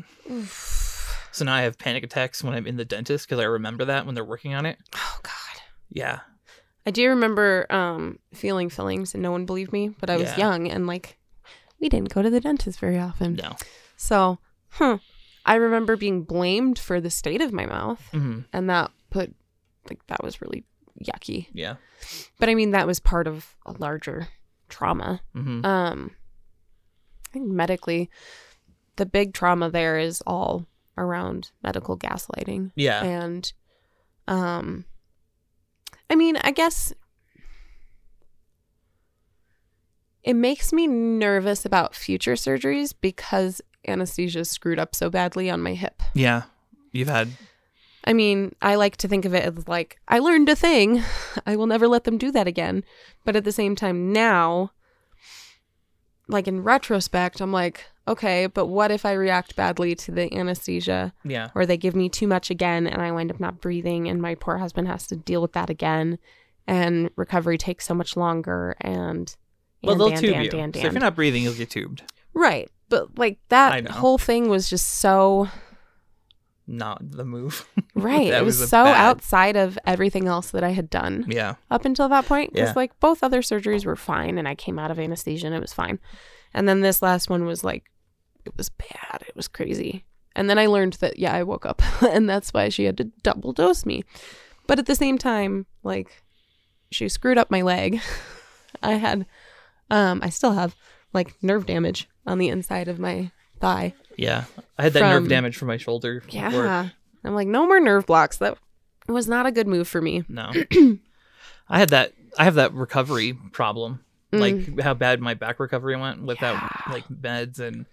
Speaker 2: So now I have panic attacks when I'm in the dentist because I remember that when they're working on it.
Speaker 1: Oh God.
Speaker 2: Yeah.
Speaker 1: I do remember um, feeling feelings, and no one believed me. But I was
Speaker 2: Yeah.
Speaker 1: young, and like we didn't go to the dentist very often.
Speaker 2: No.
Speaker 1: So, huh. I remember being blamed for the state of my mouth,
Speaker 2: hmm
Speaker 1: and that put like that was really yucky.
Speaker 2: Yeah.
Speaker 1: But I mean, that was part of a larger trauma.
Speaker 2: hmm
Speaker 1: um i think medically the big trauma there is all around medical gaslighting
Speaker 2: Yeah.
Speaker 1: and um i mean i guess it makes me nervous about future surgeries because anesthesia screwed up so badly on my hip
Speaker 2: Yeah. You've had.
Speaker 1: I mean, I like to think of it as like, I learned a thing. I will never let them do that again. But at the same time, now, like in retrospect, I'm like, okay, but what if I react badly to the anesthesia
Speaker 2: Yeah.
Speaker 1: or they give me too much again and I wind up not breathing and my poor husband has to deal with that again and recovery takes so much longer and.
Speaker 2: Well,
Speaker 1: and-
Speaker 2: they'll
Speaker 1: and-
Speaker 2: tube
Speaker 1: and-
Speaker 2: you.
Speaker 1: and-
Speaker 2: So if you're
Speaker 1: and.
Speaker 2: not breathing, you'll get tubed.
Speaker 1: Right. But like
Speaker 2: I
Speaker 1: that
Speaker 2: know.
Speaker 1: whole thing was just so.
Speaker 2: Not the move.
Speaker 1: Right.
Speaker 2: That
Speaker 1: it was,
Speaker 2: was a
Speaker 1: so
Speaker 2: bad-
Speaker 1: outside of everything else that I had done
Speaker 2: yeah.
Speaker 1: up until that point. Because,
Speaker 2: Yeah.
Speaker 1: like, both other surgeries were fine and I came out of anesthesia and it was fine. And then this last one was like, it was bad. It was crazy. And then I learned that, yeah, I woke up and that's why she had to double dose me. But at the same time, like, she screwed up my leg. I had, um, I still have like nerve damage on the inside of my thigh.
Speaker 2: Yeah. I had that nerve
Speaker 1: From-
Speaker 2: damage from my shoulder. at
Speaker 1: Yeah.
Speaker 2: work.
Speaker 1: I'm like, no more nerve blocks. That was not a good move for me.
Speaker 2: No. I had that I have that recovery problem. Like how bad my back recovery went without
Speaker 1: Mm. Yeah.
Speaker 2: like meds and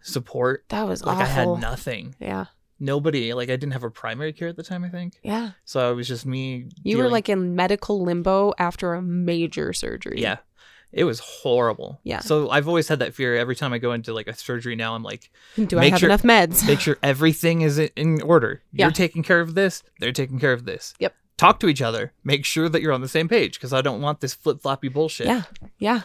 Speaker 2: support.
Speaker 1: That was
Speaker 2: Like
Speaker 1: awful.
Speaker 2: I had nothing.
Speaker 1: yeah.
Speaker 2: Nobody like I didn't have a primary care at the time, I think.
Speaker 1: Yeah.
Speaker 2: So it was just me
Speaker 1: You were
Speaker 2: dealing-
Speaker 1: like in medical limbo after a major surgery.
Speaker 2: Yeah. It was horrible.
Speaker 1: Yeah.
Speaker 2: So I've always had that fear every time I go into like a surgery now I'm like
Speaker 1: Do I
Speaker 2: Make
Speaker 1: have
Speaker 2: sure-
Speaker 1: enough meds?
Speaker 2: make sure everything is i- in order.
Speaker 1: Yeah.
Speaker 2: You're taking care of this, they're taking care of this.
Speaker 1: Yep.
Speaker 2: Talk to each other. Make sure that you're on the same page because I don't want this flip floppy bullshit.
Speaker 1: Yeah. Yeah.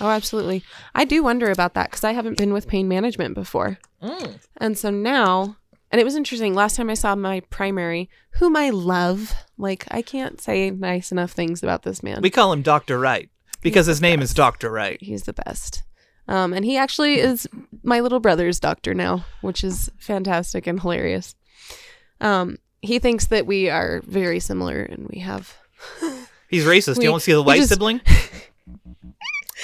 Speaker 1: Oh, absolutely. I do wonder about that because I haven't been with pain management before.
Speaker 2: Mm.
Speaker 1: And so now, and it was interesting. Last time I saw my primary, whom I love, like, I can't say nice enough things about this man.
Speaker 2: We call him Dr. Wright because his name is Dr. Wright.
Speaker 1: he's the best. Um, and he actually is my little brother's doctor now, which is fantastic and hilarious. Um, he thinks that we are very similar and we have.
Speaker 2: He's racist.
Speaker 1: We-
Speaker 2: you don't see the
Speaker 1: we
Speaker 2: white
Speaker 1: just-
Speaker 2: sibling?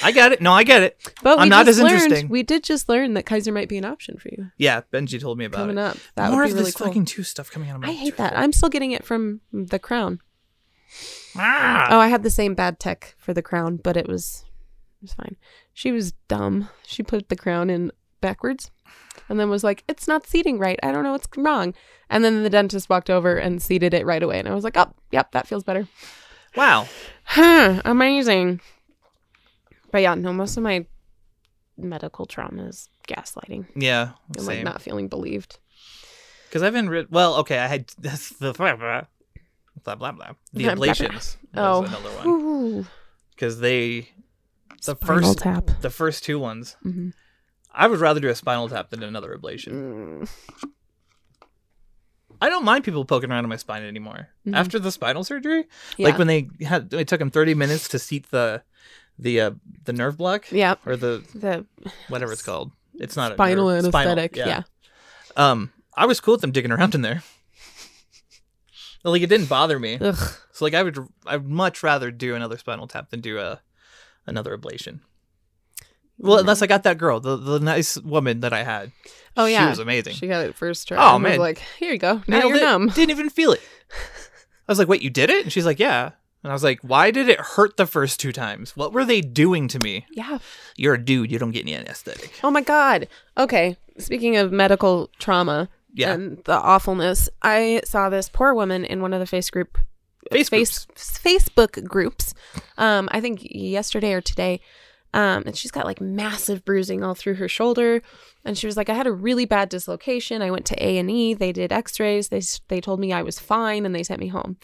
Speaker 2: I got it. No, I get it.
Speaker 1: But we
Speaker 2: I'm not
Speaker 1: just
Speaker 2: as
Speaker 1: learned,
Speaker 2: interesting.
Speaker 1: We did just learn that Kaiser might be an option for you
Speaker 2: Yeah, Benji told me about
Speaker 1: coming
Speaker 2: it.
Speaker 1: up. That
Speaker 2: More
Speaker 1: would be
Speaker 2: of
Speaker 1: really
Speaker 2: this
Speaker 1: cool.
Speaker 2: fucking two stuff coming out of my
Speaker 1: I hate that. I'm still getting it from The Crown.
Speaker 2: Ah!
Speaker 1: Oh, I had the same bad tech for The Crown, but it was it was fine. She was dumb. She put The Crown in backwards. and then was like, "It's not seating right. I don't know what's wrong." And then the dentist walked over and seated it right away, and I was like, "Oh, yep, that feels better."
Speaker 2: Wow.
Speaker 1: Huh, amazing. But yeah, no, most of my medical trauma is gaslighting
Speaker 2: Yeah.
Speaker 1: and like
Speaker 2: Same.
Speaker 1: not feeling believed.
Speaker 2: Because I've been re- well. Okay, I had the blah blah blah blah. blah. The
Speaker 1: Blah, blah, blah.
Speaker 2: ablations
Speaker 1: Oh.
Speaker 2: was another one
Speaker 1: Ooh,
Speaker 2: because they the
Speaker 1: spinal
Speaker 2: first
Speaker 1: tap.
Speaker 2: the first two ones.
Speaker 1: Mhm.
Speaker 2: I would rather do a spinal tap than another ablation.
Speaker 1: Mm,
Speaker 2: I don't mind people poking around in my spine anymore.
Speaker 1: Mhm.
Speaker 2: After the spinal surgery,
Speaker 1: yeah.
Speaker 2: like when they had, it took them thirty minutes to seat the the uh, the nerve block
Speaker 1: yeah,
Speaker 2: or the
Speaker 1: the
Speaker 2: whatever it's called. It's not
Speaker 1: spinal
Speaker 2: a nerve, spinal,
Speaker 1: anesthetic. yeah.
Speaker 2: Um, I was cool with them digging around in there. like it didn't bother me.
Speaker 1: Ugh.
Speaker 2: So like I would I'd much rather do another spinal tap than do a another ablation. Well,
Speaker 1: Yeah.
Speaker 2: unless I got that girl, the, the nice woman that I had.
Speaker 1: Oh, yeah.
Speaker 2: She was amazing.
Speaker 1: She got it first try.
Speaker 2: Oh,
Speaker 1: and was
Speaker 2: man.
Speaker 1: Like here you go. Now
Speaker 2: Nailed
Speaker 1: you're
Speaker 2: it.
Speaker 1: numb.
Speaker 2: Didn't even feel it. I was like, "Wait, you did it?" And she's like, "Yeah." And I was like, "Why did it hurt the first two times? What were they doing to me?"
Speaker 1: Yeah.
Speaker 2: You're a dude, you don't get any anesthetic.
Speaker 1: Oh my god. Okay. Speaking of medical trauma
Speaker 2: Yeah.
Speaker 1: and the awfulness, I saw this poor woman in one of the face group
Speaker 2: Face
Speaker 1: face Facebook groups. Um, I think yesterday or today. Um, and she's got like massive bruising all through her shoulder, and she was like, "I had a really bad dislocation. I went to A and E. They did X-rays. They s- they told me I was fine, and they sent me home.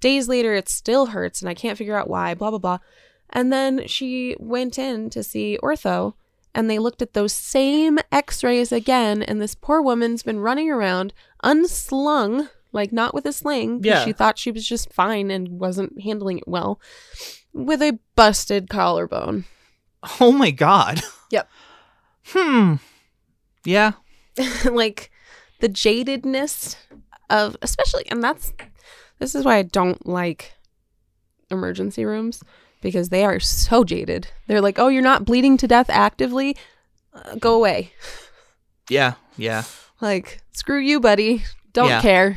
Speaker 1: Days later, it still hurts, and I can't figure out why. Blah blah blah. And then she went in to see ortho, and they looked at those same X-rays again, and this poor woman's been running around unslung, like not with a sling. 'cause
Speaker 2: Yeah.
Speaker 1: she thought she was just fine and wasn't handling it well, with a busted collarbone.
Speaker 2: Oh my god.
Speaker 1: Yep.
Speaker 2: Hmm. Yeah.
Speaker 1: like the jadedness of especially and that's this is why I don't like emergency rooms because they are so jaded. They're like, "Oh, you're not bleeding to death actively. Uh, go away."
Speaker 2: Yeah. Yeah.
Speaker 1: Like, "Screw you, buddy. Don't
Speaker 2: Yeah.
Speaker 1: care."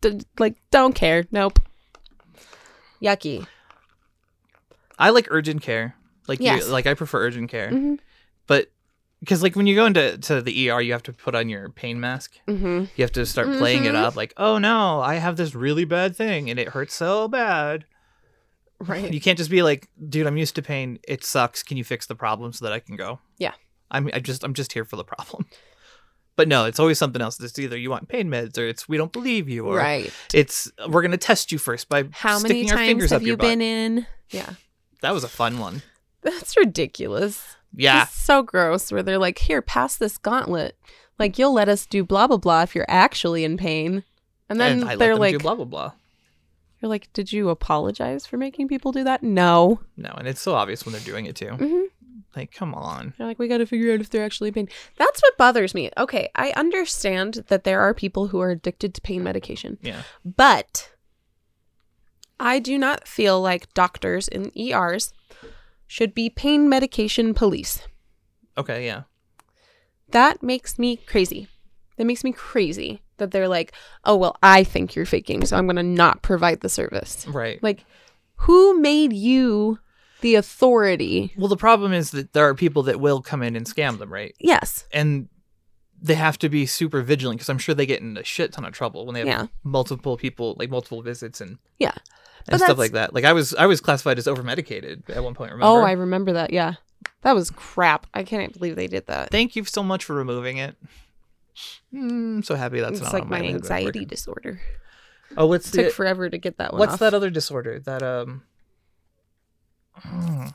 Speaker 1: D- like, "Don't care. Nope." Yucky.
Speaker 2: I like urgent care. Like
Speaker 1: Yes.
Speaker 2: you like I prefer urgent care.
Speaker 1: Mhm.
Speaker 2: But because like when you go into to the ER, you have to put on your pain mask.
Speaker 1: Mhm.
Speaker 2: You have to start playing it
Speaker 1: Mhm.
Speaker 2: up, like, "Oh no, I have this really bad thing, and it hurts so bad."
Speaker 1: Right.
Speaker 2: You can't just be like, "Dude, I'm used to pain. It sucks. Can you fix the problem so that I can go?"
Speaker 1: Yeah.
Speaker 2: I'm. I just. I'm just here for the problem. But no, it's always something else. It's either you want pain meds, or it's we don't believe you, or
Speaker 1: Right.
Speaker 2: it's we're gonna test you first by
Speaker 1: How
Speaker 2: sticking
Speaker 1: many
Speaker 2: our fingers
Speaker 1: times have
Speaker 2: up your
Speaker 1: you
Speaker 2: butt.
Speaker 1: been in? Yeah.
Speaker 2: That was a fun one.
Speaker 1: That's ridiculous.
Speaker 2: Yeah,
Speaker 1: It's so gross where they're like, here, pass this gauntlet. Like, you'll let us do blah, blah, blah if you're actually in pain. And then
Speaker 2: I let
Speaker 1: they're
Speaker 2: them
Speaker 1: like,
Speaker 2: do blah blah blah.
Speaker 1: you're like, did you apologize for making people do that? No.
Speaker 2: No, and it's so obvious when they're doing it too.
Speaker 1: Mm-hmm.
Speaker 2: Like, come on.
Speaker 1: They're like, we got to figure out if they're actually in pain. That's what bothers me. Okay. I understand that there are people who are addicted to pain medication,
Speaker 2: Yeah.
Speaker 1: but I do not feel like doctors in ERs should be pain medication police.
Speaker 2: Okay. Yeah.
Speaker 1: that makes me crazy. That makes me crazy that they're like, oh, well, I think you're faking, so I'm going to not provide the service.
Speaker 2: Right.
Speaker 1: Like, who made you the authority?
Speaker 2: Well, the problem is that there are people that will come in and scam them, right?
Speaker 1: Yes.
Speaker 2: And they have to be super vigilant because I'm sure they get in a shit ton of trouble when they have
Speaker 1: Yeah.
Speaker 2: multiple people, like multiple visits and
Speaker 1: Yeah. But
Speaker 2: and stuff
Speaker 1: that's-
Speaker 2: like that. Like I was, I was classified as over medicated at one point. Remember?
Speaker 1: Oh, I remember that. Yeah. That was crap. I can't believe they did that.
Speaker 2: Thank you so much for removing it. Mm, I'm so happy that's
Speaker 1: it's
Speaker 2: not
Speaker 1: like
Speaker 2: on my,
Speaker 1: my
Speaker 2: list.
Speaker 1: anxiety disorder.
Speaker 2: Oh, what's
Speaker 1: took
Speaker 2: the
Speaker 1: forever to get that one.
Speaker 2: what's
Speaker 1: off.
Speaker 2: that other disorder that um? mm,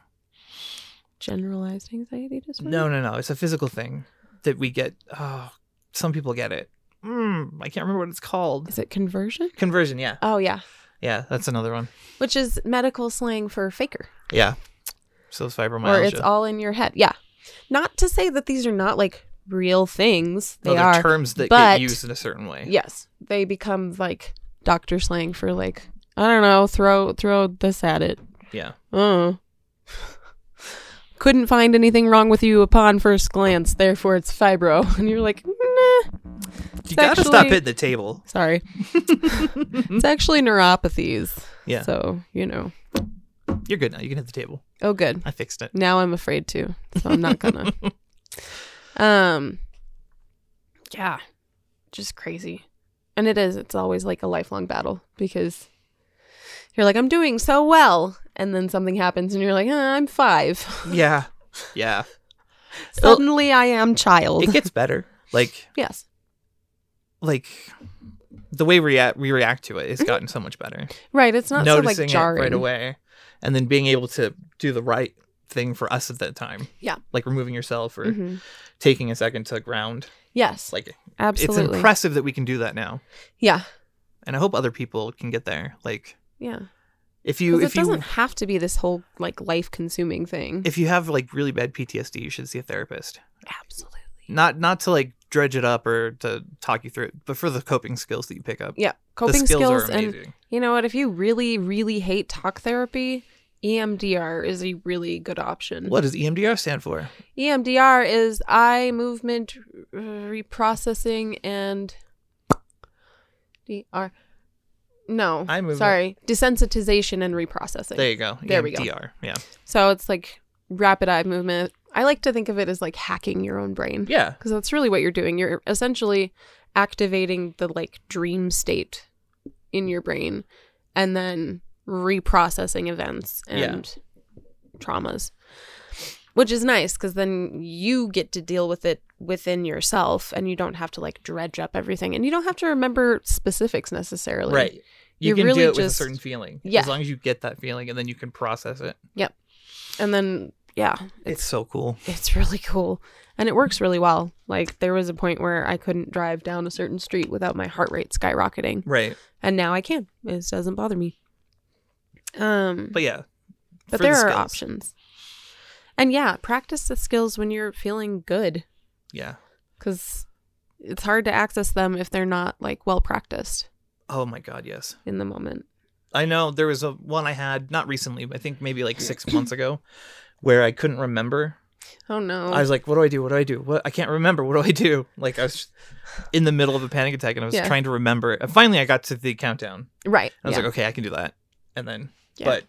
Speaker 1: Generalized anxiety disorder?
Speaker 2: No, no, no. It's a physical thing that we get. Oh, some people get it. Mm, I can't remember what it's called.
Speaker 1: Is it conversion?
Speaker 2: Conversion. Yeah,
Speaker 1: Oh, yeah.
Speaker 2: yeah. That's another one.
Speaker 1: Which is medical slang for faker.
Speaker 2: Yeah. So it's fibromyalgia.
Speaker 1: or it's all in your head. Yeah. Not to say that these are not like real things. They
Speaker 2: No, they're
Speaker 1: are.
Speaker 2: terms that
Speaker 1: but-
Speaker 2: get used in a certain way.
Speaker 1: yes. They become like doctor slang for like I don't know, throw throw this at it.
Speaker 2: Yeah.
Speaker 1: Oh. Couldn't find anything wrong with you upon first glance, therefore it's fibro. And you're like, nah,
Speaker 2: You gotta stop
Speaker 1: actually-
Speaker 2: hitting the table.
Speaker 1: sorry. it's actually neuropathies.
Speaker 2: Yeah.
Speaker 1: So, you know.
Speaker 2: You're good now. You can hit the table.
Speaker 1: Oh good.
Speaker 2: I fixed it.
Speaker 1: Now I'm afraid to, so I'm not gonna. um, yeah, just crazy. And it is, it's always like a lifelong battle because you're like, I'm doing so well. And then something happens and you're like, "Ah, I'm five.
Speaker 2: Yeah. Yeah. Well-
Speaker 1: Suddenly I am child.
Speaker 2: It gets better. Like
Speaker 1: yes.
Speaker 2: like the way we react we react to it has gotten so much better.
Speaker 1: Right. It's Mm-hmm. not so
Speaker 2: Noticing
Speaker 1: like jarring.
Speaker 2: it right away and then being able to do the right thing for us at that time.
Speaker 1: Yeah.
Speaker 2: Like removing yourself or
Speaker 1: Mhm.
Speaker 2: taking a second to ground.
Speaker 1: Yes.
Speaker 2: Like
Speaker 1: absolutely.
Speaker 2: it's impressive that we can do that now.
Speaker 1: Yeah.
Speaker 2: And I hope other people can get there. Like
Speaker 1: Yeah.
Speaker 2: if
Speaker 1: 'Cause
Speaker 2: you
Speaker 1: it
Speaker 2: if you
Speaker 1: doesn't have to be this whole like life consuming thing.
Speaker 2: if you have like really bad PTSD, you should see a therapist.
Speaker 1: absolutely.
Speaker 2: Not not to like dredge it up or to talk you through it, but for the coping skills that you pick up.
Speaker 1: Yeah.
Speaker 2: the
Speaker 1: Coping
Speaker 2: skills,
Speaker 1: skills,
Speaker 2: are
Speaker 1: and
Speaker 2: amazing.
Speaker 1: you know what? If you really, really hate talk therapy, E EMDR is a really good option. E
Speaker 2: What does E EMDR stand for?
Speaker 1: EMDR is eye movement uh, reprocessing and DR. No,
Speaker 2: Eye movement.
Speaker 1: sorry, desensitization and reprocessing.
Speaker 2: There you go. E
Speaker 1: There we go.
Speaker 2: EMDR. Yeah.
Speaker 1: so it's like rapid eye movement. I like to think of it as like hacking your own brain.
Speaker 2: Yeah.
Speaker 1: because that's really what you're doing you're essentially activating the like dream state in your brain and then reprocessing events and traumas which is nice because then you get to deal with it within yourself and you don't have to like dredge up everything and you don't have to remember specifics necessarily
Speaker 2: Right. You
Speaker 1: You're
Speaker 2: can
Speaker 1: really
Speaker 2: do it with a
Speaker 1: just-
Speaker 2: certain feeling.
Speaker 1: Yeah.
Speaker 2: As long as you get that feeling and then you can process it.
Speaker 1: and then yeah
Speaker 2: It's so cool.
Speaker 1: It's really cool. And it works really well. Like there was a point where I couldn't drive down a certain street without my heart rate skyrocketing.
Speaker 2: Right.
Speaker 1: And now I can. It doesn't bother me. Um but,
Speaker 2: But yeah. for the
Speaker 1: there are
Speaker 2: skills.
Speaker 1: options. And yeah, practice the skills when you're feeling good
Speaker 2: Yeah.
Speaker 1: cuz it's hard to access them if they're not like well practiced
Speaker 2: Oh my god, yes.
Speaker 1: in the moment.
Speaker 2: I know there was a one I had not recently, but I think maybe like six months ago, where I couldn't remember.
Speaker 1: Oh no.
Speaker 2: I was like, "What do I do? What do I do? What I can't remember. What do I do?" Like I was just in the middle of a panic attack, and I was
Speaker 1: Yeah.
Speaker 2: trying to remember. And finally, I got to the countdown.
Speaker 1: right.
Speaker 2: I was
Speaker 1: yeah.
Speaker 2: like, "Okay, I can do that." And then,
Speaker 1: Yeah.
Speaker 2: but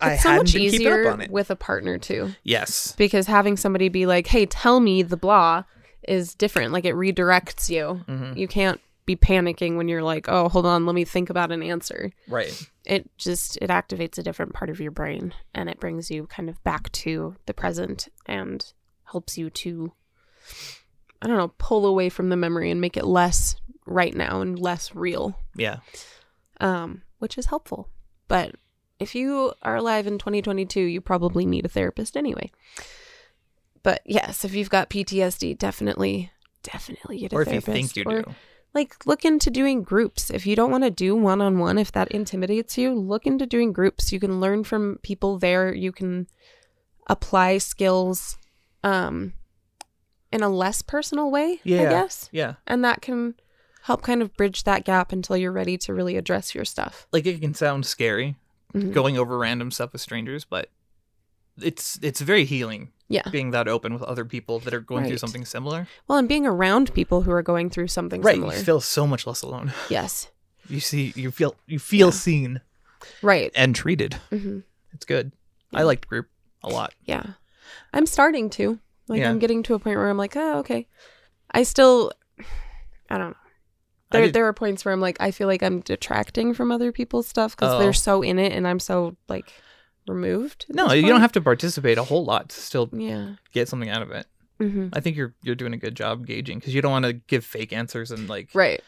Speaker 2: I
Speaker 1: it's so
Speaker 2: hadn't
Speaker 1: much
Speaker 2: been keeping
Speaker 1: easier
Speaker 2: up on it.
Speaker 1: with a partner too.
Speaker 2: Yes,
Speaker 1: because having somebody be like, "Hey, tell me the blah," is different. Like it redirects you.
Speaker 2: Mhm.
Speaker 1: You can't be panicking when you're like, "Oh, hold on, let me think about an answer."
Speaker 2: right.
Speaker 1: It just it activates a different part of your brain and it brings you kind of back to the present and helps you to I don't know, pull away from the memory and make it less right now and less real
Speaker 2: Yeah,
Speaker 1: um, which is helpful. But if you are alive in 2022, you probably need a therapist anyway. But yes, if you've got PTSD, definitely, definitely get a
Speaker 2: or if you
Speaker 1: therapist.
Speaker 2: think you
Speaker 1: or,
Speaker 2: do.
Speaker 1: Like, look into doing groups. If you don't want to do one on one, if that intimidates you, look into doing groups. You can learn from people there. You can apply skills um, in a less personal way, I
Speaker 2: Yeah.
Speaker 1: guess.
Speaker 2: Yeah,
Speaker 1: And that can help kind of bridge that gap until you're ready to really address your stuff.
Speaker 2: like it can sound scary
Speaker 1: Mhm.
Speaker 2: going over random stuff with strangers, but it's it's very healing
Speaker 1: Yeah.
Speaker 2: being that open with other people that are going through
Speaker 1: Right.
Speaker 2: something similar.
Speaker 1: Well, and being around people who are going through something
Speaker 2: Right,
Speaker 1: similar.
Speaker 2: you feel so much less alone.
Speaker 1: yes.
Speaker 2: You see, you feel you feel seen
Speaker 1: Right.
Speaker 2: and treated.
Speaker 1: hmm
Speaker 2: It's good. I
Speaker 1: Yeah.
Speaker 2: liked group a lot.
Speaker 1: Yeah. I'm starting to. Like,
Speaker 2: Yeah.
Speaker 1: I'm getting to a point where I'm like, oh, okay. I still, I don't know.
Speaker 2: I
Speaker 1: There,
Speaker 2: did-
Speaker 1: there are points where I'm like, I feel like I'm detracting from other people's stuff because
Speaker 2: Oh.
Speaker 1: they're so in it and I'm so, like, removed. at
Speaker 2: No,
Speaker 1: this
Speaker 2: you don't
Speaker 1: point.
Speaker 2: have to participate a whole lot to still
Speaker 1: Yeah.
Speaker 2: get something out of it.
Speaker 1: hmm
Speaker 2: I think you're you're doing a good job gauging because you don't want to give fake answers and like
Speaker 1: Right.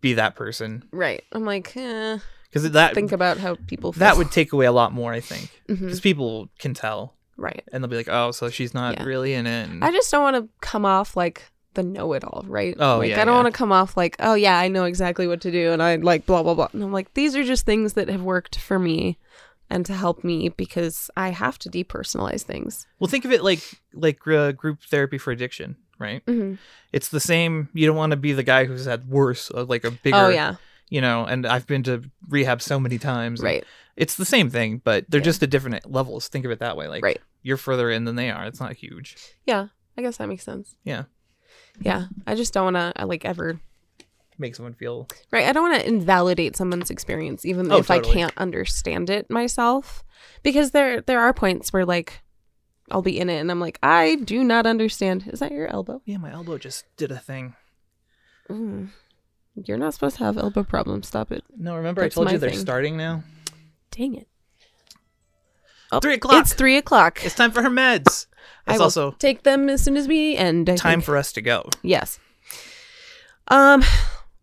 Speaker 2: be that person
Speaker 1: Right. I'm like, eh,
Speaker 2: because that
Speaker 1: think about how people feel.
Speaker 2: Uh, that would take away a lot more. I think
Speaker 1: Mhm.
Speaker 2: because people can tell
Speaker 1: Right.
Speaker 2: and they'll be like, oh, so she's not
Speaker 1: Yeah.
Speaker 2: really in it. And
Speaker 1: I just don't want to come off like the know-it-all, right?
Speaker 2: Oh,
Speaker 1: like
Speaker 2: yeah,
Speaker 1: I don't
Speaker 2: yeah.
Speaker 1: want to come off like, oh yeah, I know exactly what to do, and I like blah blah blah. And I'm like, these are just things that have worked for me and to help me because I have to depersonalize things.
Speaker 2: well, think of it like like uh, group therapy for addiction, right?
Speaker 1: Mm-hmm.
Speaker 2: It's the same. You don't want to be the guy who's had worse, uh, like a bigger,
Speaker 1: Oh yeah,
Speaker 2: you know. And I've been to rehab so many times. and
Speaker 1: right,
Speaker 2: It's the same thing, but they're
Speaker 1: Yeah.
Speaker 2: just at different levels. Think of it that way. Like
Speaker 1: right.
Speaker 2: you're further in than they are. It's not huge.
Speaker 1: Yeah, I guess that makes sense.
Speaker 2: Yeah.
Speaker 1: yeah. I just don't want to like ever.
Speaker 2: Make someone feel
Speaker 1: Right, I don't want to invalidate someone's experience, even
Speaker 2: Oh,
Speaker 1: if I
Speaker 2: totally.
Speaker 1: can't understand it myself, because there there are points where like I'll be in it and I'm like, I do not understand. Is that your elbow?
Speaker 2: yeah, my elbow just did a thing.
Speaker 1: Mm. You're not supposed to have elbow problems. Stop it.
Speaker 2: No, remember
Speaker 1: That's
Speaker 2: I told
Speaker 1: my
Speaker 2: you they're
Speaker 1: thing.
Speaker 2: starting now.
Speaker 1: Dang it. Oh,
Speaker 2: Three o'clock.
Speaker 1: It's three o'clock.
Speaker 2: It's time for her meds.
Speaker 1: I
Speaker 2: It's
Speaker 1: will
Speaker 2: also
Speaker 1: take them as soon as we end. I
Speaker 2: time
Speaker 1: think.
Speaker 2: for us to go.
Speaker 1: yes. Um,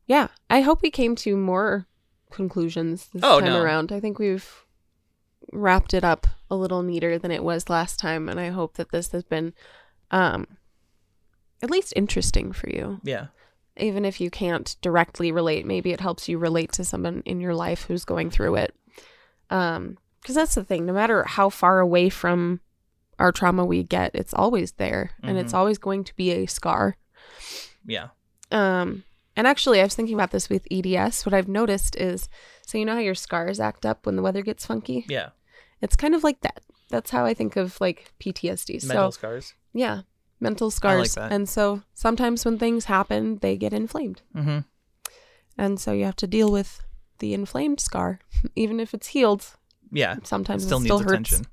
Speaker 1: yeah. I hope we came to more conclusions this
Speaker 2: Oh,
Speaker 1: time
Speaker 2: no.
Speaker 1: around. I think we've wrapped it up a little neater than it was last time, and I hope that this has been, um, at least interesting for you.
Speaker 2: Yeah.
Speaker 1: Even if you can't directly relate, maybe it helps you relate to someone in your life who's going through it. Um, because that's the thing. No matter how far away from our trauma we get, it's always there, and
Speaker 2: Mm-hmm.
Speaker 1: it's always going to be a scar.
Speaker 2: Yeah.
Speaker 1: Um, and actually, I was thinking about this with EDS. What I've noticed is, so you know how your scars act up when the weather gets funky.
Speaker 2: Yeah.
Speaker 1: It's kind of like that. That's how I think of like PTSD.
Speaker 2: Mental
Speaker 1: So
Speaker 2: scars.
Speaker 1: yeah, mental scars.
Speaker 2: that.
Speaker 1: And so sometimes when things happen, they get inflamed,
Speaker 2: Mm-hmm.
Speaker 1: and so you have to deal with the inflamed scar, even if it's healed.
Speaker 2: Yeah.
Speaker 1: Sometimes
Speaker 2: Still
Speaker 1: it
Speaker 2: needs
Speaker 1: still hurts.
Speaker 2: attention.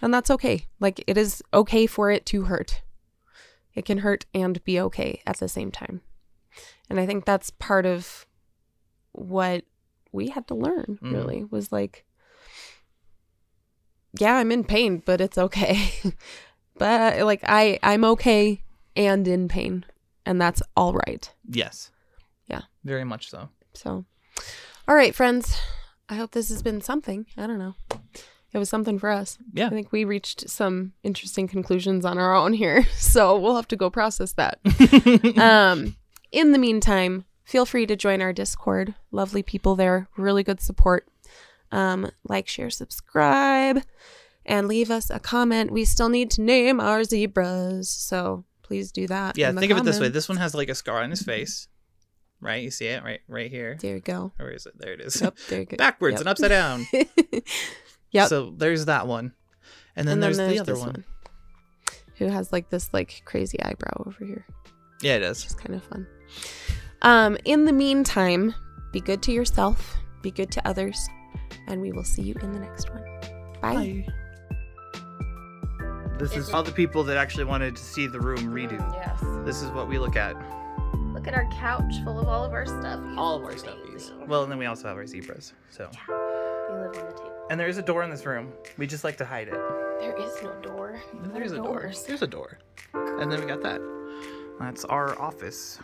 Speaker 1: And that's okay. Like it is okay for it to hurt. It can hurt and be okay at the same time. And I think that's part of what we had to learn,
Speaker 2: Mhm.
Speaker 1: really, was like, yeah, I'm in pain, but it's okay. but like I I'm okay and in pain, and that's all right.
Speaker 2: Yes.
Speaker 1: Yeah.
Speaker 2: Very much so.
Speaker 1: So, all right, friends. I hope this has been something. I don't know. It was something for us.
Speaker 2: Yeah.
Speaker 1: I think we reached some interesting conclusions on our own here. So we'll have to go process that. um, in the meantime, feel free to join our Discord. Lovely people there, really good support. Um, like, share, subscribe, and leave us a comment. We still need to name our zebras. So please do that.
Speaker 2: yeah.
Speaker 1: in the
Speaker 2: Think of it this way:
Speaker 1: comments.
Speaker 2: this one has like a scar on his face, right? You see it right right here.
Speaker 1: There you go.
Speaker 2: Or is it? There it is.
Speaker 1: Yep, there you go.
Speaker 2: Backwards
Speaker 1: Yep.
Speaker 2: and upside down.
Speaker 1: Yep.
Speaker 2: So there's that one, and then, there's, the other
Speaker 1: this
Speaker 2: one.
Speaker 1: Who has like this like crazy eyebrow over here.
Speaker 2: Yeah, it is.
Speaker 1: It's kind of fun. Um, in the meantime, be good to yourself, be good to others, and we will see you in the next one. Bye.
Speaker 2: This is all the people that actually wanted to see the room redo.
Speaker 3: Yes.
Speaker 2: This is what we look at.
Speaker 3: Look at our couch full of all of our stuff.
Speaker 2: All of our stuffies. Well, and then we also have our zebras. So,
Speaker 3: We live on the table.
Speaker 2: and there is a door in this room. We just like to hide it.
Speaker 3: There is no door.
Speaker 2: There's a door. There's a door. And then we got that. That's our office.